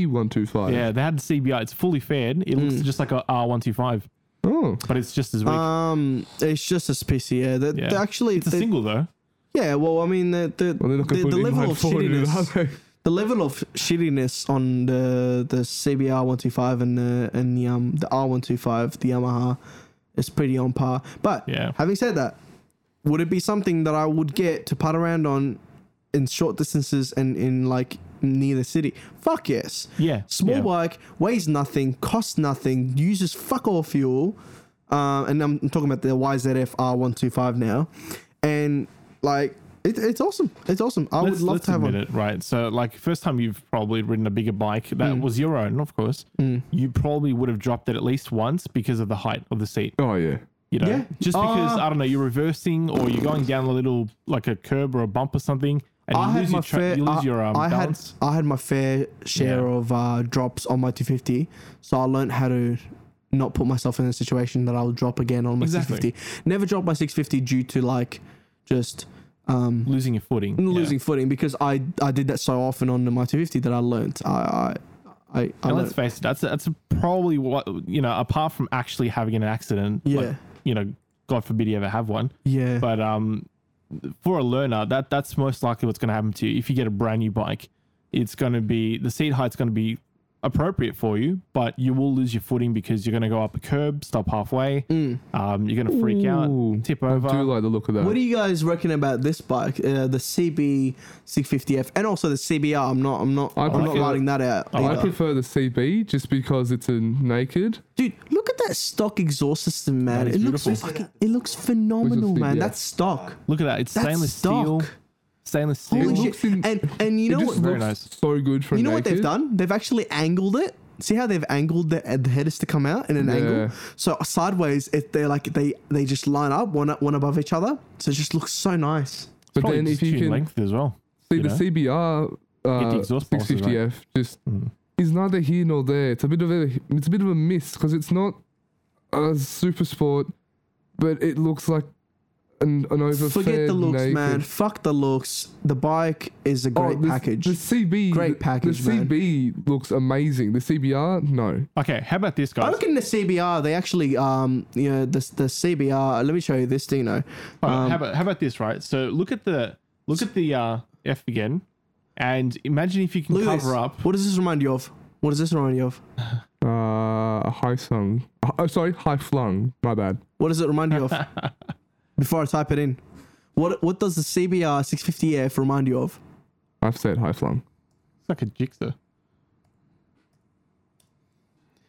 S5: CB125.
S4: Yeah, they had CBI. It's fully fared. It
S3: Mm.
S4: looks just like a R125,
S5: Oh.
S4: but it's just as weak.
S3: Um, it's just a pissy. Yeah, they
S4: yeah.
S3: they actually,
S4: it's a
S3: they-
S4: single though.
S3: Yeah, well, I mean, the the,
S5: Well, they're not going
S3: the,
S5: to
S3: the
S5: put
S3: level
S5: inline
S3: of
S5: forward in it, are
S3: shittiness,
S5: they?
S3: the level of shittiness on the the CBR one two five and the and the um the R one two five, the Yamaha, is pretty on par. But
S4: Yeah.
S3: having said that, would it be something that I would get to putt around on in short distances and in like near the city? Fuck yes.
S4: Yeah,
S3: Small
S4: yeah.
S3: bike weighs nothing, costs nothing, uses fuck all fuel. Um, and I'm, I'm talking about the YZF R125 now, and like it, it's awesome. It's awesome. I
S4: Let's,
S3: would love
S4: let's
S3: to have one.
S4: admit it, right? So, like, first time you've probably ridden a bigger bike that
S3: Mm.
S4: was your own, of course. You probably would have dropped it at least once because of the height of the seat.
S5: [LAUGHS] Oh, yeah.
S4: You know,
S3: Yeah.
S4: just because
S3: Uh,
S4: I don't know, you're reversing or you're going down a little like a curb or a bump or something, and
S3: I
S4: you
S3: had
S4: lose
S3: my
S4: your, tra-
S3: fair.
S4: you lose
S3: I,
S4: your um,
S3: I had
S4: balance.
S3: I had my fair share
S4: Yeah.
S3: of uh, drops on my 250, so I learned how to not put myself in a situation that I'll drop again on my
S4: Exactly.
S3: 650. Never dropped my 650 due to like just
S4: losing your footing.
S3: and
S4: yeah.
S3: losing footing because I I did that so often on the my 250 that I learnt. I I I, I
S4: And
S3: learnt.
S4: Oh, let's face it, that's that's probably what you know. Apart from actually having an accident,
S3: Yeah.
S4: like, you know, God forbid you ever have
S5: [LAUGHS]
S4: one.
S3: yeah.
S4: But um, for a learner, that that's most likely what's going to happen to you if you get a brand new bike. It's going to be the seat height's going to be appropriate for you, but you will lose your footing because you're going to go up a curb, stop halfway. Um, you're going to freak
S5: Mm. Ooh,
S4: out, tip over.
S5: I do like the look of that.
S3: what do you guys reckon about this bike, uh, the CB 650F, and also the CBR? I'm not I'm not
S5: I
S3: I'm not
S5: prefer-
S3: writing that out.
S5: I
S3: either.
S5: prefer the CB just because it's a naked.
S3: Dude, look at that stock exhaust system, man.
S4: is
S3: It looks
S4: beautiful.
S3: fucking, it looks phenomenal,
S5: the-
S3: man.
S5: yeah.
S3: That's stock.
S4: Look at that! It's
S3: That's
S4: stainless
S3: stock.
S4: steel. Stainless steel.
S3: Holy
S5: looks
S3: shit!
S5: in-
S3: and and you know
S5: it
S3: what?
S5: just
S4: Very
S5: looks
S4: nice.
S5: so good for
S3: You know what
S5: naked.
S3: they've done? They've actually angled it. See how they've angled the, uh, the headers to come out in an
S5: Yeah.
S3: angle. So uh, sideways, if they're like they they just line up one one above each other. So it just looks so nice.
S5: But
S4: Probably
S5: then
S4: just
S5: if you
S4: tune
S5: can
S4: length as well.
S5: see
S4: you
S5: the
S4: know?
S5: CBR
S4: the
S5: uh,
S4: exhaust policy right.
S3: Hmm.
S5: 650F, just is neither here nor there. It's a bit of a it's a bit of a miss because it's not a super sport, but it looks like an an overfed
S3: Forget the looks,
S5: naked-
S3: man. Fuck the looks. The bike is a
S5: Oh,
S3: great
S5: the-
S3: package.
S5: The CB,
S3: Great
S5: the-
S3: package,
S5: The
S3: man.
S5: CB looks amazing. The CBR, no.
S4: Okay, how about this,
S3: I
S4: guys?
S3: look in the CBR. They actually, um, you know, the the CBR. Let me show you this, Dino.
S4: Alright,
S3: Um,
S4: how about how about this, right? So look at the look at the uh, F again, and imagine if you can
S3: look at
S4: cover
S3: this.
S4: up.
S3: What does this remind you of? What does this remind you of?
S5: Uh, high sung. Oh, sorry, high flung. My bad.
S3: What does it remind
S5: [LAUGHS]
S3: you of? Before I type it in, what what does the CBR 650F remind you of?
S5: I've said high flung.
S4: It's like a jigsaw.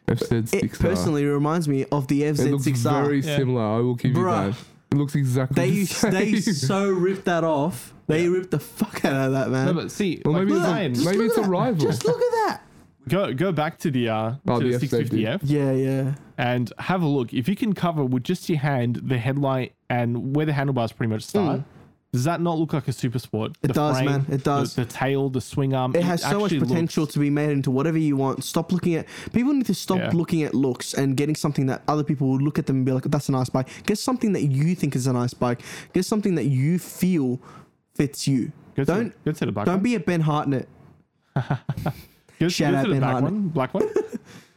S5: I've said
S3: It
S5: six.
S3: personally reminds me of the
S5: it looks
S3: FZ6R.
S5: very
S4: Yeah.
S5: similar. I will give
S3: Bruh.
S5: you that. It looks exactly [LAUGHS]
S3: they
S5: the
S3: used,
S5: same.
S3: they so ripped that off. They ripped the fuck out of that man.
S4: No, but see,
S5: Well,
S4: like
S5: maybe
S4: maybe
S5: it's a-
S4: Ryan,
S5: Just maybe
S3: look at
S5: it's a
S3: that.
S5: rival.
S3: Just look at
S5: [LAUGHS]
S3: that.
S4: go go back to the uh,
S5: Oh,
S4: to
S5: the
S4: the
S5: F-safety.
S4: 650F
S3: Yeah, yeah.
S4: and have a look. If you can cover with just your hand the headlight and where the handlebars pretty much start. Does that not look like a super sport? It
S3: does, man. Hmm. It does.
S4: The, the tail, the swing arm.
S3: It has so much
S4: actually looks-
S3: potential to be made into whatever you want. Stop looking at people need to stop
S4: Yeah.
S3: looking at looks and getting something that other people will look at them and be like, "That's a nice bike." Get something that you think is a nice bike. Get something that you feel fits you.
S4: Go to,
S3: don't
S4: go to the back.
S3: don't
S4: one.
S3: be a Ben Hartnett.
S4: Go, to-
S3: shout
S4: go
S3: out
S4: to the
S3: Ben
S4: back
S3: Hartman.
S4: one, black
S3: [LAUGHS]
S4: one,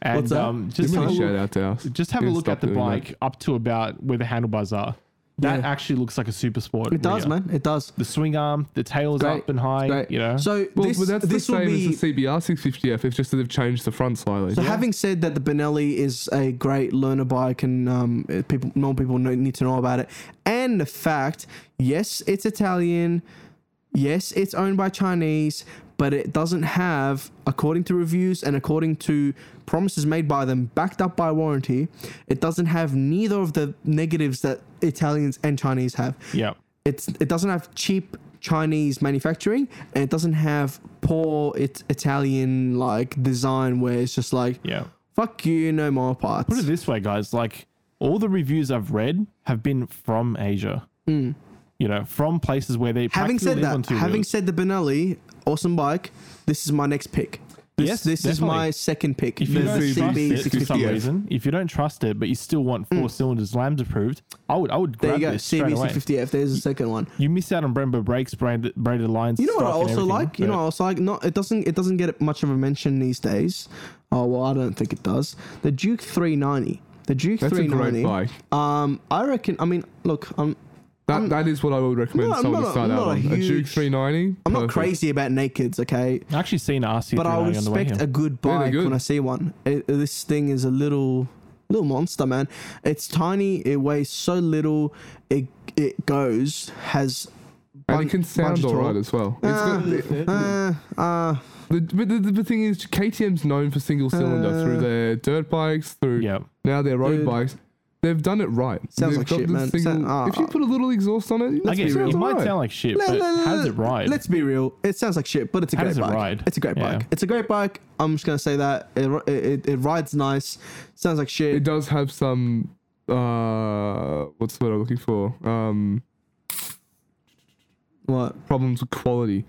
S4: and
S3: What's that?
S4: um,
S5: [LAUGHS] Give
S4: just
S5: me
S4: have
S5: a
S4: a look-
S5: shout out to us.
S4: just have a
S5: Yeah,
S4: look
S5: stop
S4: at the
S5: doing that.
S4: bike up to about where the handlebars are. That
S3: Yeah.
S4: actually looks like a super sport.
S3: It does,
S4: Yeah.
S3: man. It does.
S4: The swing arm, the tail's
S5: Great.
S4: up and high.
S5: Great.
S4: You know,
S3: So
S5: Well,
S3: this
S5: but that's
S3: this
S5: the
S3: will
S5: same
S3: be.
S5: as the CBR 650F. It's just that they've changed the front slightly.
S3: So having said that, the Benelli is a great learner bike, and um, uh, people, more people know, need to know about it. And the fact, yes, it's Italian, yes, it's owned by Chinese, but it doesn't have, according to reviews and according to promises made by them, backed up by warranty, it doesn't have neither of the negatives that Italians and Chinese have
S4: yeah,
S3: it's it doesn't have cheap Chinese manufacturing and it doesn't have poor it, Italian like design where it's just like
S4: yeah.
S3: fuck you no more parts.
S4: Put it this way, guys. Like all the reviews I've read have been from Asia. You know, from places where they
S3: Hmm. having said
S4: practically live on
S3: that,
S4: two
S3: having
S4: wheels.
S3: said the Benelli, awesome bike. This is my next pick. This,
S4: Yes,
S3: this is
S4: definitely.
S3: my second pick.
S4: if you
S3: The
S4: don't trust
S3: CB
S4: it for some
S3: 650F.
S4: reason, if you don't trust it, but you still want four cylinders, lambs approved, I would, I would
S3: Hmm. There
S4: grab
S3: you go,
S4: this straight
S3: CB
S4: away.
S3: six fifty F. There's the second one.
S4: You miss out on Brembo brakes, branded, braided lines.
S3: You know what I
S4: stock and
S3: also
S4: everything,
S3: like? You know
S4: but-
S3: what I also like? Not it doesn't it doesn't get much of a mention these days. Oh well, I don't think it does. The Duke three ninety. The Duke
S5: That's a
S3: three
S5: great
S3: ninety.
S5: bike.
S3: Um, I reckon. I mean, look, I'm
S5: That, that is what I would recommend
S3: No, I'm
S5: someone
S3: not a-
S5: to start
S3: I'm
S5: out
S3: not
S5: on.
S3: a
S5: a Duke
S3: huge-
S5: 390.
S3: I'm not
S5: perfect.
S3: crazy about nakeds, okay?
S4: I actually seen an RC390
S3: But I
S4: on the way
S3: respect a
S4: here.
S3: good
S5: they're
S3: bike
S5: good.
S3: when I see one. It- this thing is a little, little monster, man. It's tiny. It weighs so little. It it goes has.
S5: And
S3: bun-
S5: it can sound
S3: bunch of
S5: alright
S3: torque.
S5: as well. It's got, the,
S3: Uh, uh,
S5: the, but the, the thing is, KTM's known for single cylinder through their dirt bikes, through
S4: Yeah.
S5: now their road
S3: Uh, Dude.
S5: bikes. They've done it right.
S3: Sounds
S5: They've
S3: like
S5: got
S3: shit,
S5: the
S3: man.
S5: single-
S3: Sound- ah.
S5: if you put a little exhaust on it,
S4: I
S5: it
S4: guess
S5: sounds
S4: it might
S5: alright.
S4: sound like shit,
S3: le- le-
S4: but
S3: le- [LAUGHS]
S4: how's it right?
S3: Let's be real. It sounds like shit, but it's a
S4: How
S3: great
S4: does it
S3: bike.
S4: ride?
S3: It's a great
S4: Yeah.
S3: bike. It's a great bike. I'm just gonna say that it ri- it, it, it rides nice. Sounds like shit.
S5: it does have some uh what's the word I'm looking for? Um
S3: what
S5: problems with quality.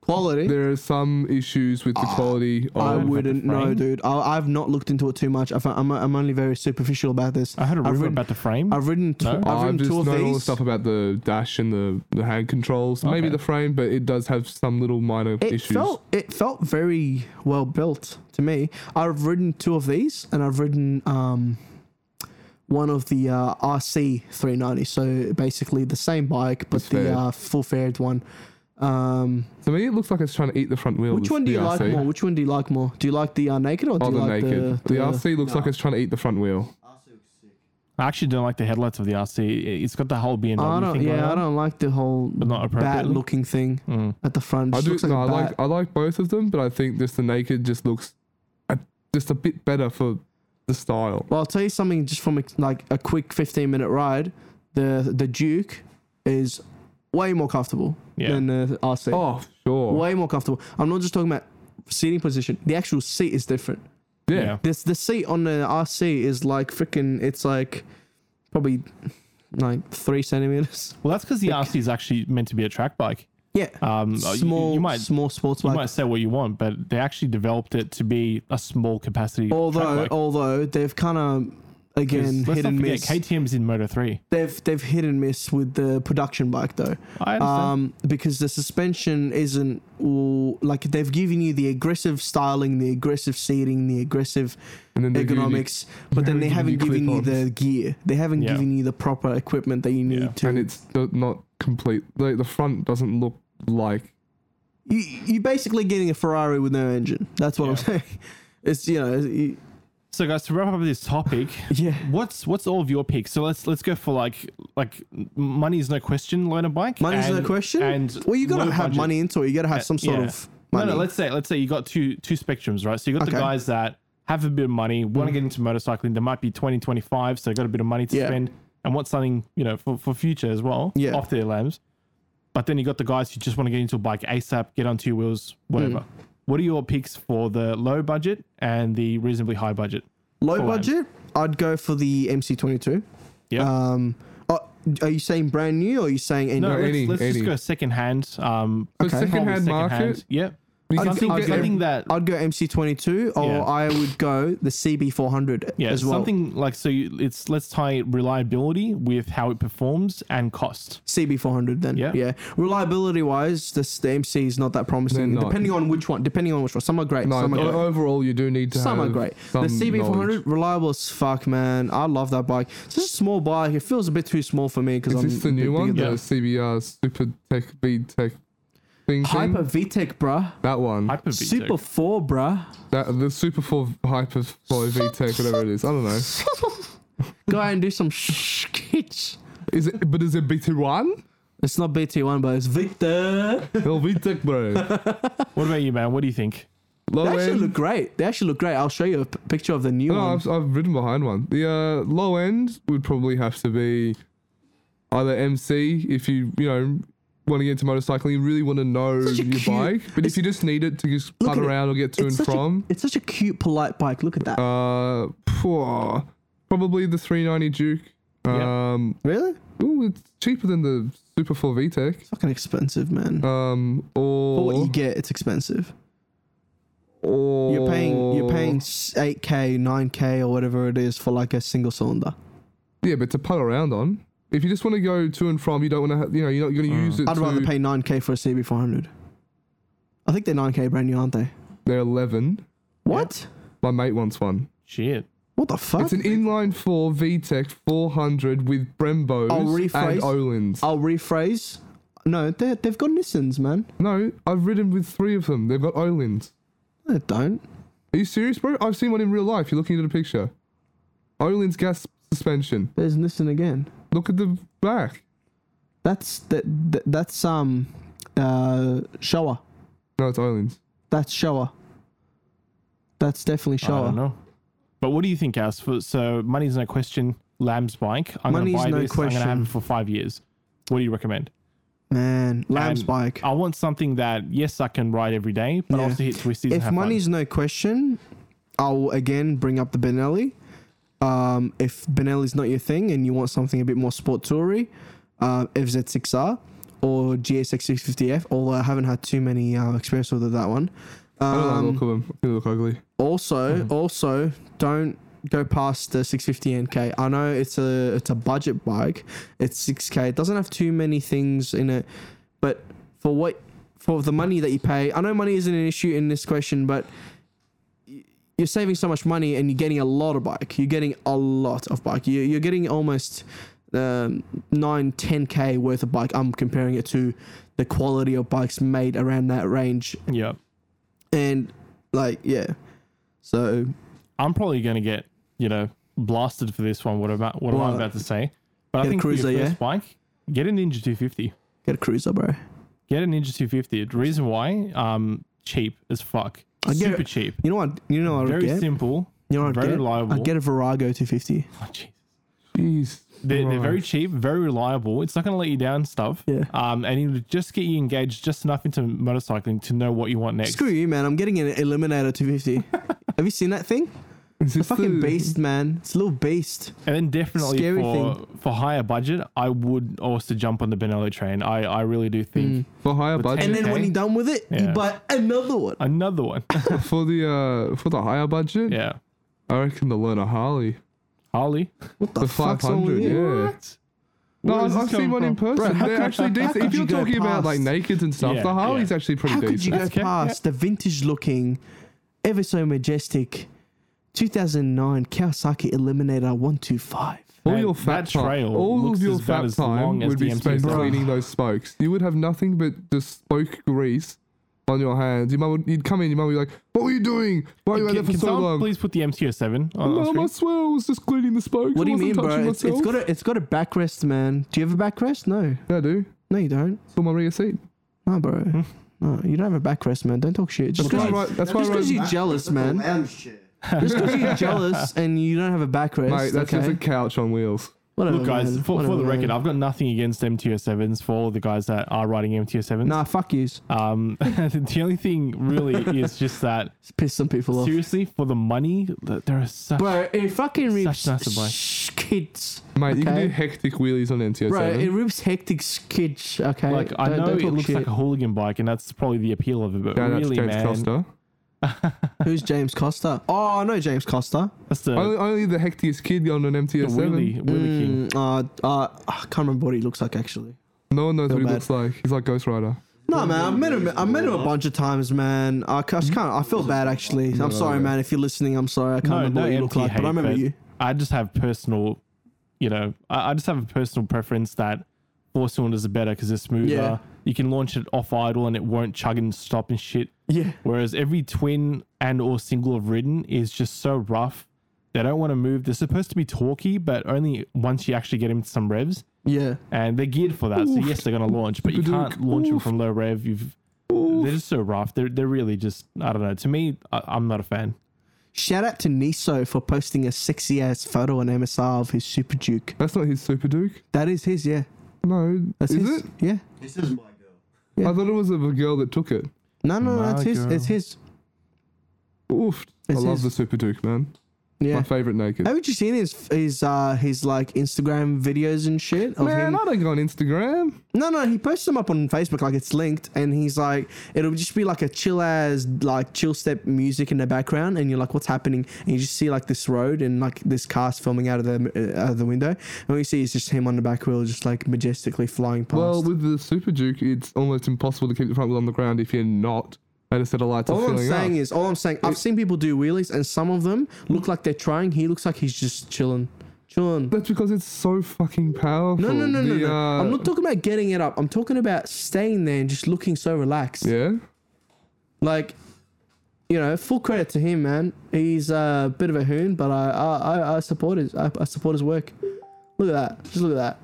S3: quality?
S5: There are some issues with the quality of
S3: Ah, I
S4: don't know about the
S3: wouldn't know,
S4: frame.
S3: dude. I, I've not looked into it too much. I've, I'm, I'm only very superficial about this.
S4: I heard a
S3: I've
S4: rumor
S3: ridden-
S4: about the frame.
S3: I've ridden two,
S4: No?
S3: I've ridden
S5: just
S3: two of
S5: known all the
S3: these.
S5: stuff about the dash and the, the hand controls,
S4: Okay.
S5: maybe the frame, but it does have some little minor
S3: It
S5: issues.
S3: felt it felt very well built to me. I've ridden two of these, and I've ridden um, one of the uh, RC 390. So basically the same bike, but
S5: It's
S3: the
S5: fair.
S3: uh, full fared one. Um,
S5: to me, it looks like it's trying to eat the front wheel.
S3: which
S5: the-
S3: one do
S5: the
S3: you like
S5: RC.
S3: more? Which one do you like more? Do you like the uh, naked or do
S5: Oh,
S3: you
S5: the
S3: like
S5: naked.
S3: the
S5: The, RC looks like it's trying to eat the front wheel.
S7: RC looks sick.
S4: I actually don't like the headlights of the RC. It's got the whole BMW
S3: I don't.
S4: thing going
S3: Yeah, I
S4: on.
S3: don't like the whole
S4: not appropriately?
S3: bat-looking thing at the front.
S5: Mm. I
S3: Just
S5: do.
S3: looks like
S5: no,
S3: a
S5: I
S3: bat.
S5: like I like both of them, but I think just the naked just looks a, just a bit better for the style.
S3: well, I'll tell you something just from a, like a quick fifteen-minute ride. The the Duke is way more comfortable
S4: Yeah.
S3: than the RC.
S5: Oh, sure.
S3: Way more comfortable. I'm not just talking about seating position. The actual seat is different.
S5: yeah.
S3: This the seat on the RC is like freaking. It's like probably like three centimeters.
S4: [LAUGHS] Well, that's because the RC is actually meant to be a track bike.
S3: Yeah.
S4: Um, uh, you-
S3: small,
S4: you might-
S3: small sports
S4: You
S3: bike.
S4: might say what you want, but they actually developed it to be a small capacity. track
S3: although,
S4: bike.
S3: although they've kind of again
S4: 'Cause let's
S3: hit
S4: not
S3: and
S4: forget,
S3: miss.
S4: KTM's in Moto Three.
S3: they've they've hit and miss with the production bike though.
S4: I understand.
S3: Um, because the suspension isn't all, like they've given you the aggressive styling, the aggressive seating, the aggressive
S5: And then they've given you-
S3: ergonomics, but then they
S5: given
S3: haven't
S5: you
S3: given you the gear. They haven't
S4: Yeah.
S3: given you the proper equipment that you need
S4: Yeah.
S3: to.
S5: and it's th- not complete. Like the front doesn't look like
S3: you, you're basically getting a Ferrari with no engine. That's what I'm
S4: Yeah.
S3: saying. [LAUGHS] It's you know you-
S4: So guys, to wrap up this topic,
S3: [LAUGHS] Yeah.
S4: what's what's all of your picks? So let's let's go for like like money's no question, learn a bike.
S3: money's no
S4: and-
S3: question.
S4: And
S3: well, you gotta
S4: low
S3: have
S4: budget. Uh,
S3: money into it. You gotta have some sort
S4: Yeah.
S3: of money.
S4: No, no. Let's say let's say you got two two spectrums, right? So you got the
S3: Okay. Mm.
S4: guys that have a bit of money, want to get into motorcycling. They might be 20, 25, so they got a bit of money to
S3: Yeah.
S4: spend and want something you know for for future as well.
S3: Yeah.
S4: off their lambs. But then you got the guys who just want to get into a bike ASAP, get on two wheels, whatever.
S3: Mm.
S4: What are your picks for the low budget and the reasonably high budget?
S3: Low
S4: full amps.
S3: budget, I'd go for the MC22.
S4: Yeah.
S3: Um, oh, are you saying brand new or are you saying any?
S4: No, let's,
S5: any-
S4: let's
S5: any.
S4: just go second hand. Um,
S5: the
S3: Okay.
S5: secondhand
S4: probably
S5: market.
S4: secondhand. Yeah.
S5: You
S3: I'd
S5: can still
S3: go-
S5: get
S3: I'd
S5: them-
S4: Something that
S3: I'd go MC22 or
S4: Yeah.
S3: I would go the CB400
S4: yeah,
S3: as well.
S4: something like so. You, it's let's tie reliability with how it performs and cost.
S3: CB400 then.
S4: Yeah.
S3: Yeah. Reliability wise, this, the MC is not that promising.
S5: They're not.
S3: Depending on which one, depending on which one. Some are great.
S5: No,
S3: some are
S5: o-
S3: great.
S5: overall you do need to.
S3: Some are
S5: have
S3: great. The
S5: some knowledge.
S3: CB400 reliable as fuck, man. I love that bike. It's just a small bike. It feels a bit too small for me because
S5: Is
S3: I'm
S5: this
S3: a
S5: the
S3: bit
S5: new one?
S3: bigger
S5: The
S3: than-
S4: Yeah.
S5: CBR Super Tech V Tech thing.
S3: Hyper
S5: thing?
S3: VTEC, bruh.
S5: That one.
S4: Hyper V-Tech.
S3: Super four,
S5: [LAUGHS]
S3: bruh.
S5: That the Super Four Hyper Four V Tech, whatever it is. I don't know.
S3: Go and do some [LAUGHS] sketch.
S5: Is it? But is it BT One?
S3: It's not BT1, but it's Victor.
S5: Hell, V Tech,
S3: [LAUGHS]
S5: bro.
S4: What about you, man? What do you think?
S5: Low
S3: They actually
S5: end.
S3: look great. They actually look great. I'll show you a p- picture of the new
S5: no,
S3: one.
S5: Oh, I've, I've ridden behind one. The uh, low end would probably have to be either MC if you you know want to get into motorcycling, you really want to know
S3: Such a
S5: your
S3: cute-
S5: bike. But if you just need it to just
S3: Look
S5: putt
S3: at it.
S5: around or get to
S3: it's,
S5: and
S3: such
S5: from,
S3: a, it's such a cute, polite bike. Look at that.
S5: uh, phew, probably the 390 Duke.
S4: Yeah.
S5: Um,
S3: really?
S5: ooh, it's cheaper than the Super 4 VTEC.
S3: Fucking expensive, man.
S5: Um,
S3: For
S5: or
S3: what you get, it's expensive.
S5: or
S3: You're paying you're paying eight k, nine k, or whatever it is for like a single cylinder.
S5: Yeah, but to putt around on. If you just want to go to and from, you don't want to. Ha- you know, you're not going to use it.
S3: Mm. I'd rather
S5: to-
S3: pay nine k for a CB four hundred. I think they're nine k brand new, aren't they?
S5: They're 11.
S3: What?
S5: My mate wants one.
S4: Shit.
S3: What the fuck?
S5: It's an inline four VTEC 400 with Brembo's
S3: I'll rephrase.
S5: and Olins.
S3: I'll rephrase. No, they they've got Nissans, man.
S5: no, I've ridden with three of them. They've got Olins.
S3: No, they don't.
S5: Are you serious, bro? I've seen one in real life. You're looking at a picture. Olin's gas suspension.
S3: There's Nissan again.
S5: Look at the back.
S3: That's that, that that's um uh Showa.
S5: No, it's Olin's.
S3: That's Showa. That's definitely
S4: I don't
S3: Showa.
S4: know. But what do you think, As? For, so money's no question. Lamb's bike. I'm
S3: Money's
S4: gonna buy
S3: no
S4: this. I'm gonna have
S3: question.
S4: it for five years. What do you recommend?
S3: Man, Lamb's
S4: And
S3: bike.
S4: I want something that yes, I can ride every day, but
S3: Yeah.
S4: also hit twisties. and
S3: If
S4: have
S3: money's no question, I'll again bring up the Benelli. Um, if Benelli's not your thing and you want something a bit more sport toury, uh, FZ6R or GSX650F, although I haven't had too many uh, experience with that one.
S5: I don't like the
S3: Um,
S5: look of them. They look ugly.
S3: also, also don't go past the 650 NK. I know it's a it's a budget bike. It's 6k. It doesn't have too many things in it, but for what for the money that you pay, I know money isn't an issue in this question, but y- you're saving so much money and you're getting a lot of bike. You're getting a lot of bike. You- You're getting almost um, 9, 10k worth of bike. I'm comparing it to the quality of bikes made around that range.
S4: fun. Yeah.
S3: And like, yeah. So
S4: I'm probably gonna get you know blasted for this one. What about what, am
S3: What?
S4: I about to say? But
S3: Get
S4: I
S3: a
S4: think for
S3: cruiser,
S4: your
S3: yeah?
S4: first bike, get a Ninja 250.
S3: Get a cruiser, bro.
S4: Get a Ninja 250. The reason why, um, cheap as fuck.
S3: I get
S4: Super
S3: it.
S4: cheap.
S3: You know what? You know what I'd
S4: Very
S3: get.
S4: simple.
S3: you know what I'd
S4: very
S3: get?
S4: reliable.
S3: I'd get a Virago 250.
S4: Oh, jeez.
S5: Jeez.
S4: They're, they're
S5: Christ.
S4: very cheap, very reliable. It's not going to let you down and stuff.
S3: Yeah.
S4: Um, and it'll just get you engaged just enough into motorcycling to know what you want next. [LAUGHS]
S3: Screw you, man. I'm getting an Eliminator 250. Have you seen that thing?
S5: Is
S3: A
S5: this
S3: fucking
S5: the-
S3: beast, man. It's a little beast.
S4: And then definitely
S3: Scary
S4: for for higher budget, I would also jump on the Benello train. I I really do think
S3: Hmm.
S5: For higher budget,
S3: And then when
S4: Okay.
S3: you're done with it, you
S4: Yeah.
S3: buy another one.
S4: another one. [LAUGHS]
S5: for the uh for the higher budget,
S4: yeah,
S5: I reckon the learner Harley.
S4: Harley.
S3: What the,
S5: The
S3: fuck's wrong
S5: 500,
S3: with you?
S5: yeah. No,
S4: Where
S5: I've,
S4: is this
S5: I've seen
S4: coming
S5: one in
S4: from?
S5: person. They're actually decent. If
S3: could
S5: you're
S3: you go
S5: talking about like
S3: past-
S5: nakeds and stuff,
S4: Yeah,
S5: the Harley's
S4: yeah.
S5: actually pretty
S3: How could you
S5: decent.
S3: go
S4: Okay,
S3: past the vintage looking, ever so majestic 2009 Kawasaki Eliminator 125?
S5: all
S4: Man,
S5: your fat
S4: that trail
S5: time, all
S4: looks
S5: of your
S4: as bad
S5: fat
S4: as long
S5: time
S4: as
S5: would be
S4: the
S5: spent
S4: MTS.
S5: cleaning those spokes. You would have nothing but just spoke grease on your hands. Your mum would, you'd come in, your mum would be like, "What were you doing? Why were you out there
S4: Can,
S5: for
S4: can
S5: so
S4: someone
S5: long?"
S4: please put the MCO seven on, on
S5: Mum, I
S4: screen?
S5: swear I was just cleaning the spokes.
S3: What
S5: I
S3: do you mean,
S5: wasn't
S3: bro?
S5: touching
S3: It's, it's
S5: myself."
S3: got a it's got a backrest, man. Do you have a backrest? No,
S5: Yeah, I do.
S3: no, you don't.
S5: It's on my rear seat.
S3: No, bro.
S4: Hmm.
S3: No, you don't have a backrest, man. Don't talk shit. Just
S5: That's why I
S3: because
S5: ride- that's why I
S3: just 'cause
S5: ride-
S3: you- jealous, man.
S7: Lounge chair.
S3: [LAUGHS] you're jealous and you don't have a backrest,
S5: Mate, that's
S3: okay.
S5: just a couch on wheels.
S3: Whatever,
S4: Look, guys,
S3: Oh, man.
S4: for, for
S3: Whatever,
S4: the record,
S3: man.
S4: I've got nothing against MTS sevens for all the guys that are riding MTS sevens.
S3: nah, fuck yous.
S4: Um, [LAUGHS] the only thing really
S3: [LAUGHS]
S4: is just that
S3: It's pissed some people off.
S4: seriously for the money, th- there are such
S3: Bro, it fucking rips
S4: nice advice.
S3: sh- kids.
S5: Mate, you can
S3: Okay.
S5: do hectic wheelies on NTS.
S3: Bro, it rips hectic s- kids. Okay,
S4: like I
S3: Don't-
S4: know
S3: don't
S4: it
S3: talk
S4: looks like a hooligan bike, and that's probably the appeal of it. But
S5: Shout out to
S4: really,
S5: James
S4: man,
S3: Uh,
S5: Costa.
S3: Who's James Costa? Oh, I know James Costa.
S4: that's the,
S5: Only, only the hectiest kid on an
S4: the
S5: MTS
S4: wheelie,
S5: seven.
S4: wheelie king.
S3: Mm, uh, uh, I can't remember what he looks like actually.
S5: No one knows
S3: Feel
S5: what he
S3: bad.
S5: looks like. He's like Ghost Rider.
S3: No, man, I've met him. I met him a bunch of times, man. I, ca- I just can't. I feel bad actually. I'm sorry, man. If you're listening, I'm sorry. I can't
S4: No,
S3: remember
S4: no
S3: what you
S4: empty
S3: look like,
S4: hate,
S3: but I remember you.
S4: I just have personal, you know, I, I just have a personal preference that four cylinders are better because they're smoother.
S3: Yeah.
S4: You can launch it off idle and it won't chug and stop and shit.
S3: Yeah.
S4: Whereas every twin and or single I've ridden is just so rough. They don't want to move. They're supposed to be talky, but only once you actually get into some revs.
S3: Yeah.
S4: And they're geared for that. So yes, they're going to launch, but you can't launch them from low rev. You've they're just so rough. They're they're really just I don't know. To me, I, I'm not a fan.
S3: Shout out to Niso for posting a sexy ass photo on MSR of his Super Duke.
S5: That's not his Super Duke.
S3: That is his, yeah.
S5: No,
S3: That's
S5: is
S3: his.
S5: it?
S3: Yeah.
S7: This
S3: [LAUGHS]
S7: is my girl.
S3: Yeah.
S5: I thought it was of a girl that took it.
S3: No, no, no
S4: My
S3: that's his.
S4: girl.
S3: It's his.
S5: Oof. I
S3: It's
S5: love
S3: his.
S5: the Super Duke, man.
S3: Yeah.
S5: My favorite naked.
S3: Haven't you seen his his uh his like Instagram videos and shit of
S5: Man,
S3: him?
S5: I don't go on Instagram.
S3: No, no, he posts them up on Facebook like it's linked, and he's like, it'll just be like a chill as like chill step music in the background, and you're like, what's happening? And you just see like this road and like this car's filming out of the uh, out of the window, and all you see is just him on the back wheel, just like majestically flying past.
S5: Well, with the Super Duke, it's almost impossible to keep the front wheel on the ground if you're not at a set of lights.
S3: all
S5: are
S3: I'm
S5: filling
S3: saying
S5: up.
S3: is, all I'm saying, I've seen people do wheelies, and some of them look like they're trying. He looks like he's just chilling, chilling.
S5: that's because it's so fucking powerful.
S3: No, no, no, no,
S5: The,
S3: no.
S5: uh,
S3: I'm not talking about getting it up. I'm talking about staying there and just looking so relaxed.
S5: Yeah.
S3: Like, you know, full credit to him, man. He's a bit of a hoon, but I, I, I, I support his, I, I support his work. Look at that. Just look at that.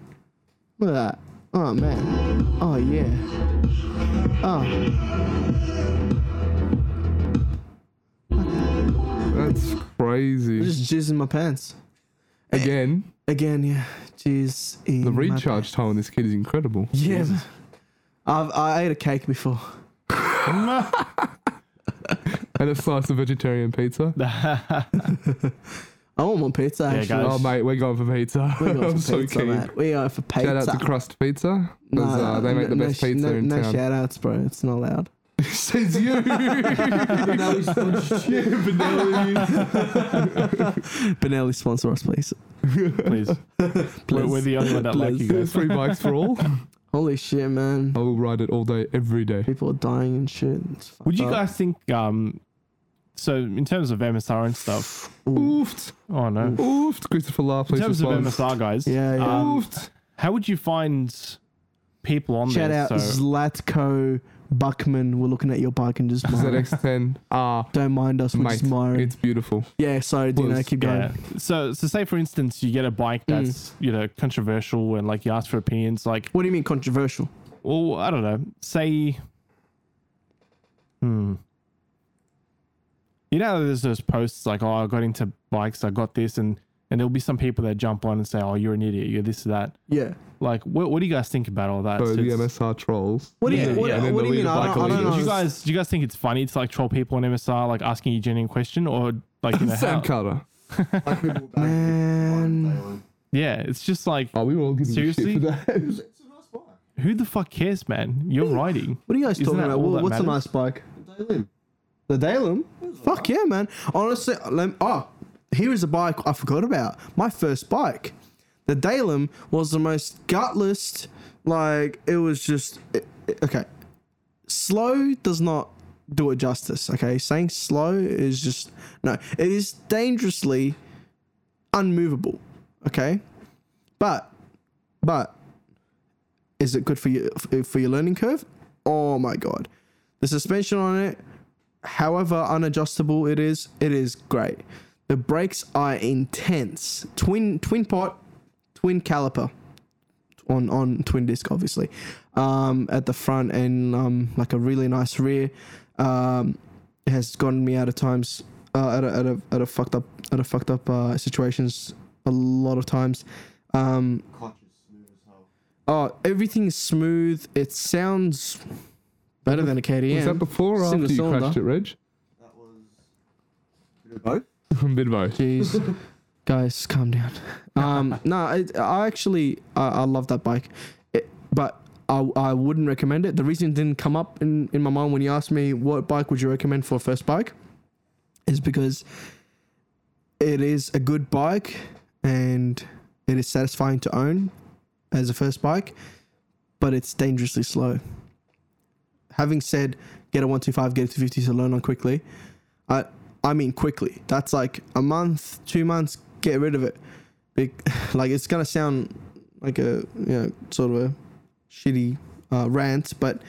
S3: Look at that. Oh man. Oh yeah. Oh,
S5: That's
S3: I
S5: crazy.
S3: just jizz in my pants
S5: Again,
S3: again. Yeah, jizz in
S5: the
S3: my
S5: recharge time on this kid is incredible.
S3: pants. Yeah. man. I've I ate a cake before.
S5: And a slice of vegetarian pizza.
S3: I want one pizza. Actually.
S4: guys.
S5: Oh, mate, we're going for pizza.
S3: We
S5: [LAUGHS]
S3: go
S5: I'm
S3: for
S5: so
S3: pizza,
S5: keen.
S3: mate. We are for pizza.
S5: Shout out to Crust Pizza. 'cause, uh, they make the
S3: no
S5: best
S3: sh-
S5: pizza
S3: no,
S5: in
S3: no
S5: town.
S3: shout outs, bro. It's not allowed.
S5: [LAUGHS] Says you.
S3: Benelli sponsor us, please. [LAUGHS]
S4: Please, We're, we're the only one that like you
S3: Please.
S4: guys.
S5: Three bikes for all.
S3: Holy shit, man.
S5: I will ride it all day, every day.
S3: People are dying and shit. It's fucked
S4: Would you
S3: up.
S4: guys think? Um, so in terms of MSR
S3: [SIGHS]
S4: and stuff.
S5: Oofed.
S4: Oh no.
S5: Oofed. Christopher La,
S4: In
S5: please
S4: terms of
S5: respond.
S4: MSR guys,
S3: Yeah, yeah.
S4: Um,
S5: Oofed.
S4: how would you find people on
S3: Shout
S4: there?
S3: out
S4: so,
S3: Zlatko Buckman. We're looking at your bike and just mind.
S5: ZX10. Ah,
S3: don't mind us. We're
S5: mate.
S3: just miring.
S5: It's beautiful.
S3: Yeah, sorry, Dino.
S5: Please.
S3: Keep going.
S4: yeah. So, so say for instance, you get a bike that's you know controversial and like you ask for opinions. Like,
S3: What do you mean controversial?
S4: well, I don't know. Say, hmm. You know, how there's those posts like, "Oh, I got into bikes. I got this," and and there'll be some people that jump on and say, "Oh, you're an idiot. You're this, that."
S3: Yeah.
S4: Like, what what do you guys think about all that?
S5: So
S4: It's-
S5: the
S4: it's-
S5: MSR trolls.
S3: What do you,
S4: Yeah,
S3: what,
S4: yeah.
S5: And then
S3: what do
S5: the
S3: you
S5: leader
S3: mean? I
S5: bike
S3: don't, I don't
S5: leader. Did
S3: know.
S4: Do you guys do you guys think it's funny to like troll people on MSR like asking you genuine question or
S5: [LAUGHS]
S4: Like, you know,
S5: Sam
S4: how,
S5: Carter.
S7: I could walk back
S3: Man.
S7: and forth, Dylan.
S4: yeah, it's just like,
S5: Oh, we were all giving you shit for
S4: Seriously?
S5: that.
S7: It's a nice bike.
S4: who the fuck cares, man? You're riding.
S3: What are you guys
S4: Isn't
S3: talking
S4: that
S3: about?
S4: all
S3: Wha-
S4: that
S3: What's a nice
S4: matters?
S3: bike?
S7: Dylan.
S3: The Dalem? Fuck yeah, man. Honestly, lem- oh, here is a bike I forgot about. My first bike. The Dalem was the most gutless, like, it was just. it- it- okay. Slow does not do it justice, okay? Saying slow is just. No, it is dangerously unmovable, okay? But, but, is it good for you for your learning curve? Oh my god. The suspension on it however unadjustable it is, it is great. The brakes are intense. Twin twin pot, twin caliper, on on twin disc obviously, um, at the front and um, like a really nice rear. Um, it has gotten me out of times, uh, out of out of, out of fucked up out of fucked up uh, situations a lot of times. Um,
S7: Clutch is smooth as hell.
S3: oh, everything's smooth. It sounds better than a KDM.
S5: [LAUGHS] Was that before or
S3: Single
S5: after you
S3: cylinder.
S5: crashed it, Reg?
S7: That was. Bit
S5: [LAUGHS]
S7: of both.
S5: Bit of both.
S3: Jeez. [LAUGHS] Guys, calm down. Um, no, I, I actually I, I love that bike, it, but I, I wouldn't recommend it. The reason it didn't come up in, in my mind when you asked me what bike would you recommend for a first bike, is because it is a good bike and it is satisfying to own as a first bike, but it's dangerously slow. Having said, get a 125, get a 250 to learn on quickly. I I mean quickly. That's like a month, two months. Get rid of it. Big, [LAUGHS] like it's gonna sound like a you know sort of a shitty uh, rant, but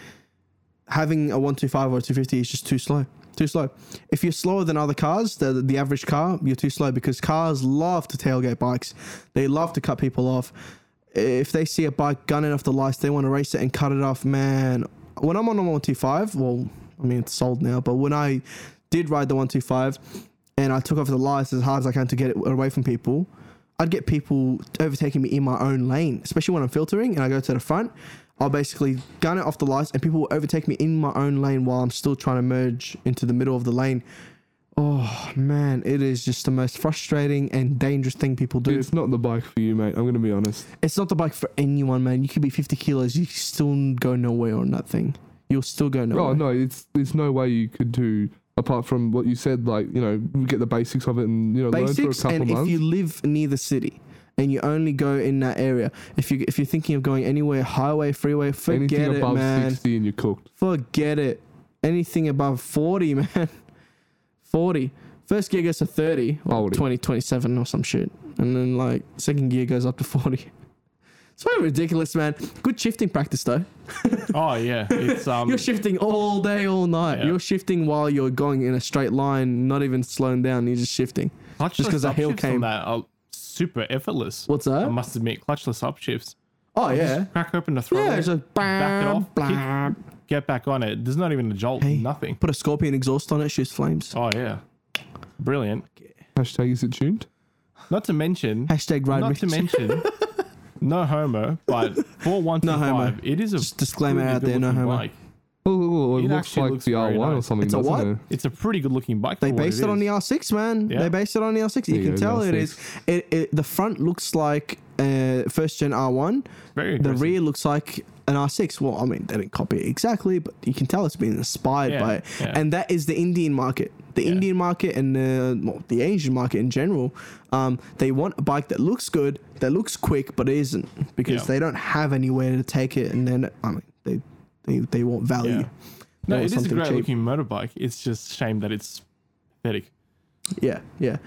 S3: having a one two five or two fifty is just too slow. Too slow. If you're slower than other cars, the the average car, you're too slow because cars love to tailgate bikes. They love to cut people off. If they see a bike gunning off the lights, they want to race it and cut it off. Man, when I'm on a one two five, well, I mean it's sold now, but when I did ride the 125 and I took off the lights as hard as I can to get it away from people, I'd get people overtaking me in my own lane, especially when I'm filtering and I go to the front. I'll basically gun it off the lights and people will overtake me in my own lane while I'm still trying to merge into the middle of the lane. Oh man, it is just the most frustrating and dangerous thing people do.
S5: Dude, it's not the bike for you, mate. I'm gonna be honest.
S3: It's not the bike for anyone, man. You could be 50 kilos, you still go nowhere on that thing. You'll still go nowhere.
S5: Oh no, it's there's no way you could do apart from what you said. Like you know, we get the basics of it and you know learn for a
S3: basics
S5: couple
S3: and
S5: months.
S3: if you live near the city and you only go in that area if you if you're thinking of going anywhere highway freeway forget
S5: Anything
S3: it
S5: above
S3: man
S5: 60 and you're cooked.
S3: forget it anything above 40 [LAUGHS] man 40 first gear goes to 30 or
S5: 40.
S3: 20 27 or some shit and then like second gear goes up to 40 [LAUGHS] it's very ridiculous man good shifting practice though
S4: Oh, yeah.
S3: [LAUGHS]
S4: It's, um,
S3: you're shifting all day all night
S4: Yeah.
S3: you're shifting while you're going in a straight line not even slowing down you're just shifting
S4: clutchless
S3: just 'cause the hill
S4: upshifts on
S3: came.
S4: That are super effortless.
S3: What's that?
S4: I must admit, clutchless upshifts.
S3: oh yeah
S4: Crack open the throttle.
S3: Yeah, it's like
S4: back it
S3: bam,
S4: off,
S3: bam.
S4: kick, get back on it. There's not even a jolt,
S3: Hey,
S4: nothing.
S3: Put a scorpion exhaust on it, shoots flames.
S4: Oh yeah, brilliant.
S5: Hashtag is it tuned?
S4: Not to mention,
S3: Hashtag ride
S4: not
S3: with [LAUGHS]
S4: to mention, no homo, but for one
S3: No homo.
S4: it is a
S3: Just disclaimer
S4: pretty
S3: out there, no
S4: good-looking
S3: homo.
S4: bike.
S5: Oh, oh, oh, it,
S4: It
S5: looks
S4: actually
S5: like
S4: looks
S5: the
S4: very
S5: R1 or
S4: nice.
S5: something,
S3: It's a
S5: doesn't
S3: what?
S5: it?
S4: It's a pretty good looking bike.
S3: They
S4: for what
S3: based it, on the
S4: is.
S3: R6, man.
S4: Yeah.
S3: They based it on the R6. You
S5: Yeah,
S3: can
S5: the
S3: tell it
S5: R6.
S3: is. It, it the front looks like uh, first gen R1.
S4: Very
S3: the
S4: aggressive.
S3: rear looks like an R6. Well, I mean, they didn't copy it exactly, but you can tell it's been inspired
S4: Yeah,
S3: by it.
S4: yeah.
S3: And that is the Indian market. The Indian market and the, well, the Asian market in general, um, they want a bike that looks good, that looks quick, but isn't because
S4: Yeah.
S3: they don't have anywhere to take it. And then, I mean, they they, they want value.
S4: Yeah. No,
S3: They want
S4: it is a
S3: something
S4: great
S3: cheap.
S4: looking motorbike. It's just shame that it's pathetic.
S3: Yeah, yeah.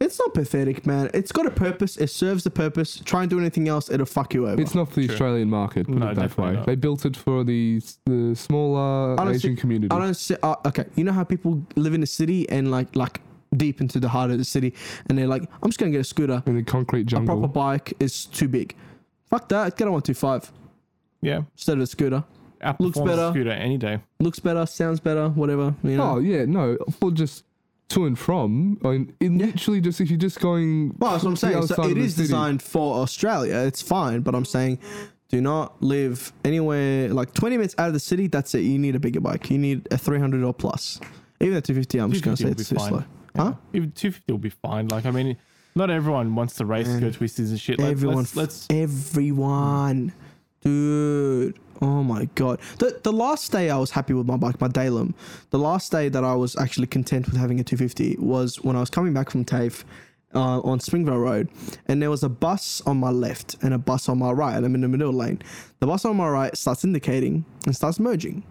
S3: It's not pathetic, man. It's got a purpose. It serves the purpose. Try and do anything else, it'll fuck you over.
S5: It's not for the Australian market, put
S4: No,
S5: it that
S4: definitely
S5: way.
S4: not.
S5: They built it for the, the smaller
S3: I don't
S5: Asian
S3: see-
S5: community.
S3: I don't see. Uh, okay, you know how people live in the city and like like deep into the heart of the city, and they're like, I'm just gonna get a scooter.
S5: in the concrete
S3: A proper
S5: jungle.
S3: bike is too big. Fuck that. Get a one two five
S4: Yeah,
S3: instead of a scooter.
S4: outperforms
S3: Looks better.
S4: a scooter any day.
S3: Looks better, sounds better, whatever. You know.
S5: Oh, yeah, no, for just to and from. I mean, it literally just, if you're just going.
S3: Well, that's what I'm
S5: to the
S3: saying.
S5: other
S3: So
S5: side
S3: it
S5: of the
S3: is
S5: city.
S3: designed for Australia. It's fine, but I'm saying do not live anywhere like 20 minutes out of the city. That's it. You need a bigger bike. You need a 300 or plus. Even a 250, I'm just going to say
S4: 250 will
S3: it's
S4: be
S3: too
S4: fine.
S3: slow. Huh?
S4: Even 250 will be fine. Like, I mean, not everyone wants to race go twisties and shit. Let,
S3: everyone, [LAUGHS]
S4: Let's, let's
S3: everyone, dude. Oh my god. The the last day I was happy with my bike, my Dalem. The last day that I was actually content with having a 250 was when I was coming back from TAFE. Uh, on Springvale Road, and there was a bus on my left and a bus on my right, and I'm in the middle lane. The bus on my right starts indicating and starts merging.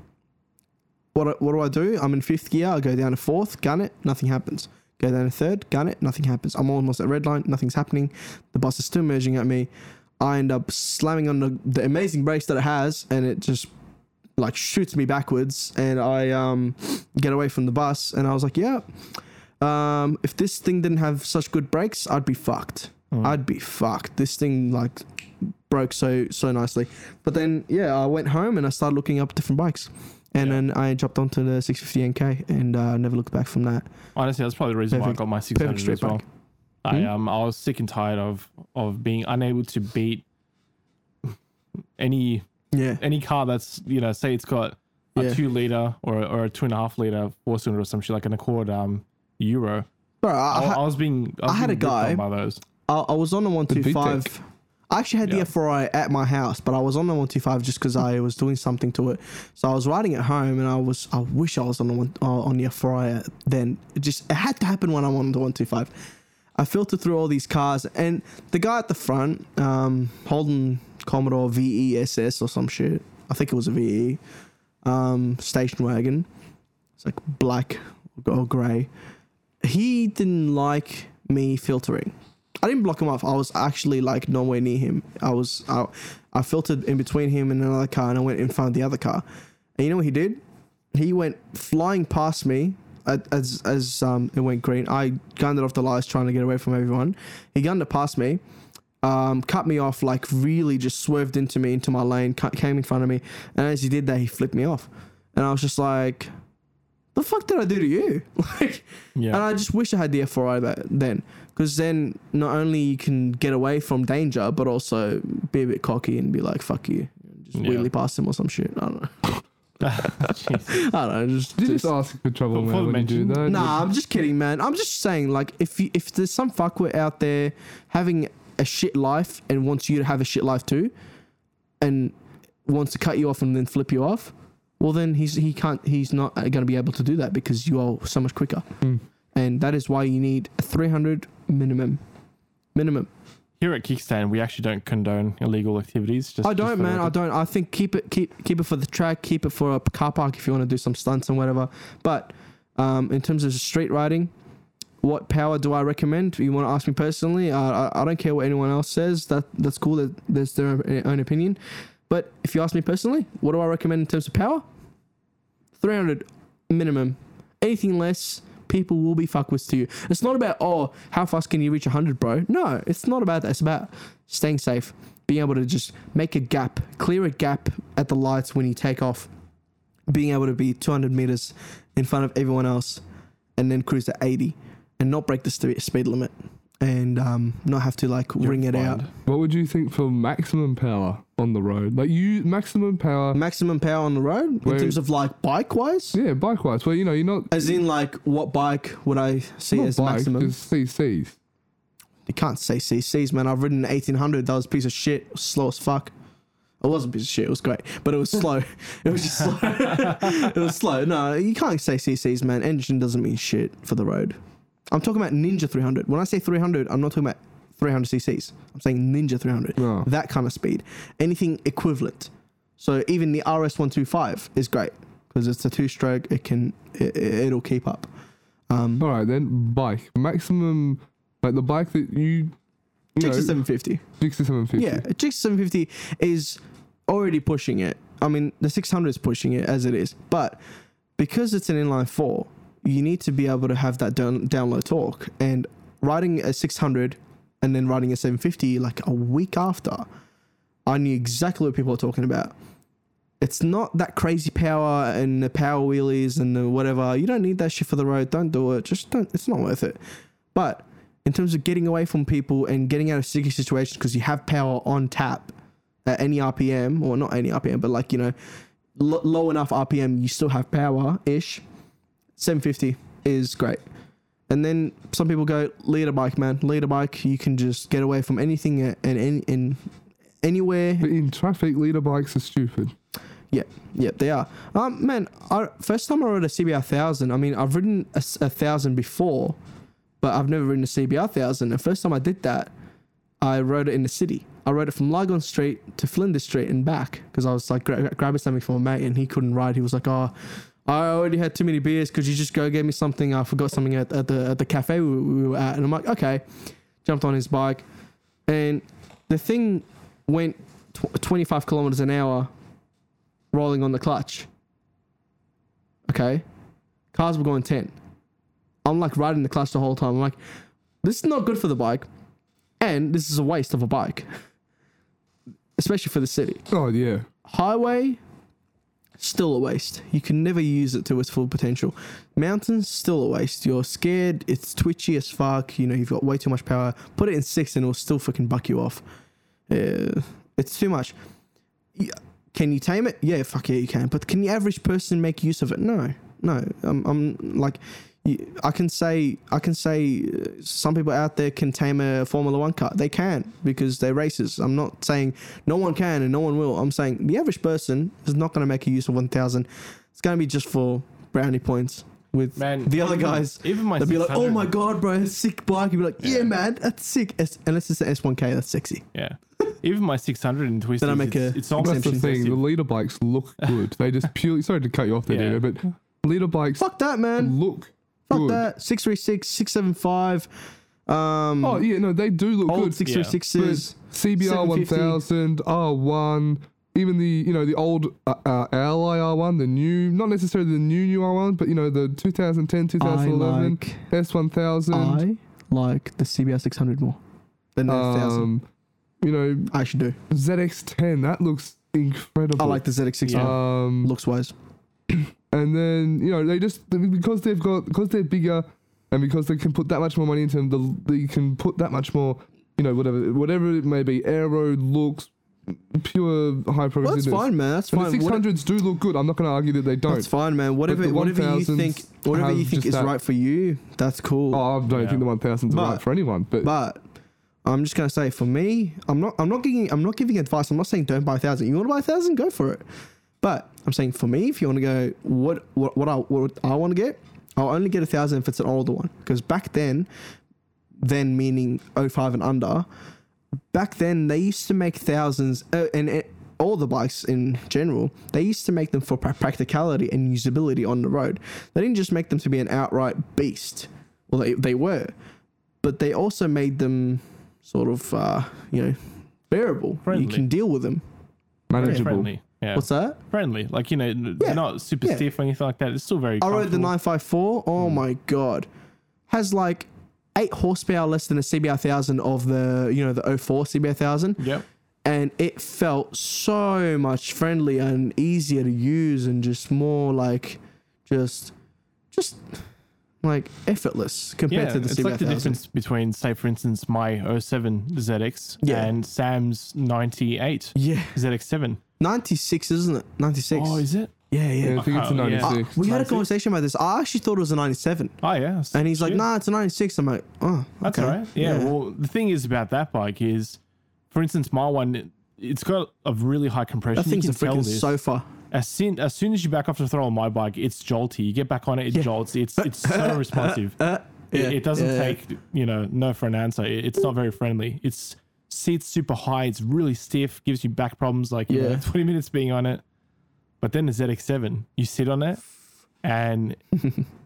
S3: What, do- what do I do? I'm in fifth gear. I go down to fourth, gun it, nothing happens. Go down to third, gun it, nothing happens. I'm almost at red line, nothing's happening. The bus is still merging at me. I end up slamming on the, the amazing brakes that it has, and it just like shoots me backwards. And I um, get away from the bus, and I was like, yeah, um, if this thing didn't have such good brakes, I'd be fucked. I'd be fucked. This thing like broke so so nicely. But then yeah, I went home and I started looking up different bikes. And then I jumped onto the 650 NK and uh, never looked back from that.
S4: Honestly, that's probably the reason
S3: Perfect-
S4: why I got my
S3: perfect
S4: 600
S3: straight Hmm?
S4: as well.
S3: back.
S4: I um I was sick and tired of of being unable to beat [LAUGHS] any
S3: Yeah,
S4: any car that's you know say it's got a
S3: Yeah.
S4: two liter or or a two and a half liter four cylinder or some shit like an Accord um Euro.
S3: bro. I,
S4: I,
S3: I,
S4: I was being I, was
S3: I had a
S4: being ripped on
S3: guy-
S4: by those.
S3: I, I was on the
S5: beat
S3: 125. I actually had
S4: Yeah.
S3: the F4i at my house, but I was on the 125 just because I was doing something to it. So I was riding at home, and I was I wish I was on the one, uh, on the F4i then. It just it had to happen when I'm on the 125. I filtered through all these cars, and the guy at the front, um, holding Commodore VESS or some shit. I think it was a VE um, station wagon. It's like black or grey. He didn't like me filtering. I didn't block him off. I was actually like nowhere near him. I was I, I filtered in between him and another car, and I went in front of the other car. And you know what he did? He went flying past me at- as as um, it went green. I gunned it off the lights, trying to get away from everyone. He gunned it past me, um, cut me off, like really just swerved into me, into my lane, cut, came in front of me. And as he did that, he flipped me off. And I was just like, the fuck did I do to you? [LAUGHS] Like,
S4: Yeah.
S3: and I just wish I had the F4i back then. Because then not only you can get away from danger, but also be a bit cocky and be like, fuck you. Just
S4: Yeah.
S3: wheelie past him or some shit. I don't know.
S4: Jeez.
S3: I don't know. Just,
S5: Did you
S3: just,
S5: just ask for trouble,
S4: Full-
S5: man?
S4: full
S5: When you do
S4: mention.
S5: that?
S3: Nah, I'm just kidding, man. I'm just saying, like, if you, if there's some fuckwit out there having a shit life and wants you to have a shit life too, and wants to cut you off and then flip you off, well, then he's he can't he's not going to be able to do that because you are so much quicker, and that is why you need a 300 minimum, minimum.
S4: Here at Kickstand, we actually don't condone illegal activities. Just
S3: I
S4: just
S3: don't,
S4: for the
S3: man. I
S4: record.
S3: don't. I think keep it, keep keep it for the track, keep it for a car park if you want to do some stunts and whatever. But um, in terms of street riding, what power do I recommend? You want to ask me personally? I, I I don't care what anyone else says. That that's cool. That that's their own- own opinion. But if you ask me personally, what do I recommend in terms of power? Three hundred minimum. Anything less. People will be fuckwits to you. It's not about, oh, how fast can you reach 100, bro? No, it's not about that. It's about staying safe, being able to just make a gap, clear a gap at the lights when you take off, being able to be 200 meters in front of everyone else, and then cruise at 80 and not break the st- speed limit and um, not have to like ring it out.
S5: What would you think for maximum power on the road? Like you, maximum power.
S3: Maximum power on the road in
S5: Wait.
S3: terms of like bike wise,
S5: yeah, bike wise. Well, you know, you're not.
S3: as in like what bike would I see
S5: not
S3: as
S5: bike,
S3: maximum?
S5: Just CCs.
S3: You can't say CCs, man. I've ridden an 1800. That was a piece of shit. It was slow as fuck. It was a piece of shit. It was great, but it was slow. [LAUGHS] it was just slow. it was slow. No, you can't say CCs, man. Engine doesn't mean shit for the road. I'm talking about Ninja 300. When I say 300, I'm not talking about 300 CCs. I'm saying Ninja 300.
S5: Yeah.
S3: That kind of speed. Anything equivalent. So even the RS125 is great because it's a two-stroke. It can. It, it'll keep up.
S5: All right, then bike maximum. Like the bike that you. you
S3: Six to
S5: know,
S3: 750.
S5: Six to seven fifty.
S3: Yeah, a Jig 750 is already pushing it. I mean, the 600 is pushing it as it is, but because it's an inline four, you need to be able to have that down, down low torque. And riding a 600 and then riding a 750 like a week after, I knew exactly what people were talking about. It's not that crazy power and the power wheelies and the whatever. You don't need that shit for the road. Don't do it. Just don't. It's not worth it. But in terms of getting away from people and getting out of sticky situations because you have power on tap at any RPM, or not any RPM, but like, you know, l- low enough RPM, you still have power ish. 750 is great. And then some people go leader bike, man. Leader bike, you can just get away from anything and and, and anywhere.
S5: But in traffic, leader bikes are stupid.
S3: Yeah, yeah, they are. Um, man, I, first time I rode a CBR thousand. I mean, I've ridden a, s- a thousand before, but I've never ridden a CBR thousand. And first time I did that, I rode it in the city. I rode it from Lygon Street to Flinders Street and back because I was like gra- gra- grabbing something for my mate and he couldn't ride. He was like, "Oh, I already had too many beers. Could you just go get me something? I forgot something at, at the at the cafe we, we were at." And I'm like, "Okay." Jumped on his bike, and the thing went tw- 25 kilometers an hour rolling on the clutch. Okay? Cars were going 10. I'm like riding the clutch the whole time. I'm like, this is not good for the bike. And this is a waste of a bike, especially for the city.
S5: Oh yeah,
S3: Highway, still a waste. You can never use it to its full potential. Mountains, still a waste. You're scared. It's twitchy as fuck. You know, you've got way too much power. Put it in six and it'll still fucking buck you off. Yeah, Uh, it's too much. Y- Can you tame it? Yeah, fuck yeah, you can. But can the average person make use of it? No, no. I'm, I'm like, y- I can say, I can say, uh, some people out there can tame a Formula One car. They can because they're racers. I'm not saying no one can and no one will. I'm saying the average person is not going to make a use of one thousand. It's going to be just for brownie points with
S4: Man,
S3: the other
S4: even-
S3: guys.
S4: even my
S3: they'll be like, oh
S4: 600
S3: my god, bro, sick bike. You'll be like, yeah, man, that's sick. S- unless it's the S1K, that's sexy.
S4: Yeah. [LAUGHS] Even my 600 in Twisted,
S3: Then I make
S4: it's,
S3: a
S4: it's not
S5: that's the
S3: Exemption.
S5: thing. The leader bikes
S3: [LAUGHS]
S5: look good. They just purely. Sorry to cut you off there,
S4: Yeah.
S5: Dino, but leader bikes
S3: Fuck that, man.
S5: look
S3: Fuck
S5: good.
S3: that. 636, 675. Um,
S5: Oh yeah, no, they do look
S3: old
S5: good.
S4: Yeah.
S3: 636s.
S5: But CBR
S3: 750.
S5: 1000, R1, even the you know the old uh, uh, Ally R1, the new, not necessarily the new new R1, but you know the 2010, 2011,
S3: like-
S5: S1000.
S3: I like the CBR 600 more than the 1000.
S5: um, you know
S3: I should do.
S5: ZX10, that looks incredible.
S3: I like the ZX600.
S5: Um,
S3: Looks wise.
S5: and then you know they just because they've got because they're bigger and because they can put that much more money into them the, they can put that much more you know whatever whatever it may be aero looks pure high
S3: Well, that's
S5: progressiveness
S3: fine, man. That's
S5: and
S3: fine.
S5: the
S3: What-
S5: 600s do look good i'm not going to argue that they don't
S3: that's fine, man. Whatever,
S5: the
S3: whatever you
S5: 1000s
S3: think, whatever you
S5: have
S3: think
S5: just
S3: is
S5: that-
S3: right for you, that's cool.
S5: oh i don't think the 1000s
S3: But-
S5: are right for anyone but,
S3: But I'm just gonna say, for me, I'm not, I'm not giving, I'm not giving advice. I'm not saying don't buy a thousand. You want to buy a thousand, go for it. But I'm saying for me, if you want to go, what, what, what I, what I want to get, I'll only get a thousand if it's an older one. Because back then, then meaning 05 and under, back then they used to make thousands uh, and. uh, all the bikes in general, they used to make them for pra- practicality and usability on the road. They didn't just make them to be an outright beast. Well, they, they were, but they also made them sort of uh, you know bearable.
S4: Friendly.
S3: You can deal with them.
S5: manageable
S4: friendly. Yeah.
S3: What's that?
S4: Friendly. Like, you know, n-
S3: Yeah.
S4: not super
S3: Yeah.
S4: stiff or anything like that. It's still very
S3: I rode the
S4: comfortable. Hmm.
S3: 954. Oh my god, has like eight horsepower less than a CBR thousand of the you know the 04 CBR thousand.
S4: Yep.
S3: and it felt so much friendlier and easier to use and just more like just just like effortless compared
S4: Yeah,
S3: to the
S4: it's
S3: CBR
S4: like the
S3: thousand.
S4: difference between, say, for instance, my 07 ZX
S3: Yeah.
S4: and Sam's 98
S3: yeah,
S4: ZX7.
S3: 96, isn't it? 96.
S4: Oh, is it?
S3: yeah, yeah.
S5: yeah, i think it's a
S4: Oh, yeah.
S5: 96
S3: we had a conversation about this. I actually thought it was a 97.
S4: Oh, yeah.
S3: And he's like,
S4: Shit.
S3: nah, it's a 96. I'm like, oh,
S4: That's
S3: okay.
S4: all right. Yeah, Well, the thing is about that bike is, for instance, my one, it- it's got a really high compression.
S3: that thing's a
S4: you can tell
S3: freaking
S4: this.
S3: sofa.
S4: As soon, as soon as you back off the throttle on my bike, it's jolty. You get back on it, it jolts. It's it's so responsive. It-
S3: yeah,
S4: it, doesn't
S3: yeah, yeah.
S4: take you know no for an answer. It- it's not very friendly. It's sits super high. It's really stiff. Gives you back problems like you know,
S3: Yeah.
S4: [LAUGHS] twenty minutes being on it. But then the ZX7, you sit on it,
S3: [LAUGHS]
S4: and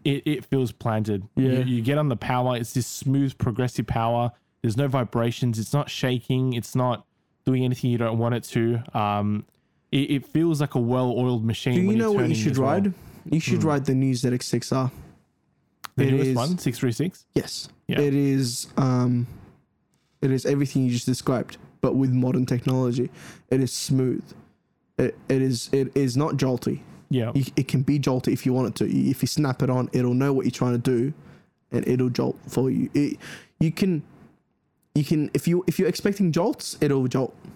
S4: it, it feels planted.
S3: Yeah.
S4: You, you get on the power. It's this smooth progressive power. There's no vibrations. It's not shaking. It's not doing anything you don't want it to. Um, it, it feels like a well-oiled machine.
S3: Do you
S4: when
S3: know what you
S4: turning
S3: should
S4: as well. Hmm.
S3: ride? You should ride the new ZX6R.
S4: The
S3: It
S4: newest
S3: is-
S4: one, six three six.
S3: Yes.
S4: Yeah.
S3: It is um it is everything you just described, but with modern technology. It is smooth. It, it is it is not jolty.
S4: Yeah.
S3: You, it can be jolty if you want it to. You- If you snap it on, it'll know what you're trying to do and it'll jolt for you. It, you can you can if you if you're expecting jolts, it'll jolt. I-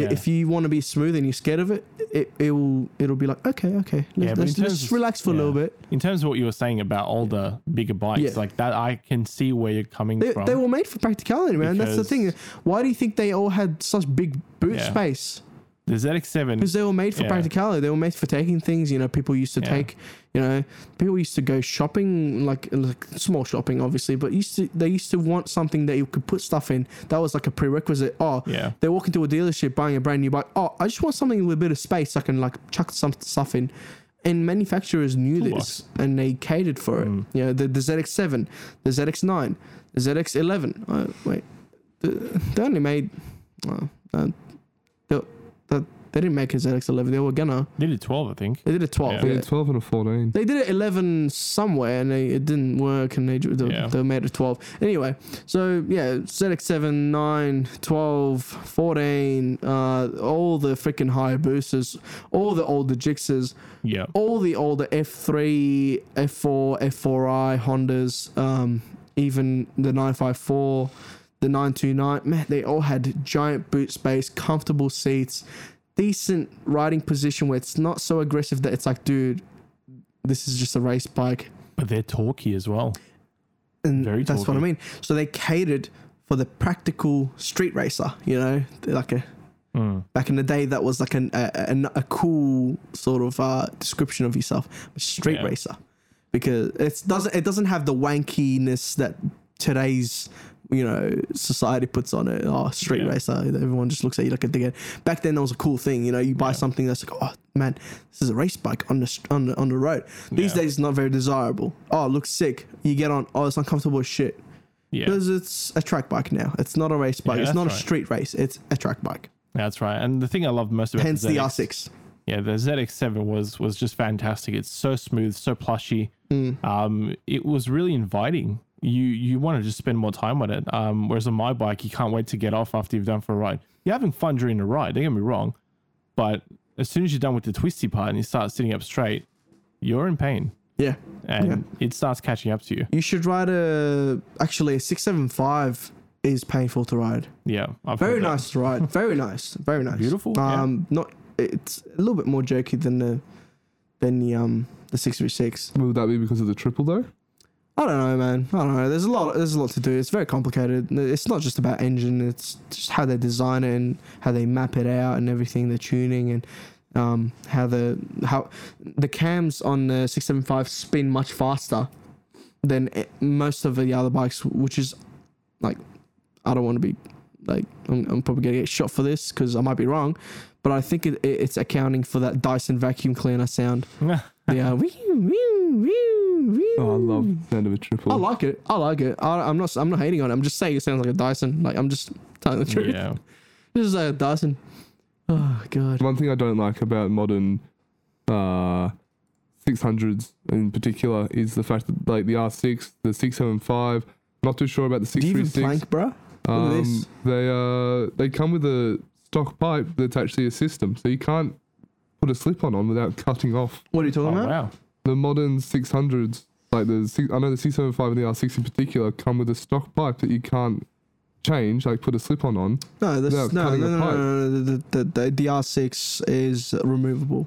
S4: Yeah.
S3: If you want to be smooth and you're scared of it, it, it will it'll be like okay, okay, let's,
S4: Yeah, but in
S3: let's,
S4: terms
S3: let's
S4: of-
S3: relax for a
S4: yeah.
S3: little bit.
S4: In terms of what you were saying about older, bigger bikes,
S3: Yeah.
S4: like that, I can see where you're coming
S3: They,
S4: from.
S3: they were made for practicality, man. That's the thing.
S4: Because-
S3: Why do you think they all had such big boot
S4: Yeah.
S3: space?
S4: the ZX7
S3: Because they were made for
S4: Yeah.
S3: practicality. They were made for taking things. You know, people used to
S4: Yeah.
S3: take. You know, people used to go shopping, like, like small shopping, obviously. But used to they used to want something that you could put stuff in. That was like a prerequisite. Oh,
S4: Yeah.
S3: They walk into a dealership buying a brand new bike. Oh, I just want something with a bit of space. I can like chuck some stuff in. And manufacturers knew
S4: Toolbox. Mm.
S3: this, and they catered for it. You know, the, the ZX7, the ZX9, the ZX11. Oh, wait, the- they only made. Oh, uh, they, they, they didn't make a ZX11. They were gonna.
S4: they did 12, I think.
S3: They did a 12.
S4: Yeah.
S5: They
S3: yeah.
S5: did 12 and a 14.
S3: They did it 11 somewhere and they, it didn't work and they, ju- they,
S4: Yeah.
S3: they made it 12. Anyway, so yeah, ZX7, 9, 12, 14, uh, all the freaking Hayabusas, all the older Jixes,
S4: Yeah.
S3: all the older F3, F4, F4i Hondas, um, even the 954, the 929, man, they all had giant boot space, comfortable seats, decent riding position where it's not so aggressive that it's like, dude, this is just a race bike.
S4: But they're talky as well.
S3: And
S4: Very
S3: that's what I
S4: talky.
S3: mean. So they catered for the practical street racer, you know, They're like a
S4: Hmm.
S3: back in the day that was like an, a, a, a cool sort of uh, description of yourself, a street
S4: Yeah.
S3: racer, because it doesn't it doesn't have the wankiness that today's you know society puts on it. Oh, street
S4: Yeah.
S3: racer, everyone just looks at you like a dickhead. Back then that was a cool thing, you know, you buy something that's like, oh man, this is a race bike on the st- on the, on the road. These
S4: Yeah.
S3: days it's not very desirable. Oh, it looks sick. You get on. Oh, it's uncomfortable as shit.
S4: Yeah.
S3: Because it's a track bike now. It's not a race bike.
S4: Yeah,
S3: it's
S4: that's
S3: not a
S4: right.
S3: street race. It's a track bike.
S4: That's right. And the thing I love most about
S3: Hence the
S4: ZX
S3: R6.
S4: yeah, the ZX7 was was just fantastic. It's so smooth, so plushy.
S3: Hmm.
S4: Um, it was really inviting. You you want to just spend more time on it. Um, whereas on my bike, you can't wait to get off after you've done for a ride. You're having fun during the ride. Don't get me wrong, but as soon as you're done with the twisty part and you start sitting up straight, you're in pain
S3: Yeah.
S4: and it starts catching up to you.
S3: You should ride a. Actually, a 675 is painful to ride.
S4: Yeah, I've
S3: Very
S4: heard that.
S3: nice to
S4: [LAUGHS]
S3: ride. Very nice. Very nice.
S4: Beautiful, yeah.
S3: Um, not. It's a little bit more jerky than the, than the um the six three six.
S5: Would that be because of the triple though?
S3: I don't know, man. I don't know. There's a lot. There's a lot to do. It's very complicated. It's not just about engine. It's just how they design it and how they map it out and everything. The tuning and um, how the how the cams on the 675 spin much faster than it- most of the other bikes, which is like I don't want to be like I'm, I'm probably gonna get shot for this because I might be wrong, but I think it, it, it's accounting for that Dyson vacuum cleaner sound.
S4: [LAUGHS]
S5: [LAUGHS]
S3: Yeah.
S5: Oh, I love the sound of a triple.
S3: I like it. I like it. I, I'm not. I'm not hating on it. I'm just saying it sounds like a Dyson. Like I'm just telling the truth.
S4: yeah,
S3: This is like a Dyson. Oh god.
S5: One thing I don't like about modern uh, 600s in particular is the fact that like the R6, the 675, not too sure about the
S3: Do you even plank,
S5: 636.
S3: bro? Look at
S5: Um,
S3: this.
S5: they uh, they come with a stock pipe that's actually a system, so you can't put a slip on on without cutting off
S3: What are you talking
S4: oh,
S3: about?
S4: wow,
S5: the modern 600s. Like the six, I know the 675 and the R6 in particular come with a stock pipe that you can't change, like put a slip on on.
S3: No, this,
S5: Without
S3: no, no,
S5: cutting
S3: no,
S5: the
S3: no, no,
S5: pipe.
S3: no, The, the, the, the R6 is removable.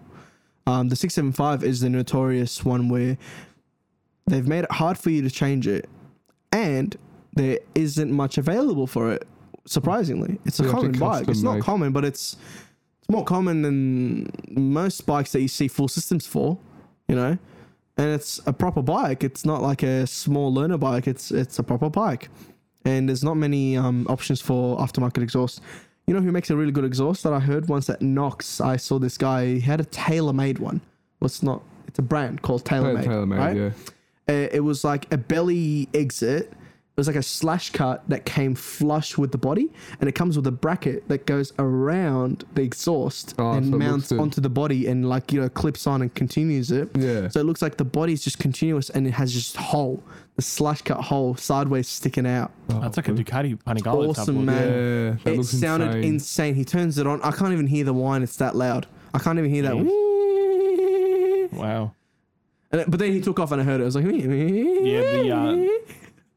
S3: Um, the 675 is the notorious one where they've made it hard for you to change it, and there isn't much available for it. Surprisingly, it's a
S5: You have to
S3: common bike. It's not
S5: custom-make.
S3: common, but it's it's more common than most bikes that you see full systems for. You know, and it's a proper bike. It's not like a small learner bike. It's it's a proper bike, and there's not many um, options for aftermarket exhaust. You know who makes a really good exhaust that I heard once at Knox. I saw this guy. He had a tailor-made one. Well, it's not. It's a brand called TaylorMade.
S5: Tailor-made,
S3: right?
S5: yeah.
S3: Uh, it was like a belly exit. It was like a slash cut that came flush with the body, and it comes with a bracket that goes around the exhaust
S5: Oh,
S3: and
S5: so it looks
S3: mounts
S5: good.
S3: onto the body and like you know clips on and continues it.
S5: Yeah.
S3: So it looks like the body is just continuous and it has just hole, the slash cut hole sideways sticking out.
S4: that's like a Ducati Panigale. type
S3: awesome,
S4: look.
S3: man.
S5: Yeah, that
S3: it
S5: looks
S3: sounded insane.
S5: insane.
S3: He turns it on. I can't even hear the whine. It's that loud. I can't even hear that.
S4: Yeah.
S3: wee.
S4: Wow.
S3: And it- but then he took off and I heard it. I was like, [LAUGHS]
S4: Yeah, the, uh,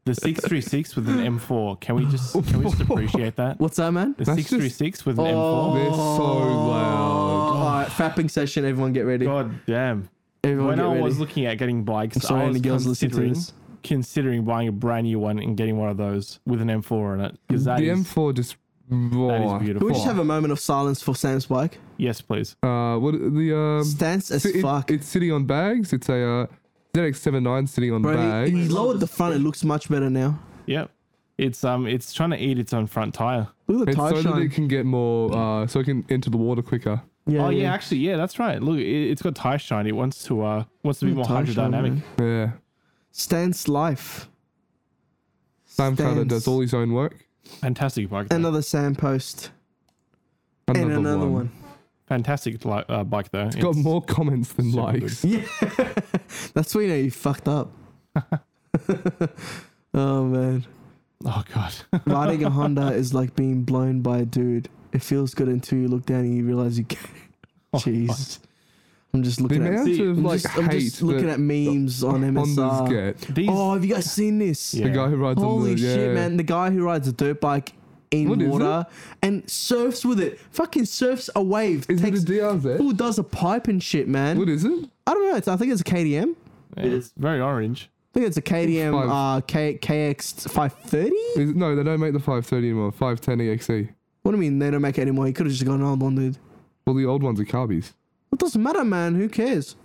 S4: The six three six with an M four. Can we just can we just
S3: [LAUGHS]
S4: appreciate that?
S3: What's that, man?
S4: The
S5: That's
S4: six three six with an M
S3: Oh.
S4: four.
S5: They're so loud. Oh.
S3: All right, fapping session. Everyone get ready.
S4: God damn.
S3: Everyone
S4: when
S3: get
S4: I
S3: ready.
S4: was looking at getting bikes,
S3: sorry
S4: I was
S3: any girls listening to
S4: considering,
S3: this.
S4: considering buying a brand new one and getting one of those with an M4 on it. Because that
S5: The
S4: is-
S5: M4 just.
S4: that
S5: Whoa.
S4: is
S3: Can
S4: beautiful.
S3: we just have a moment of silence for Sam's bike?
S4: yes, please.
S5: Uh, what the um?
S3: Stance as
S5: so it-
S3: fuck.
S5: It's sitting on bags. It's a uh, ZX79 sitting on
S3: Bro,
S5: bags.
S3: he, he lowered the front. It looks much better now.
S4: Yep. It's um it's trying to eat its own front tire.
S3: Look at
S5: It's
S3: the
S5: so
S3: tire
S5: that
S3: shine.
S5: it can get more, uh, so it can enter the water quicker.
S4: oh yeah, actually, yeah, that's right. Look, it, it's got tire shine. It wants to uh wants to be more
S3: Mm, tire shine,
S4: hydrodynamic.
S3: man.
S5: Yeah.
S3: Stance life.
S5: Sam Carter
S3: Stance.
S5: does all his own work.
S4: Fantastic bike. though.
S3: Another Sam post and another one.
S4: Fantastic li- uh, bike though. It's
S5: Got more comments than
S4: super good.
S5: likes.
S3: That's when you know you fucked up.
S5: [LAUGHS]
S3: [LAUGHS] oh man,
S4: Oh
S3: [LAUGHS]
S4: god.
S3: riding a Honda is like being blown by a dude. It feels good until you look down and you realize you
S5: [LAUGHS]
S3: can't. Jeez, I'm just
S5: Oh The
S3: looking at.
S5: amount
S4: See,
S5: of
S3: I'm
S5: like
S3: just,
S5: hate
S3: I'm just looking
S5: that
S3: at memes on
S5: Hondas
S3: MSR.
S5: get.
S4: These
S3: Oh, have you guys seen this?
S4: Yeah.
S5: The guy who rides
S3: Holy
S5: on the yeah.
S3: shit, man! The guy who rides a dirt bike in
S5: What is
S3: water and surfs with it, fucking surfs a wave.
S5: Is
S3: takes-
S5: it a DRZ?
S3: Who does a pipe and shit, man?
S5: What is it?
S3: I don't know. It's, I think it's a KDM.
S4: yeah, it's very orange.
S3: I think it's a KDM
S5: Five.
S3: uh, K, KX 530.
S5: is it? No, they don't make the 530 anymore. E 510 EXE.
S3: What do you mean they don't make it anymore? He could have just gone, "Oh, hold on, dude.
S5: Well, the old ones are Carbies.
S3: It doesn't matter, man. Who cares?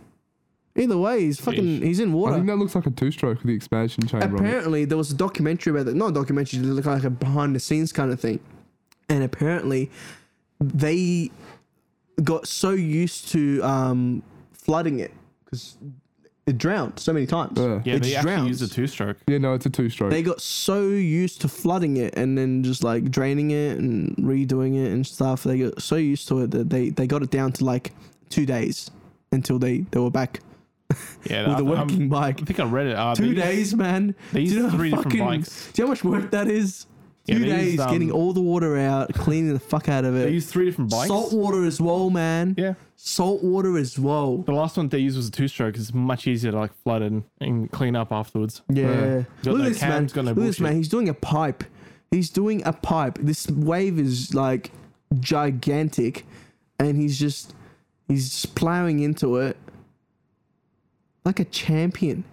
S3: Either way, he's fucking,
S4: Sheesh.
S3: he's in
S5: I
S3: water.
S5: think that looks like a two-stroke with the expansion chamber. on it.
S3: apparently, there was a documentary about that. Not a documentary, it looked like a behind the scenes kind of thing. And apparently, they got so used to um, flooding it because it drowned so many times.
S5: Yeah.
S4: Yeah,
S3: It
S4: they
S3: just
S4: actually
S3: drowns.
S4: use a two stroke.
S5: Yeah, no, it's a two-stroke.
S3: they got so used to flooding it and then just like draining it and redoing it and stuff. They got so used to it that they, they got it down to like two days until they, they were back
S4: Yeah,
S3: with
S4: I
S3: a
S4: th- I'm-
S3: working bike.
S4: I think I read it. Uh,
S3: Two
S4: these-
S3: days, man.
S4: these
S3: do you know how
S4: three different
S3: fucking-
S4: bikes.
S3: Do you know how much work that is?
S4: Yeah,
S3: two
S4: these,
S3: days
S4: um,
S3: getting all the water out, cleaning the fuck out of
S4: They
S3: it.
S4: use three different bikes.
S3: Salt water as well, man.
S4: Yeah.
S3: Salt water as well.
S4: The last one they used was a two stroke. It's much easier to like flood and, and clean up afterwards.
S3: Yeah.
S4: Got
S3: Look
S4: no
S3: at this man.
S4: cams, got no
S3: Look at this man.
S4: bullshit.
S3: He's doing a pipe. He's doing a pipe. This wave is like gigantic, and he's just he's just plowing into it like a champion.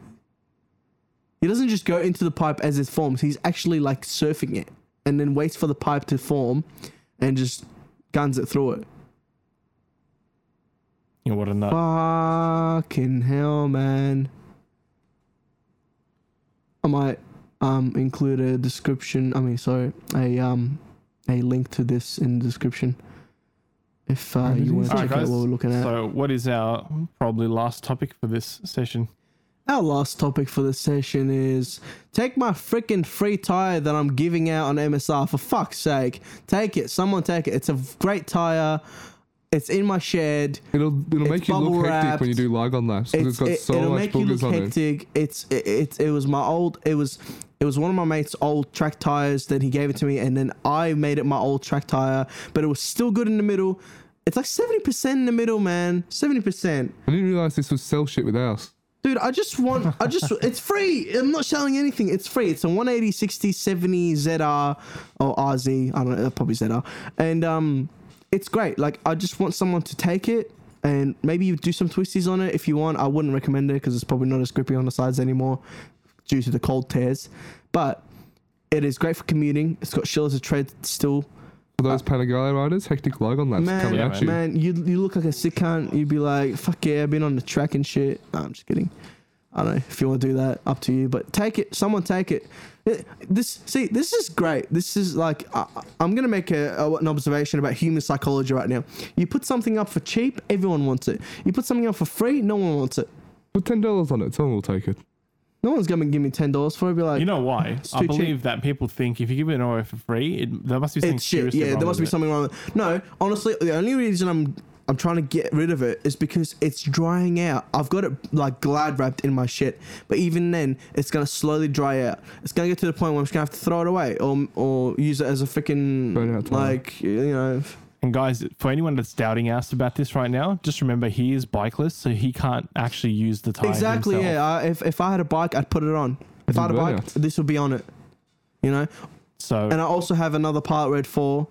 S3: He doesn't just go into the pipe as it forms. He's actually like surfing it, and then waits for the pipe to form, and just guns it through it.
S4: You know, what a nut.
S3: Fucking hell, man. I might um include a description. I mean, sorry, a um a link to this in the description. If uh, you want to
S4: All
S3: check
S4: right,
S3: out
S4: guys.
S3: what we're looking at.
S4: So, what is our probably last topic for this session?
S3: Our last topic for this session is take my freaking free tire that I'm giving out on MSR for fuck's sake. Take it. Someone take it. It's a great tire. It's in my shed.
S5: It'll it'll make you
S3: bubble
S5: look hectic when you
S3: wrapped.
S5: do Lygon laps because it's got
S3: it,
S5: so
S3: it'll
S5: much
S3: make you
S5: boogers
S3: look
S5: on it.
S3: hectic. It's it, it it was my old it was it was one of my mate's old track tires. Then he gave it to me, and then I made it my old track tire. But it was still good in the middle. It's like seventy percent in the middle, man. Seventy percent,
S5: I didn't realize this was sell shit with ours.
S3: dude. I just want. I just. It's free. I'm not selling anything. It's free. It's a 180, 60, 70 ZR or RZ. I don't know. Probably ZR. And um, it's great. Like I just want someone to take it. And maybe you do some twisties on it if you want. I wouldn't recommend it because it's probably not as grippy on the sides anymore due to the cold tears. But it is great for commuting. It's got shell as a tread still.
S5: For those Panigale riders, hectic Lygon laps are
S3: Uh, Man,
S5: coming at you.
S3: man, you you look like a sick cunt. You'd be like, fuck yeah, I've been on the track and shit. No, I'm just kidding. I don't know if you want to do that, up to you. But take it, someone take it. It- This see, this is great. This is like I, I- I'm gonna make a, a- an observation about human psychology right now. You put something up for cheap, everyone wants it. You put something up for free, no one wants it.
S5: Put ten dollars on it, someone will take it.
S3: No one's gonna give me ten dollars for it. Be like,
S4: You
S3: [LAUGHS]
S4: know why? I
S3: too cheap.
S4: believe that people think if you give it away for free, it, there must be something
S3: it's shit.
S4: seriously
S3: Yeah,
S4: wrong
S3: there must be
S4: with it.
S3: something wrong. with it. No, honestly, the only reason I'm I'm trying to get rid of it is because it's drying out. I've got it like glad wrapped in my shit, but even then, it's gonna slowly dry out. It's gonna get to the point where I'm just gonna have to throw it away or or use it as a
S5: Burn out
S3: freaking
S5: tire.
S3: like you know.
S4: And guys, for anyone that's doubting us about this right now, just remember he is bikeless, so he can't actually use the tire.
S3: Exactly.
S4: himself.
S3: Yeah. I, if if I had a bike, I'd put it on. If I had a bike,
S5: Burnouts.
S3: this would be on it. You know?
S4: So
S3: And I also have another part red four,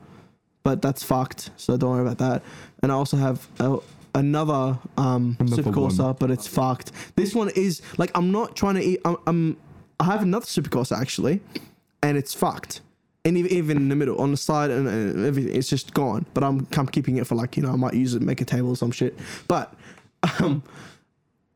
S3: but that's fucked. So don't worry about that. And I also have a, another um
S5: Another
S3: supercorsa, but it's fucked. This one is like I'm not trying to eat. I'm, I'm I have another supercorsa actually, and it's fucked. And ev- even in the middle, on the side, and, and everything, it's just gone. But I'm, I'm keeping it for like you know I might use it make a table or some shit. But um,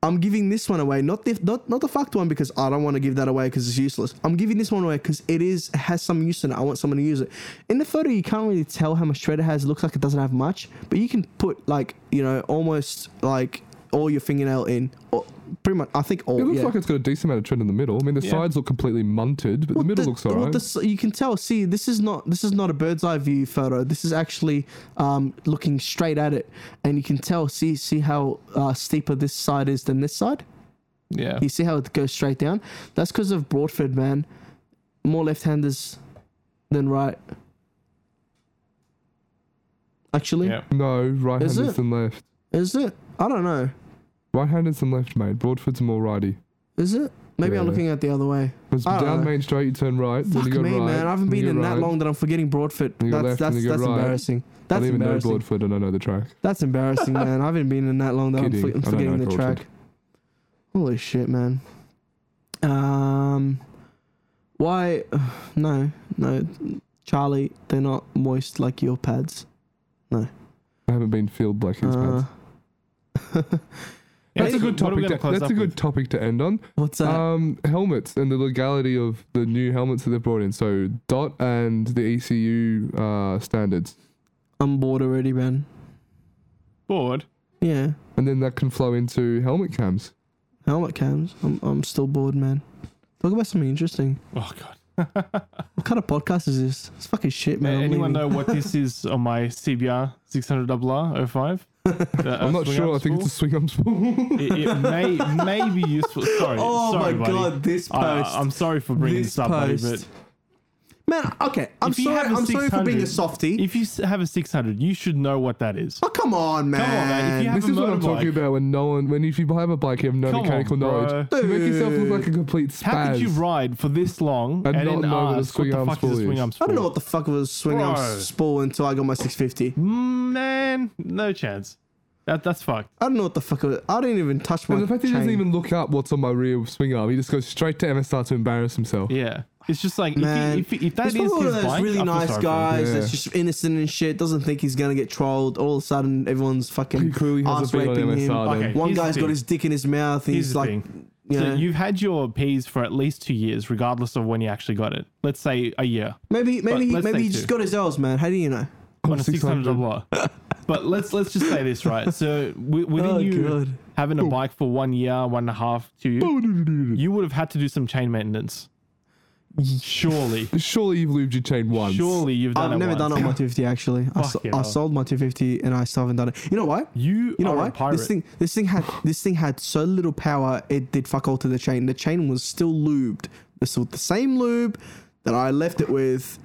S3: I'm giving this one away, not the not, not the fucked one because I don't want to give that away because it's useless. I'm giving this one away because it is has some use in it. I want someone to use it. In the photo, you can't really tell how much shred it has. It looks like it doesn't have much, but you can put like you know almost like all your fingernail in, or pretty much. I think all.
S5: It looks
S3: yeah.
S5: like it's got a decent amount of tread in the middle. I mean, the sides look completely munted, but the
S3: Well,
S5: middle looks
S3: well,
S5: alright.
S3: the s- you can tell. See, this is not this is not a bird's eye view photo. This is actually um, looking straight at it, and you can tell. See, see how uh, steeper this side is than this side.
S4: yeah,
S3: You see how it goes straight down? That's because of Broadford, man. More left-handers than right. Actually,
S4: yeah.
S5: No, right
S3: Is
S5: handers
S3: it?
S5: than left.
S3: is it? I don't know.
S5: Right handers than left, mate. Broadford's more righty.
S3: Is it? Maybe I'm
S5: Yeah.
S3: looking at the other way.
S5: Because
S3: I don't
S5: down
S3: know.
S5: Main Street, you turn right. then
S3: Fuck
S5: you go
S3: me,
S5: right,
S3: man. I haven't
S5: then
S3: been
S5: you
S3: in
S5: go
S3: that
S5: right.
S3: long that I'm forgetting Broadford.
S5: You
S3: That's
S5: go left, then
S3: that's
S5: you go
S3: that's
S5: right.
S3: embarrassing.
S5: I
S3: That's
S5: don't even know
S3: embarrassing.
S5: Broadford. I don't know the track.
S3: That's
S4: [LAUGHS]
S3: embarrassing, man. I haven't been in that long that I'm
S5: Kidding.
S3: for- I'm
S5: I don't
S3: forgetting
S5: know
S3: the
S5: Broadford.
S3: track. Holy shit, man. Um, why? [SIGHS] No, no, Charlie, they're not moist like your pads.
S5: I haven't been filled like his
S3: Uh,
S5: pads. That's a
S4: Yeah, so
S5: good
S4: what are we gonna
S5: topic. To,
S4: close
S5: that's
S4: up
S5: a good
S4: with?
S5: topic to end on.
S3: [LAUGHS] what's that?
S4: Uh,
S5: Um, helmets and the legality of the new helmets that they've brought in. So DOT and the ECU uh, standards,
S3: I'm bored already, man.
S4: board.
S3: Yeah,
S5: and then that can flow into helmet cams.
S3: helmet cams. I'm I'm still bored, man. Talk about something interesting.
S4: Oh god.
S3: What kind of podcast is this? It's fucking shit, man.
S4: Uh,
S3: I'm
S4: anyone
S3: leaving.
S4: know what this is on my CBR 600 05?
S5: I'm not sure. I think it's a swing
S4: [LAUGHS]
S5: arm spool.
S4: it, it may may be useful. Sorry.
S3: Oh
S4: sorry,
S3: my
S4: buddy.
S3: god, this
S4: I,
S3: post.
S4: am sorry for bringing
S3: This
S4: this up, buddy, but
S3: post. man, okay. I'm
S4: If you
S3: sorry.
S4: have a
S3: I'm sorry for being a
S4: 600
S3: softie.
S4: if you s- have a 600, you should know what that is.
S3: oh come on, man.
S4: Come on, man. If you have
S5: This
S4: a
S5: is what I'm talking
S4: motorbike,
S5: about when no one, when if you have a bike, you have no
S4: Come on,
S5: mechanical knowledge.
S4: bro.
S5: You make yourself look like a complete spaz.
S4: How could you ride for this long
S5: And
S4: and,
S5: not
S4: then
S5: know what
S4: ask
S5: a
S4: what
S5: swing
S4: the
S5: arm
S4: fuck is a
S5: spool
S4: swing
S5: is?
S4: arm
S3: I
S4: spool?
S3: don't know what the fuck was swing arm
S4: Bro.
S3: spool until I got my 650.
S4: Man, no chance. That that's fucked.
S3: I don't know what the fuck. it Was, I didn't even touch my.
S5: And the fact that he doesn't
S3: chain.
S5: even look up what's on my rear swing arm, he just goes straight to MSR to embarrass himself.
S4: Yeah, it's just like
S3: Man,
S4: if, he, if, if that
S3: He's
S4: is
S3: probably
S4: his
S3: one of those
S4: bike,
S3: really
S4: I feel
S3: nice
S4: sorry for him.
S3: guys that's
S5: Yeah.
S3: just innocent and shit. Doesn't think he's gonna get trolled. All of a sudden, everyone's
S5: He
S3: fucking
S5: clearly
S3: ass
S5: hasn't been on
S3: raping him.
S5: MSR. Then.
S4: Okay.
S3: One
S4: Here's the
S3: guy's got
S4: thing.
S3: his dick in his mouth.
S4: Here's
S3: He's
S4: the
S3: like,
S4: thing.
S3: you
S4: So
S3: know,
S4: you've had your P's for at least two years, regardless of when you actually got it. Let's say a year
S3: maybe maybe he-
S4: let's
S3: maybe
S4: say
S3: he just
S4: two.
S3: got his L's, man. How do you know?
S4: on a
S5: 600.
S4: 600 block. But let's let's just say this right. So
S3: [LAUGHS]
S4: wi- within
S3: Oh, Oh,
S4: you
S3: God.
S4: having a bike for one year, one and a half, two, you would have had to do some chain maintenance.
S3: [LAUGHS]
S4: Surely,
S5: Surely you've lubed your chain once.
S4: surely you've done.
S3: I've
S4: it
S3: never done it
S4: once. [LAUGHS]
S3: on my 250 actually. I, so-
S4: Fucking
S3: I
S4: hell.
S3: sold my 250 and I still haven't done it. You know why?
S4: You,
S3: You know
S4: are
S3: why?
S4: a pirate.
S3: This thing, this thing had, this thing had so little power. It did fuck all to the chain. The chain was still lubed. This was the same lube that I left it with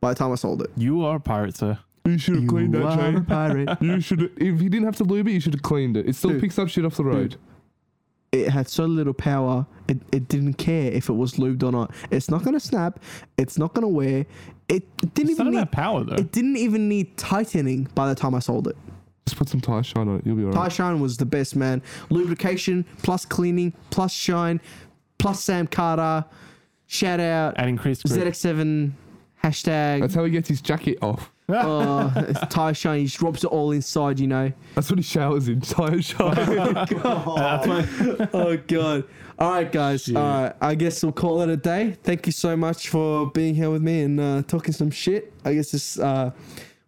S3: by the time I sold it.
S4: you are a pirate, sir.
S5: You should have cleaned that
S3: are a
S5: chain.
S3: pirate.
S5: [LAUGHS] You should. If you didn't have to lube it, you should have cleaned it. It still
S3: Dude.
S5: picks up shit off the road.
S3: It had so little power. It, it didn't care if it was lubed or not. It's not gonna snap. It's not gonna wear. It, it didn't
S4: It's not
S3: even
S4: about
S3: need.
S4: power though.
S3: It didn't even need tightening by the time I sold it.
S5: Just put some tire shine on it. You'll be
S3: Pie
S5: alright.
S3: Shine was the best, man. Lubrication plus cleaning plus shine plus Sam Carter. Shout out
S4: and increased grip.
S3: ZX7 hashtag.
S5: That's how he gets his jacket off.
S3: [LAUGHS] Uh, it's tire shine. He just drops it all inside, you know.
S5: That's what he showers in. Tire shine.
S3: [LAUGHS] oh god. All right, guys. All right. I guess we'll call it a day. Thank you so much for being here with me and uh, talking some shit. I guess this uh,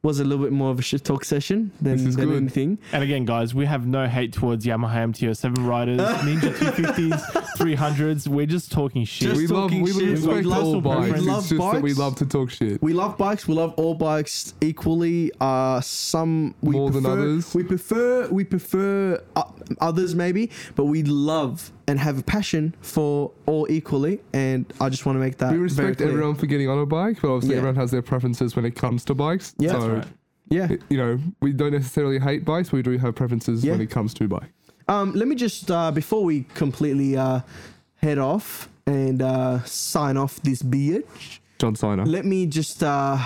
S3: was a little bit more of a shit talk session than,
S5: This is
S3: than
S5: good.
S3: anything.
S4: And again, guys, we have no hate towards Yamaha MTO7
S3: [LAUGHS]
S4: riders, Ninja 250s, 300s. We're just talking shit.
S5: [LAUGHS] we love.
S3: talking
S5: We
S3: shit.
S5: respect
S3: We love-
S5: all
S4: we
S5: bikes. It's
S3: love
S5: just that we
S3: bikes.
S5: love to talk shit.
S3: We love bikes. We love all bikes equally. Uh, some we
S5: More than
S3: prefer,
S5: others.
S3: We prefer we prefer uh, others maybe, but we love and have a passion for all equally. And I just want to make that
S5: We
S3: very
S5: respect
S3: clear.
S5: everyone for getting on a bike, but obviously
S3: Yeah.
S5: everyone has their preferences when it comes to bikes.
S3: Yeah.
S5: so,
S4: That's
S3: Yeah.
S5: it- you know, we don't necessarily hate bikes, but we do have preferences
S3: Yeah.
S5: when it comes to bike.
S3: Um, let me just uh, before we completely uh, head off. and uh, sign off this bitch.
S5: John Cena.
S3: Let me just uh,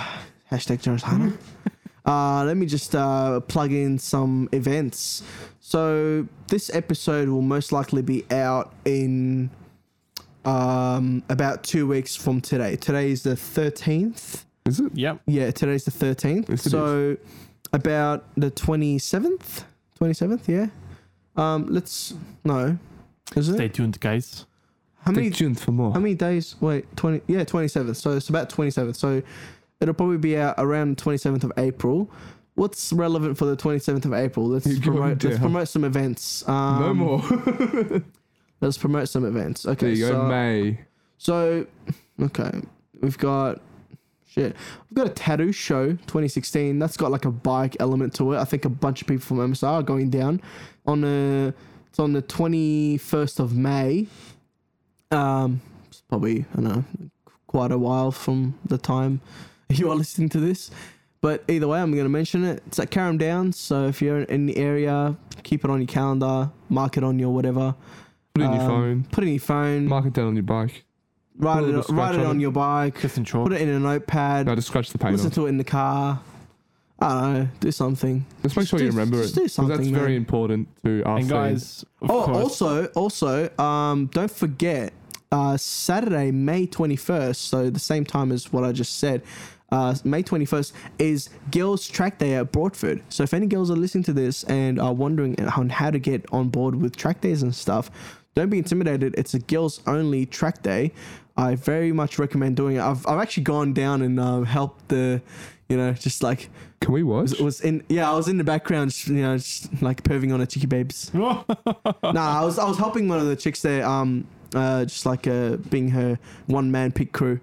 S3: hashtag Jonas Hannah.
S5: Mm-hmm.
S3: Uh, let me just uh, plug in some events. So this episode will most likely be out in um, about two weeks from today. Today is the thirteenth.
S5: Is it?
S4: Yep.
S3: Yeah, today's the 13th.
S5: Yes, it
S3: so about the 27th, 27th, yeah. Um, let's no. Is it?
S4: Stay tuned, guys.
S3: How
S5: Stay
S3: many
S5: tuned for more.
S3: how many days? Wait, 20 Yeah, 27th. So it's about 27th. So it'll probably be out around 27th of April. What's relevant for the 27th of April?
S5: [LAUGHS]
S3: Let's
S5: You're going
S3: promote let's
S5: down.
S3: promote some events. Um,
S5: no
S3: [LAUGHS]
S5: more.
S3: Let's promote some events. Okay.
S5: there you
S3: so,
S5: go. May.
S3: So, okay, we've got shit. We've got a tattoo show 2016. That's got like a bike element to it. I think a bunch of people from MSR are going down on a. It's on the 21st of May. Um, it's probably I don't know quite a while from the time [LAUGHS] you are listening to this. But either way, I'm going to mention it. It's at Caram Downs, so if you're in the area, keep it on your calendar, mark it on your whatever.
S5: Put it in your
S3: Um,
S5: phone.
S3: Put it in your phone
S5: Mark it down on your bike.
S3: write
S5: Put a
S3: it,
S5: little
S3: write
S5: scratch
S3: it
S5: on
S3: on
S5: it.
S3: your bike,
S4: Just in chalk.
S3: put it in a notepad,
S5: No, just scratch the paint
S3: listen
S5: off.
S3: to it in the car. I don't know, do something.
S5: Just make sure
S3: do-
S5: you remember it.
S3: just do
S5: 'cause that's
S3: something,
S5: very
S3: man.
S5: important to our
S4: And guys, of
S3: oh,
S4: course,
S3: also, also, um, don't forget, uh, Saturday, May twenty first. So the same time as what I just said. Uh, May 21st is Girls Track Day at Broadford. So, if any girls are listening to this and are wondering on how to get on board with track days and stuff, don't be intimidated. It's a girls only track day. I very much recommend doing it. I've, I've actually gone down and um, helped the, you know, just like,
S5: Can we watch?
S3: was, was in, yeah, I was in the background, just, you know, just like perving on a cheeky babes nah, I was I was helping one of the chicks there, um, uh, just like uh, being her one man pick crew,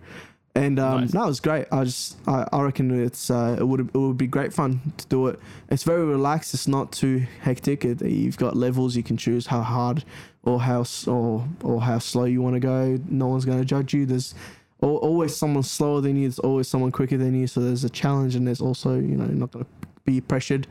S3: and um,
S4: Nice.
S3: no, it was great. I just I, I reckon it's uh, it would it would be great fun to do it. It's very relaxed. It's not too hectic. It, you've got levels you can choose how hard or how s- or or how slow you want to go. No one's going to judge you. There's al- always someone slower than you. There's always someone quicker than you. So there's a challenge, and there's also you know you're not going to be pressured.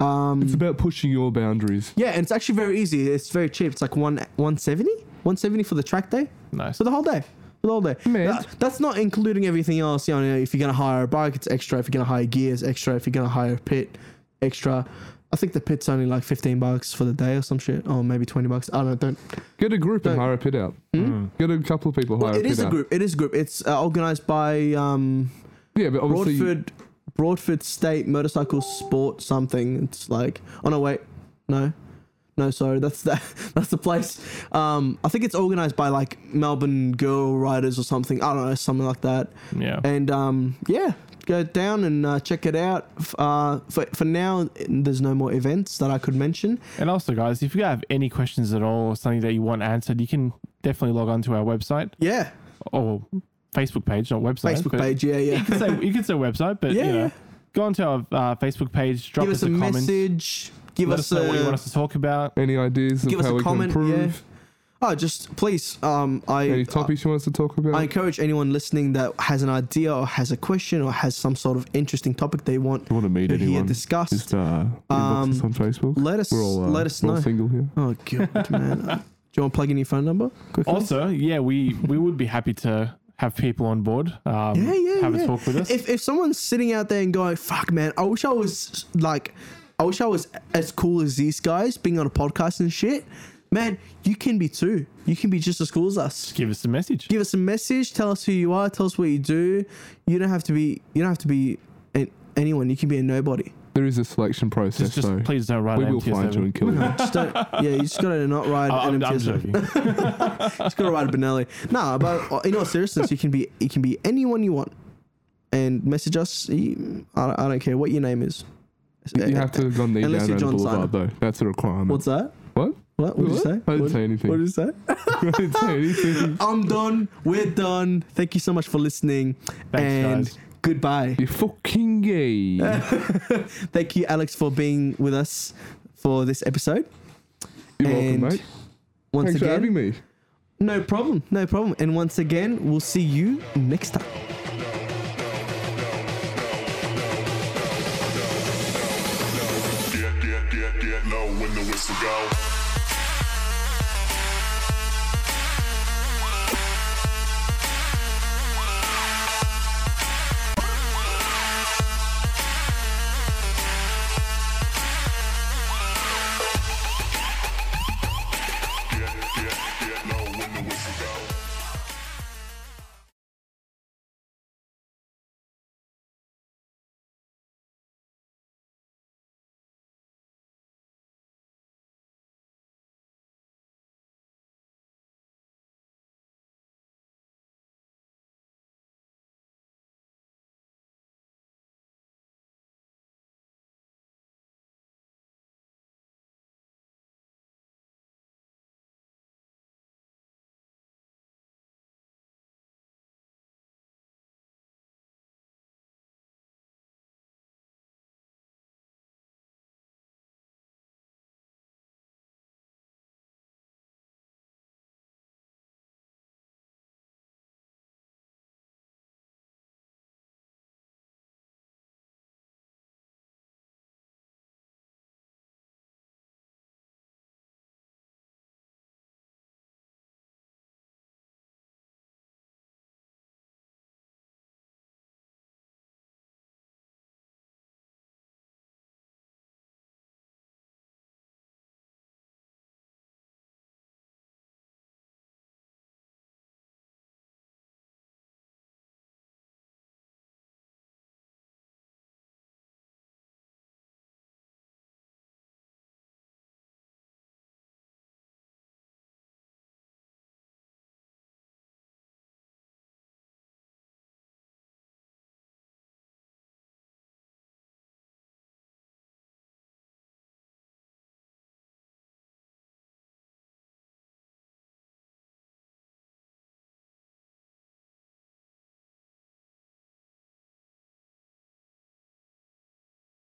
S3: Um,
S5: it's about pushing your boundaries.
S3: yeah, and it's actually very easy. It's very cheap. It's like one 170? 170 for the track day.
S4: Nice.
S3: For the whole day. For the whole day.
S5: Man.
S3: That- that's not including everything else. You know, if you're gonna hire a bike, it's extra. If you're gonna hire gears, extra. If you're gonna hire a pit, extra. I think the pit's only like 15 bucks for the day or some shit, or maybe 20 bucks. I don't know. Don't.
S5: Get a group and
S3: Don't- Hmm?
S5: hire a pit out. Hmm. Get a couple of people hire a
S3: Well, it
S5: pit
S3: is a
S5: out.
S3: group. It is a group. It's uh, organized by um,
S5: Yeah, but obviously
S3: Broadford, Broadford State Motorcycle Sport something. It's like oh no wait, no, no sorry that's that that's the [LAUGHS] place. Um, I think it's organised by like Melbourne Girl Riders or something. I don't know something like that.
S4: [LAUGHS] yeah.
S3: And um, yeah, go down and uh, check it out. F- Uh, for for now, there's no more events that I could mention.
S4: And also, guys, if you have any questions at all or something that you want answered, you can definitely log on to our website
S3: Yeah,
S4: or Facebook page, not website.
S3: Facebook
S4: but-
S3: page. Yeah, yeah.
S4: You can [LAUGHS] say, you can say website, but
S3: Yeah,
S4: you know,
S3: yeah.
S4: go onto our uh, Facebook page, drop
S3: Give us a
S4: comment,
S3: message. Give
S4: let
S3: us
S4: us know what you
S3: a-
S4: want us to talk about.
S5: any ideas of
S3: give us
S5: how
S3: a
S5: we
S3: comment,
S5: can
S3: yeah.
S5: improve.
S3: Oh, just please. Um, I
S5: Any topics you want us to talk about?
S3: I encourage anyone listening that has an idea or has a question or has some sort of interesting topic they want,
S5: want to meet
S3: to hear
S5: anyone?
S3: discussed.
S5: Just uh, inbox us
S3: Um,
S5: on Facebook.
S3: let us-
S5: We're all, uh,
S3: let us
S5: we're all
S3: know.
S5: Single here.
S3: [LAUGHS] oh god, man! Do you want to plug in your phone number quickly?
S4: Also, yeah, we we would be happy to have people on board. Um,
S3: yeah, yeah,
S4: have
S3: yeah.
S4: a talk with us.
S3: If if someone's sitting out there and going, "Fuck, man, I wish I was like, I wish I was as cool as these guys, being on a podcast and shit," man, you can be too. You can be just as cool as us.
S4: Give us a message.
S3: give us a message tell us who you are tell us what you do you don't have to be you don't have to be an, anyone you can be a nobody
S5: There is a selection process,
S4: just
S5: so
S4: please don't write
S5: we
S4: an
S5: will
S4: MTS
S5: find you
S4: over.
S5: and
S3: [LAUGHS]
S5: kill you.
S3: just don't yeah you just gotta not ride
S4: I- I'm,
S3: an
S4: I'm
S3: MTS
S4: joking.
S3: just gotta ride a Benelli nah but uh, in all seriousness you can be you can be anyone you want and message us you- I, don't- I don't care what your name is
S5: You have to have gone knee down
S3: Unless
S5: around
S3: you're John
S5: the boulevard, though. That's a requirement.
S3: what's that
S5: what?
S3: what what did you say
S5: I didn't
S3: what,
S5: say anything. [LAUGHS]
S3: what did you say
S5: I didn't say anything.
S3: I'm done we're done thank you so much for listening and
S4: guys.
S3: goodbye
S5: You're
S3: [LAUGHS]
S5: fucking gay.
S3: Thank you, Alex, for being with us for this episode.
S5: You're
S3: and
S5: welcome, mate.
S3: Once
S5: Thanks for
S3: again,
S5: having me.
S3: no problem, no problem. And once again, we'll see you next time.
S8: get, get, get, get low when the whistle go.